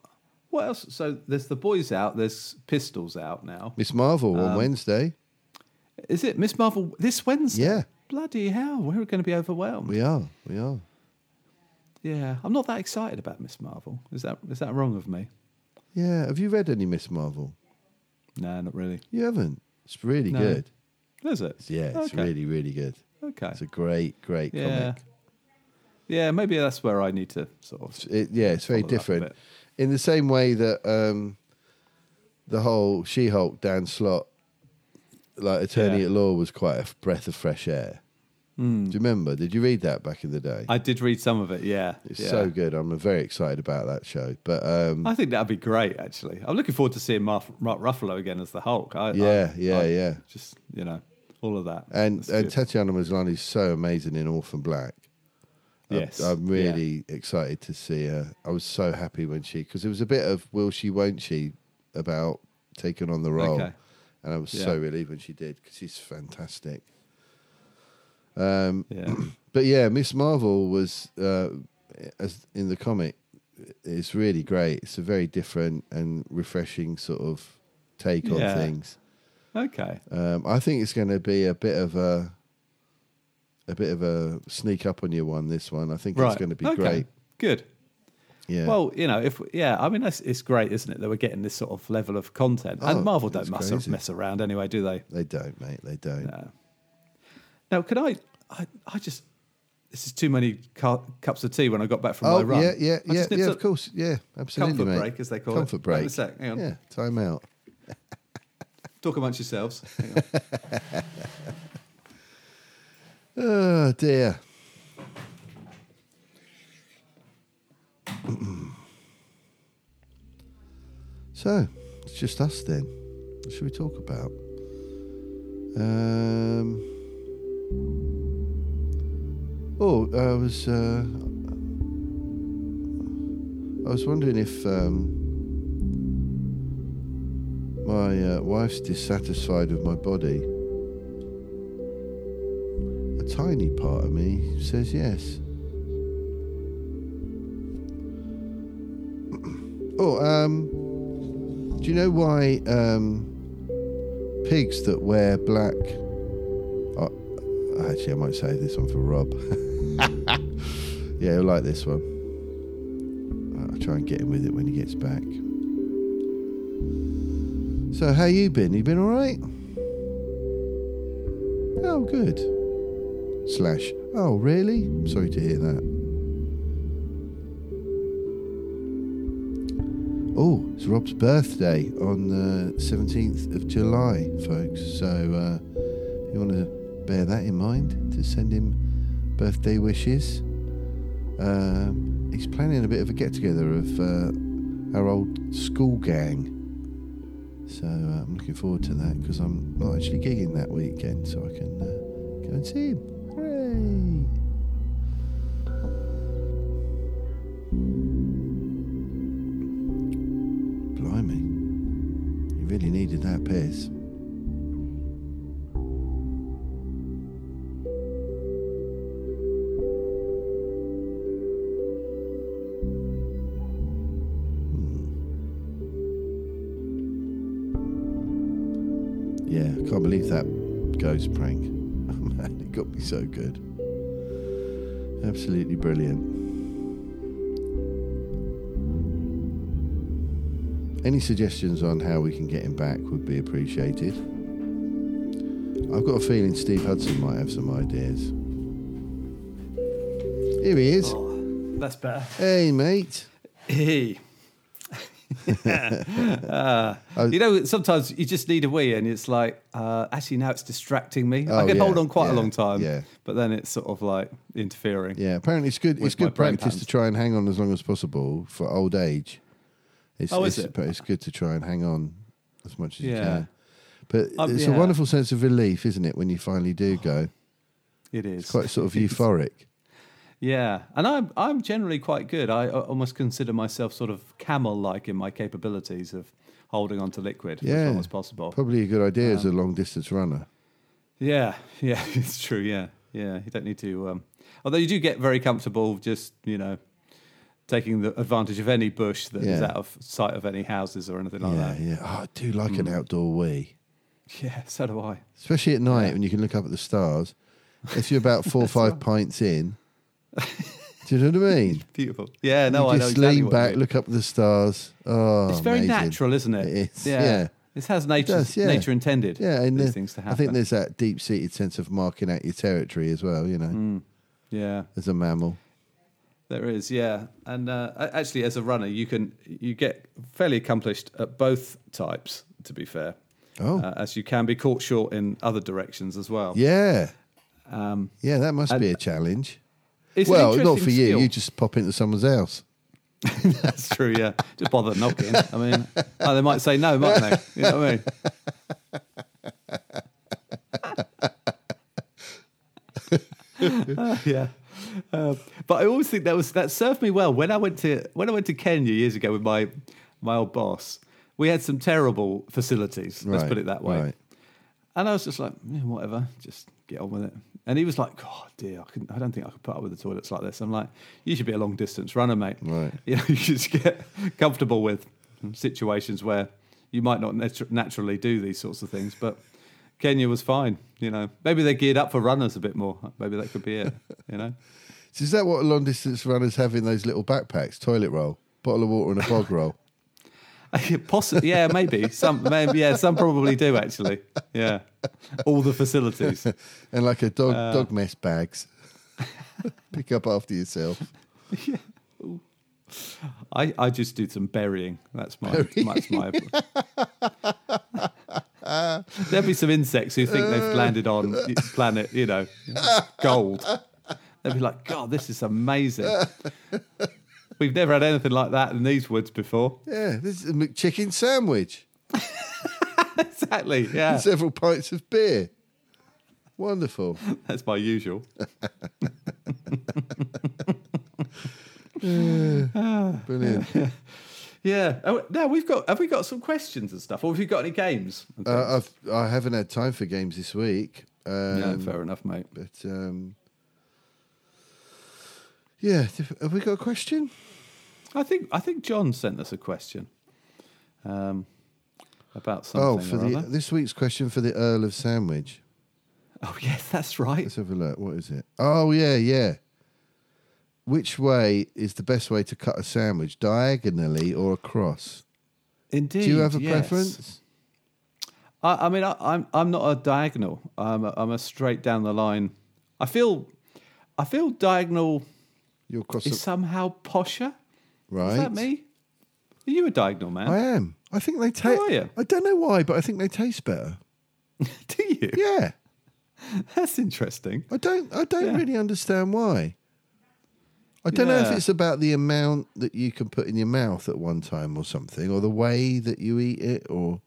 Speaker 4: what else? So there's the boys out, there's pistols out now.
Speaker 2: Miss Marvel
Speaker 4: Um,
Speaker 2: on Wednesday.
Speaker 4: Is it Miss Marvel this Wednesday?
Speaker 2: Yeah.
Speaker 4: Bloody hell, we're going to be overwhelmed.
Speaker 2: We are, we are.
Speaker 4: yeah. I'm not that excited about Miss Marvel. Is that is that wrong of me?
Speaker 2: Yeah. Have you read any Miss Marvel?
Speaker 4: No, not really.
Speaker 2: You haven't. It's really
Speaker 4: No.
Speaker 2: good.
Speaker 4: Is it?
Speaker 2: Yeah, it's
Speaker 4: Okay.
Speaker 2: really, really good.
Speaker 4: Okay.
Speaker 2: It's a great, great
Speaker 4: Yeah.
Speaker 2: comic.
Speaker 4: Yeah, maybe that's where I need to sort of.
Speaker 2: It, yeah, it's very
Speaker 4: Follow it up a
Speaker 2: different.
Speaker 4: bit.
Speaker 2: In the same way that um, the whole She Hulk Dan Slot, like attorney
Speaker 4: Yeah. Hmm.
Speaker 2: at law, was quite a f- breath of fresh air. Do you remember? Did you read that back in the day?
Speaker 4: I did read some of it. Yeah,
Speaker 2: it's
Speaker 4: yeah.
Speaker 2: so good. I'm very excited about that show. But um,
Speaker 4: I think that'd be great. Actually, I'm looking forward to seeing Mark, Mark Ruffalo again as the Hulk. I, I-
Speaker 2: Yeah, yeah,
Speaker 4: I
Speaker 2: yeah.
Speaker 4: Just you know, all of that.
Speaker 2: and,
Speaker 4: That's
Speaker 2: and
Speaker 4: good.
Speaker 2: Tatiana Maslany is so amazing in Orphan Black. I'm-
Speaker 4: yes,
Speaker 2: I'm,
Speaker 4: yeah.
Speaker 2: really excited to see her. I was so happy when she because it was a bit of will she, won't she about taking on the role,
Speaker 4: Okay.
Speaker 2: and I was
Speaker 4: Yeah.
Speaker 2: so relieved when she did because she's fantastic. Um,
Speaker 4: Yeah.
Speaker 2: <clears throat> but yeah, Miss Marvel was uh, as in the comic. It's really great. It's a very different and refreshing sort of take
Speaker 4: Yeah.
Speaker 2: on things.
Speaker 4: Okay.
Speaker 2: Um, I think it's going to be a bit of a a bit of a sneak up on you one. This one, I think
Speaker 4: Right.
Speaker 2: it's going to be
Speaker 4: okay.
Speaker 2: great.
Speaker 4: Good.
Speaker 2: Yeah.
Speaker 4: Well, you know, if yeah, I mean, that's, it's great, isn't it? That we're getting this sort of level of content,
Speaker 2: Oh,
Speaker 4: and Marvel don't
Speaker 2: it's
Speaker 4: mess,
Speaker 2: crazy.
Speaker 4: mess around anyway, do they?
Speaker 2: they don't, mate. They don't.
Speaker 4: No. Now, could I, I? I just this is too many cu- cups of tea when I got back from
Speaker 2: Oh
Speaker 4: my run.
Speaker 2: yeah, yeah,
Speaker 4: I
Speaker 2: yeah,
Speaker 4: just nipped
Speaker 2: yeah.
Speaker 4: a
Speaker 2: Of course, yeah, absolutely.
Speaker 4: Comfort
Speaker 2: mate.
Speaker 4: break, as they call it.
Speaker 2: comfort
Speaker 4: Hang on a
Speaker 2: break.
Speaker 4: sec, hang on.
Speaker 2: Yeah, time out.
Speaker 4: Talk amongst yourselves. <laughs> Hang on.
Speaker 2: Oh dear. So it's just us then. What should we talk about? Um. Oh, I was uh, I was wondering if um, my uh, wife's dissatisfied with my body. A tiny part of me says yes. <clears throat> Oh, um, do you know why um, pigs that wear black? Oh, actually, I might save this one for Rob. <laughs> yeah, he'll like this one. I'll try and get him with it when he gets back. So, how you been? You been all right? Oh, good. Slash. Oh, really? Sorry to hear that. Oh, it's Rob's birthday on the 17th of July, folks. So uh, you want to bear that in mind to send him birthday wishes. Um, he's planning a bit of a get together of uh, our old school gang. So uh, I'm looking forward to that because I'm not actually gigging that weekend, so I can uh, go and see him. Hooray! Blimey. You really needed that piss. Hmm. Yeah, I can't believe that ghost prank. <laughs> Oh man, it got me so good. Absolutely brilliant. Any suggestions on how we can get him back would be appreciated. I've got a feeling Steve Hudson might have some ideas. Here he is.
Speaker 4: That's better.
Speaker 2: Hey, mate. <laughs>
Speaker 4: Hey. uh, you know, sometimes you just need a wee, and it's like, uh, actually, now it's distracting me.
Speaker 2: Oh,
Speaker 4: I could
Speaker 2: yeah,
Speaker 4: hold on quite
Speaker 2: yeah,
Speaker 4: a long time,
Speaker 2: yeah.
Speaker 4: but then it's sort of like interfering.
Speaker 2: Yeah, apparently it's good. It's
Speaker 4: With my
Speaker 2: good
Speaker 4: brain
Speaker 2: practice to
Speaker 4: patterns.
Speaker 2: try and hang on as long as possible for old age. It's,
Speaker 4: Oh, is
Speaker 2: it's,
Speaker 4: it?
Speaker 2: But it's good to try and hang on as much as you
Speaker 4: Yeah.
Speaker 2: can. But
Speaker 4: Um,
Speaker 2: it's a
Speaker 4: yeah.
Speaker 2: wonderful sense of relief, isn't it, when you finally do go?
Speaker 4: It is
Speaker 2: It's quite sort
Speaker 4: <laughs>
Speaker 2: of euphoric.
Speaker 4: Yeah, and I'm I'm generally quite good. I uh, almost consider myself sort of camel-like in my capabilities of holding on to liquid as long as possible.
Speaker 2: Probably a good idea as a long distance runner.
Speaker 4: Yeah, <laughs> yeah, it's true. Yeah, yeah. You don't need to. Um, although you do get very comfortable, just you know, taking the advantage of any bush that is
Speaker 2: Yeah.
Speaker 4: out of sight of any houses or anything like
Speaker 2: Yeah,
Speaker 4: that.
Speaker 2: yeah. Oh, I do like
Speaker 4: Hmm.
Speaker 2: an outdoor wee,
Speaker 4: Yeah, so do I.
Speaker 2: especially at night when you can look up at the stars. If you're about four or five pints
Speaker 4: <laughs>
Speaker 2: in, do you know what I mean?
Speaker 4: Beautiful. Yeah, no,
Speaker 2: you
Speaker 4: I know
Speaker 2: just
Speaker 4: exactly
Speaker 2: lean
Speaker 4: what you
Speaker 2: back,
Speaker 4: mean.
Speaker 2: look up at the stars. Oh,
Speaker 4: It's very
Speaker 2: amazing.
Speaker 4: natural, isn't it?
Speaker 2: It is, yeah.
Speaker 4: This has nature
Speaker 2: does, yeah.
Speaker 4: nature intended.
Speaker 2: Yeah, and
Speaker 4: these
Speaker 2: the-
Speaker 4: things to
Speaker 2: I
Speaker 4: happen.
Speaker 2: think there's that deep-seated sense of marking out your territory as well. You know,
Speaker 4: Hmm. yeah.
Speaker 2: as a mammal.
Speaker 4: There is, yeah, and uh, a- actually, as a runner, you can you get fairly accomplished at both types. To be fair,
Speaker 2: Oh.
Speaker 4: uh, as you can be caught short in other directions as well.
Speaker 2: Yeah,
Speaker 4: Um,
Speaker 2: yeah. That must be a challenge.
Speaker 4: it's an
Speaker 2: Well, not
Speaker 4: interesting
Speaker 2: for you.
Speaker 4: skill.
Speaker 2: You just pop into someone's house.
Speaker 4: That's true. Yeah, just bother knocking. I mean, oh, they might say no, mightn't they? You know what I mean? <laughs> yeah. Uh, but I always think that was that served me well when I went to when I went to Kenya years ago with my my old boss. We had some terrible facilities. Let's
Speaker 2: Right,
Speaker 4: put it that way.
Speaker 2: right.
Speaker 4: And I was just like, "Yeah, whatever, just get on with it. And he was like, God, dear, I, couldn't, I don't think I could put up with the toilets like this. I'm like, you should be a long distance runner, mate.
Speaker 2: Right.
Speaker 4: <laughs> You know, you just get comfortable with situations where you might not natu- naturally do these sorts of things. But Kenya was fine. You know, maybe they're geared up for runners a bit more. Maybe that could be it. You know. <laughs>
Speaker 2: So is that what long distance runners have in those little backpacks? Toilet roll, bottle of water, and a
Speaker 4: <laughs>
Speaker 2: bog roll.
Speaker 4: Possibly, yeah, maybe some, maybe, yeah, some probably do actually. Yeah, all the facilities.
Speaker 2: and like a dog
Speaker 4: Uh.
Speaker 2: dog mess
Speaker 4: <laughs>
Speaker 2: bags. Pick up after yourself.
Speaker 4: I, I just do some burying. That's my that's my. There'll be some insects who think they've landed on y- planet, you know, gold. They'll be like, God, this is amazing. We've never had anything like that in these woods before. <laughs>
Speaker 2: Yeah, this is a McChicken sandwich
Speaker 4: exactly. Yeah.
Speaker 2: and several pints of beer. Wonderful.
Speaker 4: That's my usual. <laughs>
Speaker 2: Brilliant.
Speaker 4: Yeah. Oh, now we've got. Have we got some questions and stuff, or have you got any games?
Speaker 2: Uh, I've, I haven't had time for games this week. Um,
Speaker 4: yeah, fair enough, mate.
Speaker 2: But um, yeah, th- have we got a question?
Speaker 4: I think I think John sent us a question um, about something.
Speaker 2: Oh, for
Speaker 4: or
Speaker 2: the
Speaker 4: other.
Speaker 2: this week's question for the Earl of Sandwich.
Speaker 4: oh yes, <laughs> that's right.
Speaker 2: Let's have a look. What is it? Oh yeah, yeah. Which way is the best way to cut a sandwich? Diagonally or across?
Speaker 4: Indeed.
Speaker 2: Do you have a
Speaker 4: yes.
Speaker 2: preference?
Speaker 4: I, I mean, I, I'm I'm not a diagonal. I'm a, I'm a straight down the line. I feel I feel diagonal
Speaker 2: You're across
Speaker 4: is somehow posher.
Speaker 2: right.
Speaker 4: Is that me? Are you a diagonal man?
Speaker 2: I am. I think they taste.
Speaker 4: How are you?
Speaker 2: I don't know why, but I think they taste better.
Speaker 4: <laughs> Do you?
Speaker 2: Yeah,
Speaker 4: That's interesting.
Speaker 2: I don't. I don't
Speaker 4: Yeah.
Speaker 2: really understand why. I don't know if
Speaker 4: Yeah.
Speaker 2: it's about the amount that you can put in your mouth at one time or something, or the way that you eat it, or.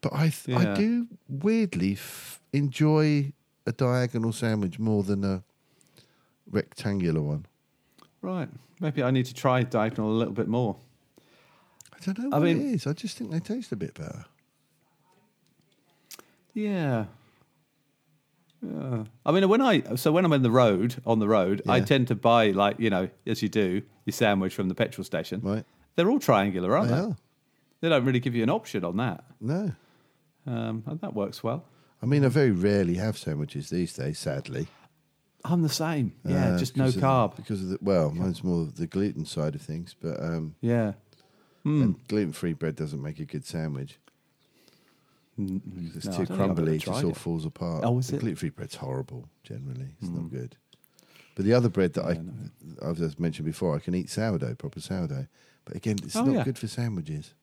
Speaker 2: But I, th- I
Speaker 4: Yeah.
Speaker 2: do weirdly f- enjoy a diagonal sandwich more than a rectangular one.
Speaker 4: Right. Maybe I need to try diagonal a little bit more.
Speaker 2: I don't know
Speaker 4: I
Speaker 2: what
Speaker 4: mean-
Speaker 2: it is. I just think they taste a bit better.
Speaker 4: Yeah. Yeah. I mean, when I so when I'm in the road on the road, I
Speaker 2: Yeah.
Speaker 4: tend to buy like you know, as you do, your sandwich from the petrol station.
Speaker 2: Right?
Speaker 4: They're all triangular, aren't
Speaker 2: They
Speaker 4: they?
Speaker 2: are.
Speaker 4: They don't really give you an option on that,
Speaker 2: No,
Speaker 4: um, and that works well.
Speaker 2: I mean I very rarely have sandwiches these days. Sadly.
Speaker 4: I'm the same. Yeah,
Speaker 2: Uh,
Speaker 4: just no
Speaker 2: because of the-
Speaker 4: carb.
Speaker 2: because of the well, mine's more of the gluten side of things, but um,
Speaker 4: Yeah. Hmm.
Speaker 2: gluten free bread doesn't make a good sandwich. It's
Speaker 4: no, I
Speaker 2: too
Speaker 4: don't think I've ever
Speaker 2: crumbly; it just
Speaker 4: tried
Speaker 2: all
Speaker 4: it.
Speaker 2: falls apart.
Speaker 4: Oh, is
Speaker 2: the
Speaker 4: it? Hmm.
Speaker 2: gluten free bread's horrible. Generally, it's not good. But the other bread that I, I've just mentioned before, I can eat sourdough, proper sourdough. But again, it's
Speaker 4: Oh,
Speaker 2: not
Speaker 4: yeah.
Speaker 2: good for sandwiches.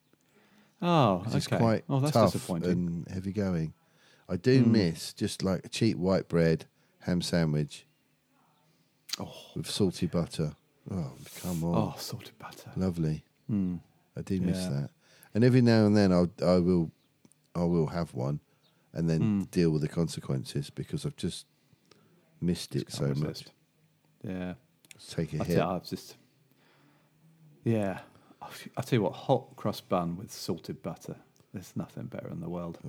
Speaker 4: Oh,
Speaker 2: 'cause
Speaker 4: okay.
Speaker 2: It's quite
Speaker 4: oh, that's
Speaker 2: tough
Speaker 4: disappointing. Hmm.
Speaker 2: and heavy going. I do miss just like a cheap white bread ham sandwich with salty butter. Oh, come on.
Speaker 4: oh, salted butter.
Speaker 2: Lovely. I do miss
Speaker 4: Hmm. Yeah.
Speaker 2: that. And every now and then I'll, I will I will have one and then
Speaker 4: Hmm.
Speaker 2: deal with the consequences because I've just missed it so
Speaker 4: Can't
Speaker 2: much.
Speaker 4: resist. Yeah.
Speaker 2: Take a
Speaker 4: I tell
Speaker 2: hit.
Speaker 4: you, I've just, yeah. I I tell you what, hot crust bun with salted butter. There's nothing better in the world.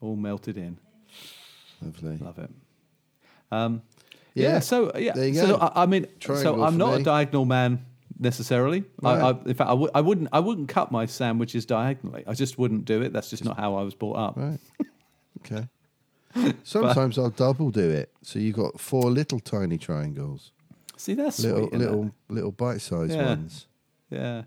Speaker 4: All melted in.
Speaker 2: Lovely.
Speaker 4: Love it. Um, yeah,
Speaker 2: Yeah,
Speaker 4: So yeah.
Speaker 2: there you
Speaker 4: so
Speaker 2: go.
Speaker 4: I, I mean, so
Speaker 2: Triangle
Speaker 4: I'm
Speaker 2: for
Speaker 4: not
Speaker 2: me.
Speaker 4: a diagonal man necessarily. I, I,
Speaker 2: Right.
Speaker 4: in fact, I w- I wouldn't. I wouldn't cut my sandwiches diagonally. I just wouldn't do it. That's just not how I was brought up.
Speaker 2: Right.
Speaker 4: <laughs>
Speaker 2: Okay. Sometimes I'll double do it. So you've got four little tiny triangles.
Speaker 4: See, that's
Speaker 2: Little
Speaker 4: sweet, isn't it?
Speaker 2: little little bite sized
Speaker 4: Yeah.
Speaker 2: ones.
Speaker 4: Yeah.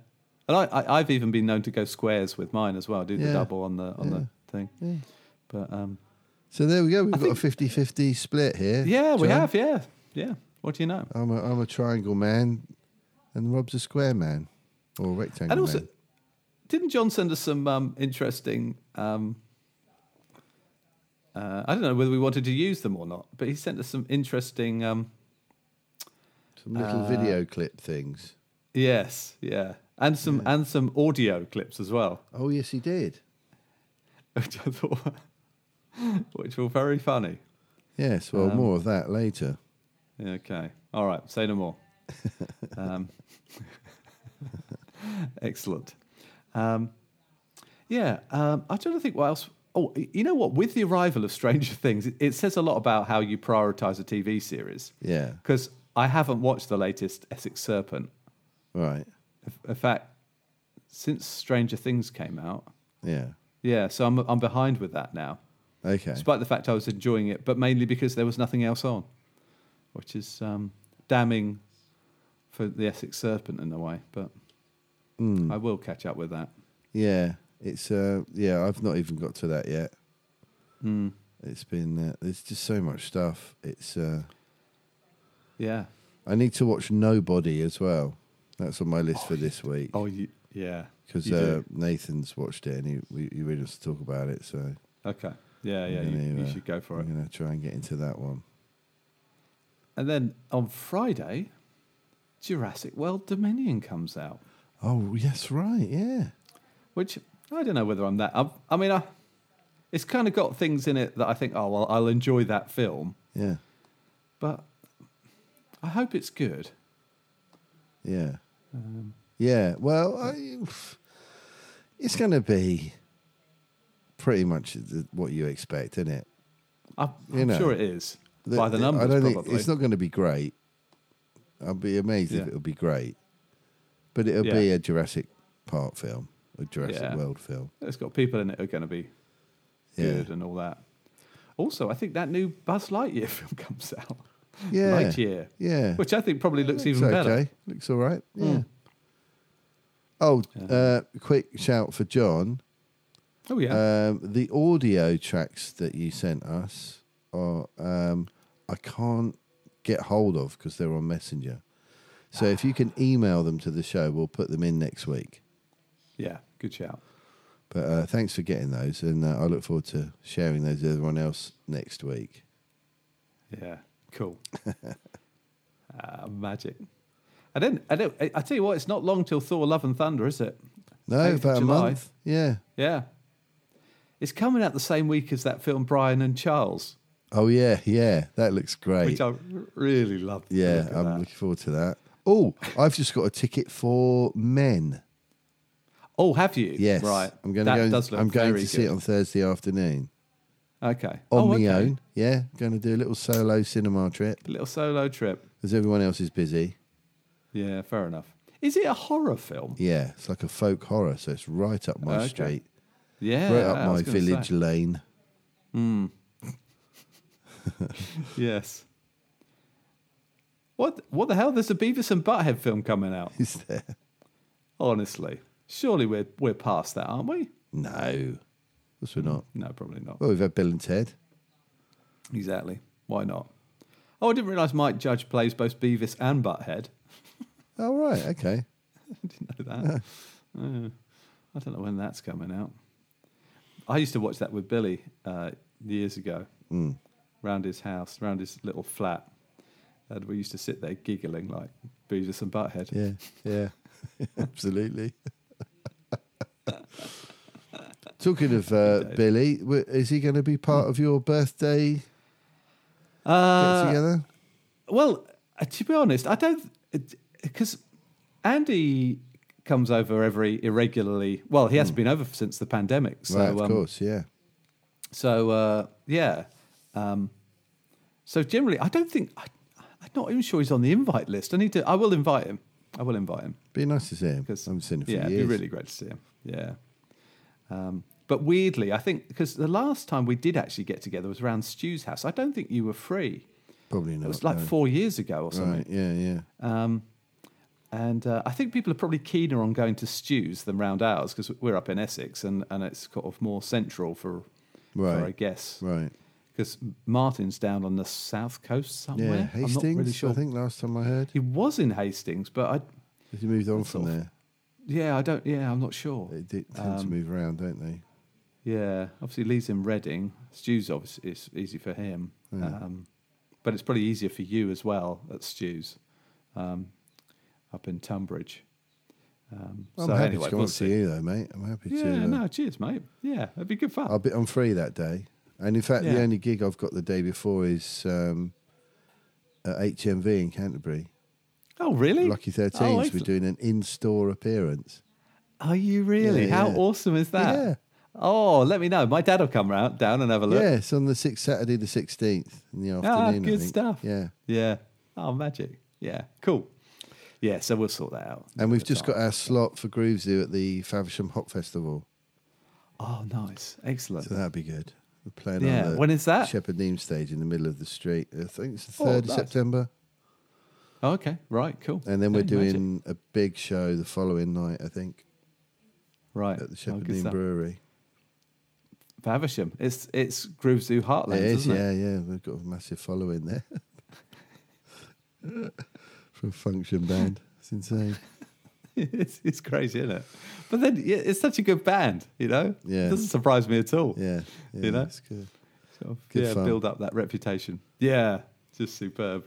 Speaker 4: And I, I, I've even been known to go squares with mine as well. Do the
Speaker 2: Yeah.
Speaker 4: double on the on
Speaker 2: Yeah.
Speaker 4: the thing. But um,
Speaker 2: So there we go. We've got a 50 50 split here.
Speaker 4: yeah, we
Speaker 2: John.
Speaker 4: have. Yeah, yeah. What do you know?
Speaker 2: I'm a, I'm a triangle man and Rob's a square man or rectangle
Speaker 4: And also,
Speaker 2: man.
Speaker 4: didn't John send us some um, interesting? Um, uh, I don't know whether we wanted to use them or not, but he sent us some interesting. Um,
Speaker 2: Some little
Speaker 4: Uh,
Speaker 2: video clip things.
Speaker 4: yes, yeah, and some and some audio clips as well, <laughs>
Speaker 2: Oh yes, he did.
Speaker 4: which I thought, which were very funny.
Speaker 2: Yes. Well,
Speaker 4: Um,
Speaker 2: more of that later.
Speaker 4: Okay. All right. Say no more. um, <laughs> excellent. Um, yeah. Um, I don't think what else. Oh, y- you know what? With the arrival of Stranger Things, it, it says a lot about how you prioritize a TV series.
Speaker 2: Yeah.
Speaker 4: Because I haven't watched the latest Essex Serpent.
Speaker 2: Right.
Speaker 4: In fact, since Stranger Things came out,
Speaker 2: Yeah.
Speaker 4: yeah. So I'm I'm behind with that now,
Speaker 2: Okay.
Speaker 4: despite the fact I was enjoying it, but mainly because there was nothing else on, which is um, damning for the Essex Serpent in a way. But I will catch up with that.
Speaker 2: Yeah. It's uh. Yeah. I've not even got to that yet.
Speaker 4: Hmm.
Speaker 2: It's been. Uh, there's just so much stuff. It's. uh
Speaker 4: Yeah.
Speaker 2: I need to watch Nobody as well. That's on my list for this week
Speaker 4: Oh, you, yeah.
Speaker 2: because
Speaker 4: You
Speaker 2: uh,
Speaker 4: do.
Speaker 2: Nathan's watched it and he we, he really wants to talk about it. So I'm
Speaker 4: okay. Yeah, uh, yeah.
Speaker 2: gonna,
Speaker 4: You, you
Speaker 2: uh,
Speaker 4: should go for it.
Speaker 2: I'm gonna try and get into that one.
Speaker 4: And then on Friday, Jurassic World Dominion comes out,
Speaker 2: Oh, yes, right. Yeah.
Speaker 4: which I don't know whether I'm that. i I mean, I, it's kind of got things in it that I think, oh well, I'll enjoy that film,
Speaker 2: Yeah.
Speaker 4: but I hope it's good.
Speaker 2: Yeah.
Speaker 4: Um,
Speaker 2: yeah. Well, I, it's going to be pretty much the- what you expect, isn't it?
Speaker 4: I'm,
Speaker 2: You
Speaker 4: I'm
Speaker 2: know,
Speaker 4: sure it is
Speaker 2: The-
Speaker 4: by the numbers.
Speaker 2: I don't
Speaker 4: probably.
Speaker 2: think it's not going to be great. I'll be amazed
Speaker 4: Yeah.
Speaker 2: if it'll be great, but it'll be
Speaker 4: Yeah.
Speaker 2: a Jurassic Park film, a Jurassic
Speaker 4: Yeah.
Speaker 2: World film.
Speaker 4: it's got people in it who are going to be
Speaker 2: Yeah.
Speaker 4: good and all that. Also, I think that new Buzz Lightyear <laughs> film comes out.
Speaker 2: Yeah.
Speaker 4: Lightyear.
Speaker 2: Yeah.
Speaker 4: Which I think probably looks even
Speaker 2: Looks
Speaker 4: better. Hmm.
Speaker 2: okay. Looks all right. Yeah. Oh, uh, quick shout for John.
Speaker 4: Oh yeah.
Speaker 2: Um, the audio tracks that you sent us are um, I can't get hold of because they're on Messenger. So if you can email them to the show, we'll put them in next week.
Speaker 4: yeah. Good shout.
Speaker 2: But uh, thanks for getting those, and uh, I look forward to sharing those with everyone else next week.
Speaker 4: Yeah.
Speaker 2: <laughs>
Speaker 4: Cool. Ah, magic. I didn't. I don't. I I tell you what. It's not long till Thor: Love and Thunder, is it?
Speaker 2: No,
Speaker 4: 8th of
Speaker 2: about a
Speaker 4: July.
Speaker 2: month. Yeah.
Speaker 4: Yeah. It's coming out the same week as that film Brian and Charles,
Speaker 2: Oh yeah, yeah. That looks great.
Speaker 4: which I r- really love.
Speaker 2: Yeah, I'm looking forward to that. Oh, I've just got a ticket for men.
Speaker 4: Oh, have you?
Speaker 2: Yes,
Speaker 4: Right.
Speaker 2: I'm going
Speaker 4: That
Speaker 2: to
Speaker 4: does
Speaker 2: go.
Speaker 4: look
Speaker 2: I'm going
Speaker 4: very
Speaker 2: to see it
Speaker 4: good.
Speaker 2: on Thursday afternoon
Speaker 4: Okay.
Speaker 2: on
Speaker 4: oh,
Speaker 2: my
Speaker 4: okay.
Speaker 2: own. Yeah, going to do a little solo cinema trip
Speaker 4: A little solo trip.
Speaker 2: because everyone else is busy.
Speaker 4: Yeah, fair enough. Is it a horror film?
Speaker 2: Yeah, it's like a folk horror, so it's right up my
Speaker 4: Okay.
Speaker 2: street,
Speaker 4: Yeah.
Speaker 2: right
Speaker 4: I
Speaker 2: up my
Speaker 4: was gonna say.
Speaker 2: village lane. <laughs>
Speaker 4: Yes. What what the hell? There's a Beavis and Butthead film coming out.
Speaker 2: Is there?
Speaker 4: Honestly. Surely we're we're past that, aren't we?
Speaker 2: No, of course we're not.
Speaker 4: No, probably not.
Speaker 2: Well, we've had Bill and Ted.
Speaker 4: Exactly. Why not? Oh, I didn't realise Mike Judge plays both Beavis and Butthead.
Speaker 2: Oh right, okay.
Speaker 4: I didn't know <laughs> that. Uh, I don't know when that's coming out. I used to watch that with Billy uh, years ago, mm. round his house, round his little flat. And we used to sit there giggling like Beavis and Butthead.
Speaker 2: Yeah, yeah, <laughs> absolutely. <laughs> Talking of uh, Billy, w- is he going to be part of your birthday get
Speaker 4: Uh,
Speaker 2: together?
Speaker 4: well, uh, to be honest, I don't. Because Andy comes over every irregularly. Well, he hasn't been over since the pandemic. So,
Speaker 2: Mm. right, of
Speaker 4: um,
Speaker 2: course, yeah.
Speaker 4: So uh, yeah, um, so generally, I don't think I, I'm not even sure he's on the invite list. I need to. I will invite him. I will invite him
Speaker 2: Be nice to see him. I
Speaker 4: because
Speaker 2: haven't seen him for
Speaker 4: yeah,
Speaker 2: years.
Speaker 4: it'd be really great to see him. Yeah. Um, but weirdly, I think because the last time we did actually get together was around Stu's house. I don't think you were free.
Speaker 2: Probably not.
Speaker 4: It was like
Speaker 2: no.
Speaker 4: four years ago or something.
Speaker 2: Right, yeah, yeah.
Speaker 4: Um, and uh, I think people are probably keener on going to Stews than round ours because we're up in Essex and, and it's kind of more central for, for I
Speaker 2: Right.
Speaker 4: guess
Speaker 2: Right.
Speaker 4: because Martin's down on the south coast
Speaker 2: Yeah,
Speaker 4: somewhere.
Speaker 2: Hastings,
Speaker 4: I'm not really sure.
Speaker 2: I think last time I heard.
Speaker 4: He was in Hastings, but I,
Speaker 2: Has he moved on
Speaker 4: That's
Speaker 2: from
Speaker 4: awful.
Speaker 2: there?
Speaker 4: yeah, I don't, yeah, I'm not sure.
Speaker 2: They do tend
Speaker 4: Um,
Speaker 2: to move around, don't they?
Speaker 4: Yeah, obviously Lee's in Reading. Stew's obviously it's easy for him, um, but it's probably easier for you as well at Stew's, um, up in Tunbridge. Um,
Speaker 2: I'm
Speaker 4: so
Speaker 2: happy
Speaker 4: anyway,
Speaker 2: to come
Speaker 4: we'll
Speaker 2: up
Speaker 4: see.
Speaker 2: to you, though, mate. I'm happy
Speaker 4: Yeah,
Speaker 2: to. uh,
Speaker 4: no, cheers, mate. Yeah, it'd be good fun.
Speaker 2: I'll be, I'm free that day. And in fact, the
Speaker 4: Yeah.
Speaker 2: only gig I've got the day before is um, at HMV in Canterbury.
Speaker 4: oh, really?
Speaker 2: Lucky 13s,
Speaker 4: Oh,
Speaker 2: we're
Speaker 4: excellent.
Speaker 2: doing an in store appearance.
Speaker 4: Are you really?
Speaker 2: Yeah,
Speaker 4: How
Speaker 2: yeah.
Speaker 4: awesome is that?
Speaker 2: Yeah.
Speaker 4: Oh, let me know. My dad will come round down and have a look.
Speaker 2: Yeah, it's on the 6th, Saturday the 16th in the afternoon.
Speaker 4: Ah,
Speaker 2: I
Speaker 4: good
Speaker 2: think.
Speaker 4: stuff.
Speaker 2: Yeah.
Speaker 4: Yeah. Oh, magic. Yeah. Cool. Yeah. So we'll sort that out.
Speaker 2: And we've just got our slot for Groovesy at the Faversham Hop Festival.
Speaker 4: Oh, nice. Excellent.
Speaker 2: So that'd be good. We're playing
Speaker 4: Yeah,
Speaker 2: on the
Speaker 4: when is that?
Speaker 2: Shepherd Neame stage in the middle of the street. I think it's the
Speaker 4: Oh,
Speaker 2: 3rd of
Speaker 4: nice.
Speaker 2: September.
Speaker 4: Oh, okay. Right. Cool.
Speaker 2: And then we're
Speaker 4: Hey, magic.
Speaker 2: doing a big show the following night, I think,
Speaker 4: right
Speaker 2: at the
Speaker 4: Oh,
Speaker 2: Shepherd
Speaker 4: good
Speaker 2: Neame
Speaker 4: stuff.
Speaker 2: Brewery.
Speaker 4: Faversham. It's it's Groove Zoo Heartland,
Speaker 2: It is,
Speaker 4: isn't
Speaker 2: yeah,
Speaker 4: it?
Speaker 2: yeah. We've got a massive following there <laughs> from Function Band. It's insane.
Speaker 4: <laughs> it's, it's crazy, isn't it? But then yeah, it's such a good band. You know.
Speaker 2: Yeah.
Speaker 4: It doesn't surprise me at all.
Speaker 2: Yeah,
Speaker 4: You
Speaker 2: yeah
Speaker 4: know?
Speaker 2: it's good.
Speaker 4: Sort of,
Speaker 2: Good
Speaker 4: yeah.
Speaker 2: fun.
Speaker 4: Build up that reputation. Yeah. Just superb.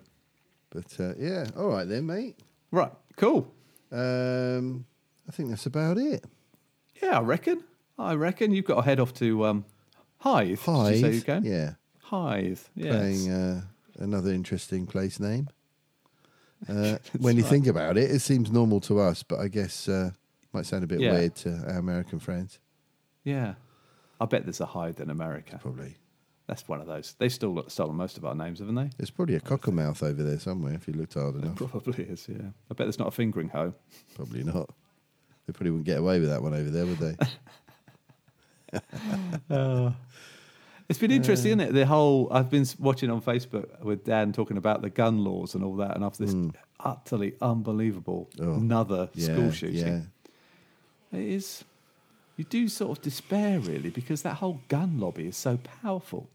Speaker 2: But uh, yeah, all right then, mate.
Speaker 4: Right. Cool.
Speaker 2: Um, I think that's about it.
Speaker 4: Yeah, I reckon. I reckon you've got to head off to um, Hythe. Did you say you're
Speaker 2: Hythe,
Speaker 4: going?
Speaker 2: yeah,
Speaker 4: Hythe. Yes.
Speaker 2: playing uh, another interesting place
Speaker 4: <laughs>
Speaker 2: name. Uh, when you think about it, it seems normal to us, but I guess uh, might sound a bit
Speaker 4: Yeah.
Speaker 2: weird to our American friends.
Speaker 4: Yeah. I bet there's a Hythe in America.
Speaker 2: Probably,
Speaker 4: That's one of those. They've still stolen most of our names, haven't they?
Speaker 2: there's probably a cockermouth over there somewhere if you looked hard enough.
Speaker 4: Probably is, yeah. I bet there's not a fingering hoe.
Speaker 2: Probably not. They probably wouldn't get away with that one over there, would they?
Speaker 4: It's been interesting, isn't it? The whole I've been s- watching on Facebook with Dan talking about the gun laws and all that, and after this utterly unbelievable
Speaker 2: Oh,
Speaker 4: another
Speaker 2: yeah,
Speaker 4: <laughs> school shooting,
Speaker 2: Yeah.
Speaker 4: it is. You do sort of despair, really, because that whole gun lobby is so powerful.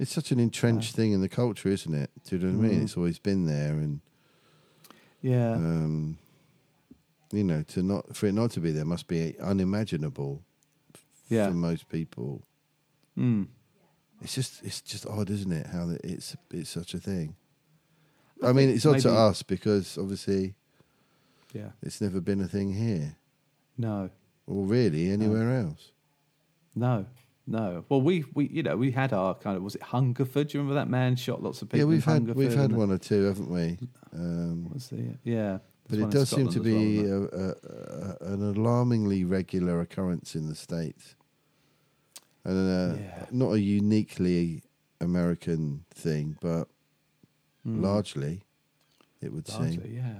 Speaker 2: It's such an entrenched
Speaker 4: Uh.
Speaker 2: thing in the culture, isn't it? Do you know what I
Speaker 4: Mm.
Speaker 2: mean? It's always been there, and
Speaker 4: Yeah,
Speaker 2: um, you know, to not for it not to be there must be unimaginable
Speaker 4: yeah,
Speaker 2: for most people.
Speaker 4: Mm.
Speaker 2: It's just it's just odd, isn't it? How that it's it's such a thing. I mean, it's odd to
Speaker 4: maybe-
Speaker 2: us because obviously
Speaker 4: yeah.
Speaker 2: it's never been a thing here
Speaker 4: No,
Speaker 2: or really anywhere else.
Speaker 4: no, no. Well, we we you know we had our kind of was it Hungerford? Do you remember that man shot lots of people?
Speaker 2: yeah,
Speaker 4: in
Speaker 2: we've had
Speaker 4: Hungerford
Speaker 2: we've had
Speaker 4: and-
Speaker 2: one or two, haven't we? Um,
Speaker 4: Let's see. Yeah,
Speaker 2: but
Speaker 4: There's
Speaker 2: it
Speaker 4: one in
Speaker 2: does seem to
Speaker 4: Scotland as well,
Speaker 2: be
Speaker 4: isn't it?
Speaker 2: a, a, a, an alarmingly regular occurrence in the states, and uh
Speaker 4: Yeah.
Speaker 2: not a uniquely American thing, but largely, it would seem.
Speaker 4: Hmm. Largely, yeah.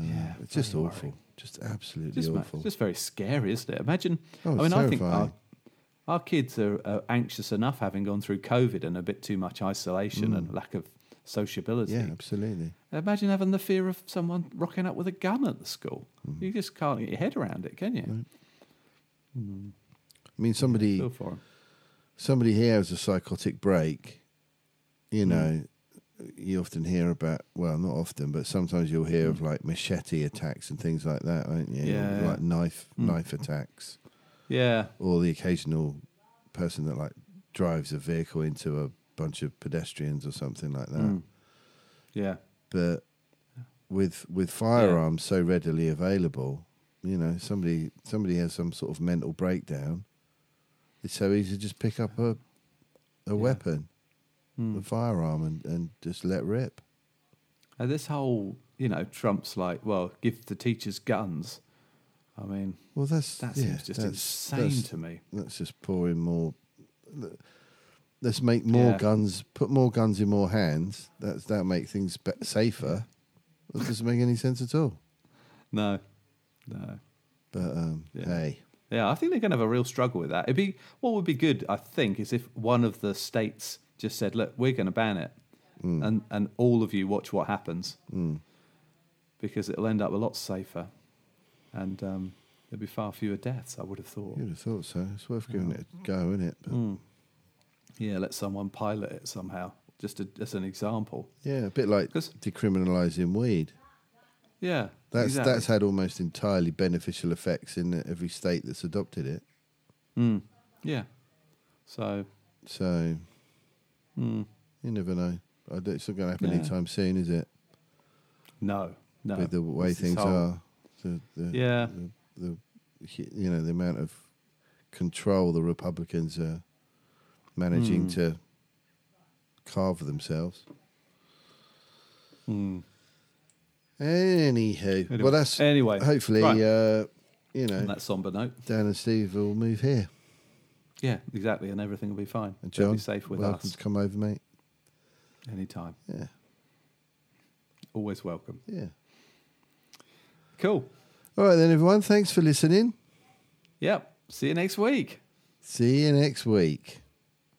Speaker 4: yeah,
Speaker 2: It's just
Speaker 4: very
Speaker 2: awful.
Speaker 4: worrying.
Speaker 2: Just absolutely
Speaker 4: Just, ma-
Speaker 2: awful.
Speaker 4: just very scary, isn't it? Imagine.
Speaker 2: Oh,
Speaker 4: I
Speaker 2: it's
Speaker 4: mean, I think our,
Speaker 2: terrifying.
Speaker 4: our kids are, are anxious enough having gone through COVID and a bit too much isolation and lack of sociability.
Speaker 2: Mm. yeah, absolutely.
Speaker 4: Imagine having the fear of someone rocking up with a gun at the school.
Speaker 2: Mm.
Speaker 4: You just can't get your head around it, can you?
Speaker 2: I mean, somebody
Speaker 4: Feel for 'em.
Speaker 2: somebody here has a psychotic break.
Speaker 4: Hmm.
Speaker 2: You know, you often hear about well, not often, but sometimes you'll hear of like machete attacks and things like that, aren't you?
Speaker 4: Hmm. Yeah, Hmm. yeah.
Speaker 2: like knife knife attacks,
Speaker 4: Yeah,
Speaker 2: or the occasional person that like drives a vehicle into a bunch of pedestrians or something like that.
Speaker 4: Mm. yeah,
Speaker 2: But with with firearms so readily available, you know, somebody somebody has some sort of mental breakdown. It's so easy to just pick up a a weapon,
Speaker 4: Hmm.
Speaker 2: a firearm, and, and just let rip.
Speaker 4: And this whole, you know, Trump's like, well, give the teachers guns. I mean,
Speaker 2: Well, that's
Speaker 4: that
Speaker 2: yeah,
Speaker 4: seems just
Speaker 2: that's-
Speaker 4: insane
Speaker 2: that's-
Speaker 4: to me.
Speaker 2: Let's just pour in more. Let's make more
Speaker 4: Yeah.
Speaker 2: guns. Put more guns in more hands. That's that make things be- safer. That doesn't make any sense at all.
Speaker 4: No, no.
Speaker 2: But um,
Speaker 4: Yeah.
Speaker 2: hey,
Speaker 4: Yeah, I think they're going to have a real struggle with that. It'd be what would be good, I think, is if one of the states just said, "Look, we're going to ban it,"
Speaker 2: Mm.
Speaker 4: and and all of you watch what happens, because it'll end up a lot safer, and um, there'll be far fewer deaths. I would have thought.
Speaker 2: you'd have thought so. It's worth giving it a go, isn't it? But
Speaker 4: Hmm. Yeah, let someone pilot it somehow, just to, as an example.
Speaker 2: Yeah, a bit like
Speaker 4: 'Cause-
Speaker 2: decriminalising weed.
Speaker 4: Yeah,
Speaker 2: That's
Speaker 4: exactly.
Speaker 2: that's had almost entirely beneficial effects in every state that's adopted it.
Speaker 4: yeah. So
Speaker 2: So you never know. I don't, it's not going to happen
Speaker 4: Hmm. Yeah.
Speaker 2: anytime soon, is it?
Speaker 4: no, no.
Speaker 2: With the way
Speaker 4: This is
Speaker 2: things
Speaker 4: whole-
Speaker 2: are, the, the,
Speaker 4: Yeah.
Speaker 2: the, the you know the amount of control the Republicans are
Speaker 4: Hmm.
Speaker 2: managing to carve for themselves. Anywho,
Speaker 4: Hmm. Anyway-
Speaker 2: well that's
Speaker 4: anyway.
Speaker 2: Hopefully,
Speaker 4: Right.
Speaker 2: uh, you know,
Speaker 4: On that somber note.
Speaker 2: Dan and Steve will move here,
Speaker 4: Yeah, exactly, and everything will be fine.
Speaker 2: and
Speaker 4: They'll
Speaker 2: John,
Speaker 4: be safe with
Speaker 2: welcome
Speaker 4: us
Speaker 2: to come over, mate.
Speaker 4: anytime.
Speaker 2: Yeah,
Speaker 4: Always welcome.
Speaker 2: yeah.
Speaker 4: Cool.
Speaker 2: All right then, everyone. Thanks for listening.
Speaker 4: Yep. See you next week.
Speaker 2: See you next week.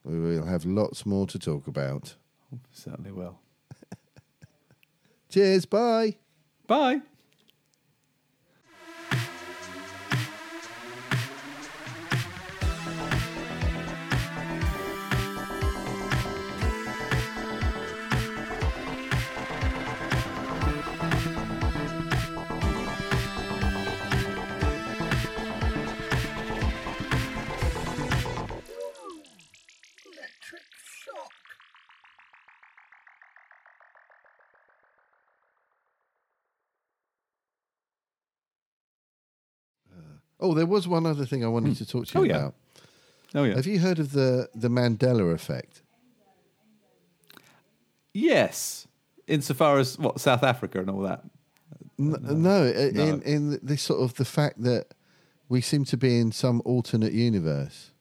Speaker 2: We will have lots more to talk about.
Speaker 4: Certainly will.
Speaker 2: Cheers. Bye.
Speaker 4: Bye.
Speaker 1: Electric shock.
Speaker 2: Oh, there was one other thing I wanted to talk to you
Speaker 4: Oh, yeah.
Speaker 2: about.
Speaker 4: Oh yeah.
Speaker 2: Have you heard of the the Mandela effect?
Speaker 4: Yes. Insofar as what South Africa and all that.
Speaker 2: N- no, i-
Speaker 4: No.
Speaker 2: in in this sort of the fact that we seem to be in some alternate universe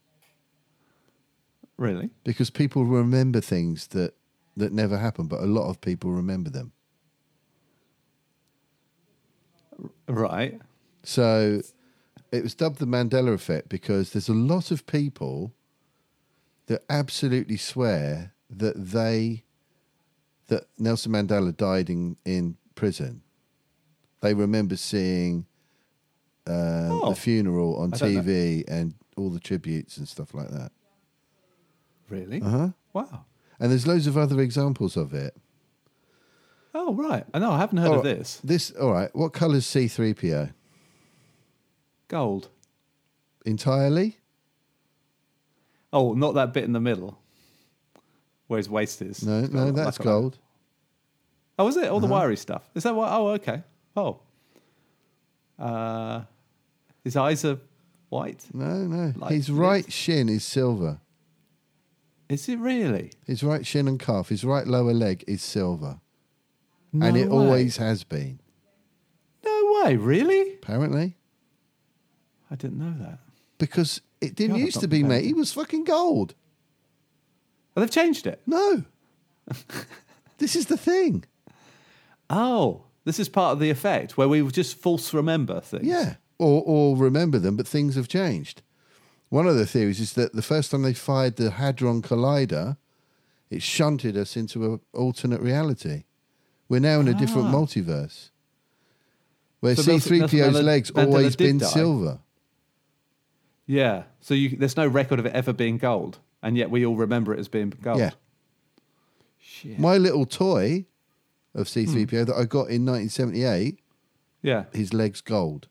Speaker 4: Really?
Speaker 2: because people remember things that that never happened, but a lot of people remember them.
Speaker 4: Right.
Speaker 2: So it was dubbed the Mandela effect because there's a lot of people that absolutely swear that they that Nelson Mandela died in, in prison. They remember seeing um,
Speaker 4: Oh.
Speaker 2: the funeral on
Speaker 4: I don't know.
Speaker 2: TV and all the tributes and stuff like that.
Speaker 4: Really?
Speaker 2: Uh-huh.
Speaker 4: Wow.
Speaker 2: And there's loads of other examples of it.
Speaker 4: Oh right. No, I haven't heard
Speaker 2: All
Speaker 4: of
Speaker 2: right,
Speaker 4: this.
Speaker 2: This all right. What colour's C3PO?
Speaker 4: Gold.
Speaker 2: Entirely?
Speaker 4: Oh, not that bit in the middle. Where his waist is.
Speaker 2: No,
Speaker 4: It's
Speaker 2: no,
Speaker 4: got
Speaker 2: that's
Speaker 4: like a-
Speaker 2: gold. Uh-huh.
Speaker 4: Oh, is it? All the wiry stuff. Is that what? Oh, okay. Oh. Uh, his eyes are white.
Speaker 2: No, no.
Speaker 4: Like
Speaker 2: His
Speaker 4: this?
Speaker 2: right shin is silver.
Speaker 4: Is it really?
Speaker 2: His right shin and calf, his right lower leg is silver.
Speaker 4: No
Speaker 2: and it
Speaker 4: way.
Speaker 2: always has been,
Speaker 4: No way. Really?
Speaker 2: apparently.
Speaker 4: I didn't know that.
Speaker 2: Because it didn't
Speaker 4: God, I've
Speaker 2: used
Speaker 4: not
Speaker 2: to
Speaker 4: been
Speaker 2: be,
Speaker 4: paying
Speaker 2: mate. He was fucking gold.
Speaker 4: Oh, they've changed it. <laughs>
Speaker 2: No. this is the thing.
Speaker 4: Oh, this is part of the effect where we just false remember things.
Speaker 2: Yeah. Or, or remember them, but things have changed. One of the theories is that the first time they fired the Hadron Collider, it shunted us into an alternate reality. We're now in a different
Speaker 4: Ah.
Speaker 2: multiverse where
Speaker 4: So Nelson-
Speaker 2: C3PO's
Speaker 4: Nelson
Speaker 2: legs
Speaker 4: Mandela
Speaker 2: always
Speaker 4: did
Speaker 2: been
Speaker 4: die.
Speaker 2: silver.
Speaker 4: Yeah. So you, there's no record of it ever being gold, and yet we all remember it as being gold.
Speaker 2: Yeah.
Speaker 4: Shit.
Speaker 2: My little toy of C3PO that I got in 1978,
Speaker 4: Yeah.
Speaker 2: his legs gold.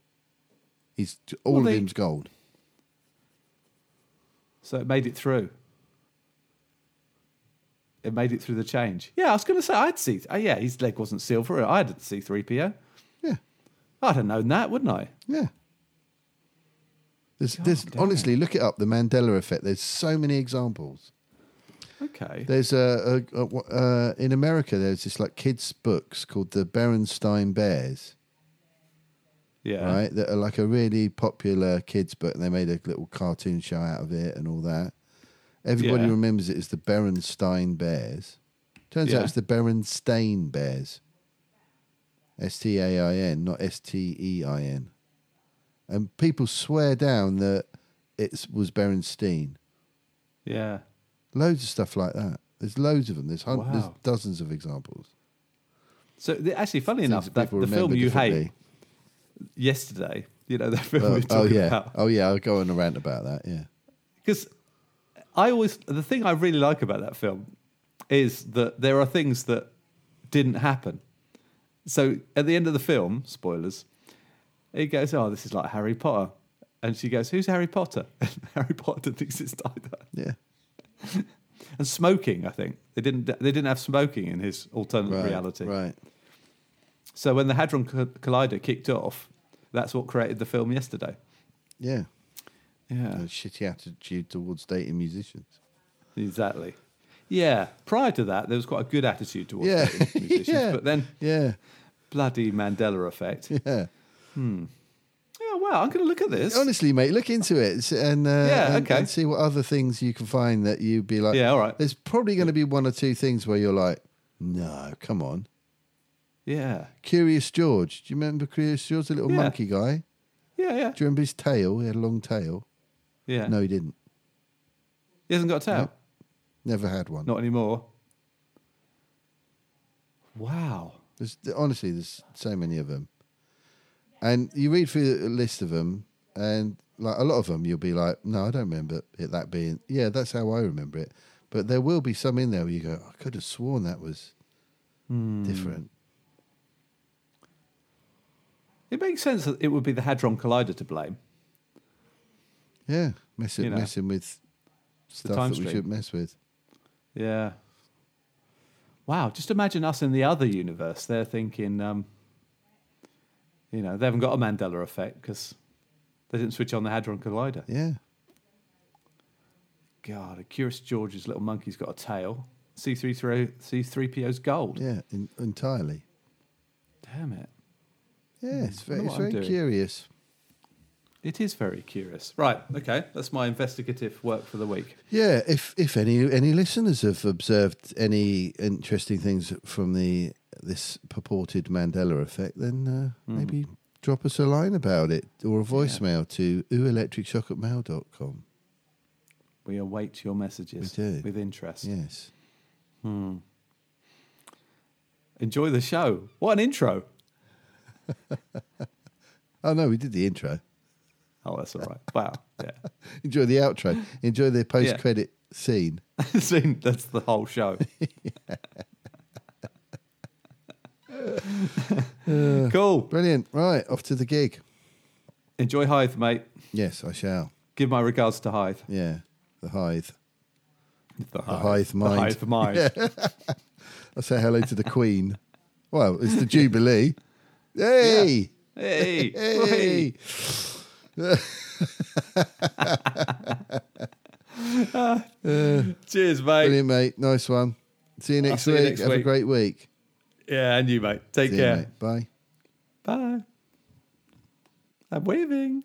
Speaker 2: He's all
Speaker 4: Well,
Speaker 2: of
Speaker 4: they-
Speaker 2: him's gold.
Speaker 4: So it made it through. It made it through the change. Yeah, I was going to say I'd see. Oh, yeah, his leg wasn't silver. I'd see three PO.
Speaker 2: Yeah,
Speaker 4: I'd have known that, wouldn't I?
Speaker 2: yeah. There's, there's
Speaker 4: damn.
Speaker 2: honestly, look it up. The Mandela effect. There's so many examples.
Speaker 4: Okay.
Speaker 2: There's a, a, a uh, in America. There's this like kids' books called the Berenstain Bears,
Speaker 4: yeah.
Speaker 2: right? That are like a really popular kids' book, and they made a little cartoon show out of it and all that. Everybody
Speaker 4: Yeah.
Speaker 2: remembers it as the Berenstain Bears. Turns
Speaker 4: Yeah.
Speaker 2: out it's the Berenstain Bears. S T A I N, not S T E I N. And people swear down that it was Berenstein.
Speaker 4: Yeah.
Speaker 2: Loads of stuff like that. There's loads of them. There's, hun- there's
Speaker 4: Wow.
Speaker 2: dozens of examples.
Speaker 4: So the, actually, funny enough,
Speaker 2: Things
Speaker 4: that, the film
Speaker 2: remember
Speaker 4: you hate
Speaker 2: differently.
Speaker 4: yesterday. You know <laughs> that film
Speaker 2: Oh,
Speaker 4: we
Speaker 2: oh,
Speaker 4: talked
Speaker 2: yeah.
Speaker 4: about.
Speaker 2: Oh, yeah. I'll go on a rant about that. Yeah.
Speaker 4: because I always the thing I really like about that film is that there are things that didn't happen. So at the end of the film, spoilers, he goes, "Oh, this is like Harry Potter," and she goes, "Who's Harry Potter?" <laughs> And Harry Potter didn't exist either.
Speaker 2: Yeah.
Speaker 4: And smoking, I think they didn't they didn't have smoking in his alternate
Speaker 2: Right.
Speaker 4: reality.
Speaker 2: Right.
Speaker 4: So when the hadron Co- collider kicked off, that's what created the film yesterday.
Speaker 2: Yeah.
Speaker 4: Yeah.
Speaker 2: A shitty attitude towards dating musicians.
Speaker 4: Exactly. Yeah. Prior to that, there was quite a good attitude towards
Speaker 2: Yeah. <laughs>
Speaker 4: dating musicians.
Speaker 2: Yeah.
Speaker 4: But then,
Speaker 2: Yeah.
Speaker 4: bloody Mandela effect. Yeah.
Speaker 2: Yeah.
Speaker 4: Wow. I'm going to look at this.
Speaker 2: Honestly, mate, look into it s- and, uh,
Speaker 4: Yeah,
Speaker 2: and,
Speaker 4: okay.
Speaker 2: and see what other things you can find that you'd be like.
Speaker 4: Yeah, all right.
Speaker 2: There's probably going to be one or two things where you're like, no, come on.
Speaker 4: Yeah.
Speaker 2: Curious George. Do you remember Curious George, the little
Speaker 4: Yeah.
Speaker 2: monkey guy?
Speaker 4: Yeah. Yeah.
Speaker 2: Do you remember his tail? He had a long tail.
Speaker 4: Yeah.
Speaker 2: No, he didn't.
Speaker 4: He hasn't got a tail.
Speaker 2: Nope. Never had one.
Speaker 4: Not anymore. Wow.
Speaker 2: There's, honestly, there's so many of them. And you read through the list of them, and like a lot of them, you'll be like, no, I don't remember it that being. Yeah, that's how I remember it. But there will be some in there where you go, I could have sworn that was
Speaker 4: Hmm.
Speaker 2: different.
Speaker 4: It makes sense that it would be the Hadron Collider to blame.
Speaker 2: Yeah, messing
Speaker 4: You know,
Speaker 2: messing with stuff
Speaker 4: time
Speaker 2: that we
Speaker 4: stream.
Speaker 2: shouldn't mess with.
Speaker 4: Yeah. Wow. Just imagine us in the other universe. They're thinking, um, you know, they haven't got a Mandela effect because They didn't switch on the hadron collider.
Speaker 2: Yeah.
Speaker 4: God, a Curious George's little monkey's got a tail. C3PO, C3PO's gold.
Speaker 2: Yeah. In, entirely.
Speaker 4: Damn it.
Speaker 2: Yeah. It's very,
Speaker 4: wonder
Speaker 2: it's
Speaker 4: Hmm. what
Speaker 2: very
Speaker 4: I'm doing.
Speaker 2: curious.
Speaker 4: It is very curious. Right, okay. That's my investigative work for the week.
Speaker 2: Yeah, if if any any listeners have observed any interesting things from the this purported Mandela effect, then uh, maybe drop us a line about it or a voicemail to ooelectricshock at mail.com.
Speaker 4: We await your messages
Speaker 2: We do.
Speaker 4: with interest.
Speaker 2: Yes.
Speaker 4: Enjoy the show. What an intro.
Speaker 2: Oh no, we did the intro. <laughs>
Speaker 4: Oh, that's all right. Wow. Yeah. <laughs>
Speaker 2: Enjoy the outro. Enjoy the post credit scene.
Speaker 4: Scene, that's the
Speaker 2: <laughs>
Speaker 4: whole show. cool.
Speaker 2: Brilliant. Right, off to the gig.
Speaker 4: Enjoy Hythe, mate.
Speaker 2: Yes, I shall.
Speaker 4: Give my regards to Hythe.
Speaker 2: Yeah. The Hythe.
Speaker 4: The
Speaker 2: Hythe mind.
Speaker 4: The
Speaker 2: <laughs>
Speaker 4: Hythe mind.
Speaker 2: I say hello to the Queen. Well, it's the Jubilee. Hey.
Speaker 4: Hey.
Speaker 2: Hey.
Speaker 4: Whey. Cheers, mate.
Speaker 2: Brilliant, mate. Nice one. See you next
Speaker 4: see you
Speaker 2: week.
Speaker 4: next
Speaker 2: Have a
Speaker 4: week.
Speaker 2: great week.
Speaker 4: Yeah, and you, mate. Take
Speaker 2: See you,
Speaker 4: care.
Speaker 2: mate. Bye.
Speaker 4: Bye. I'm waving.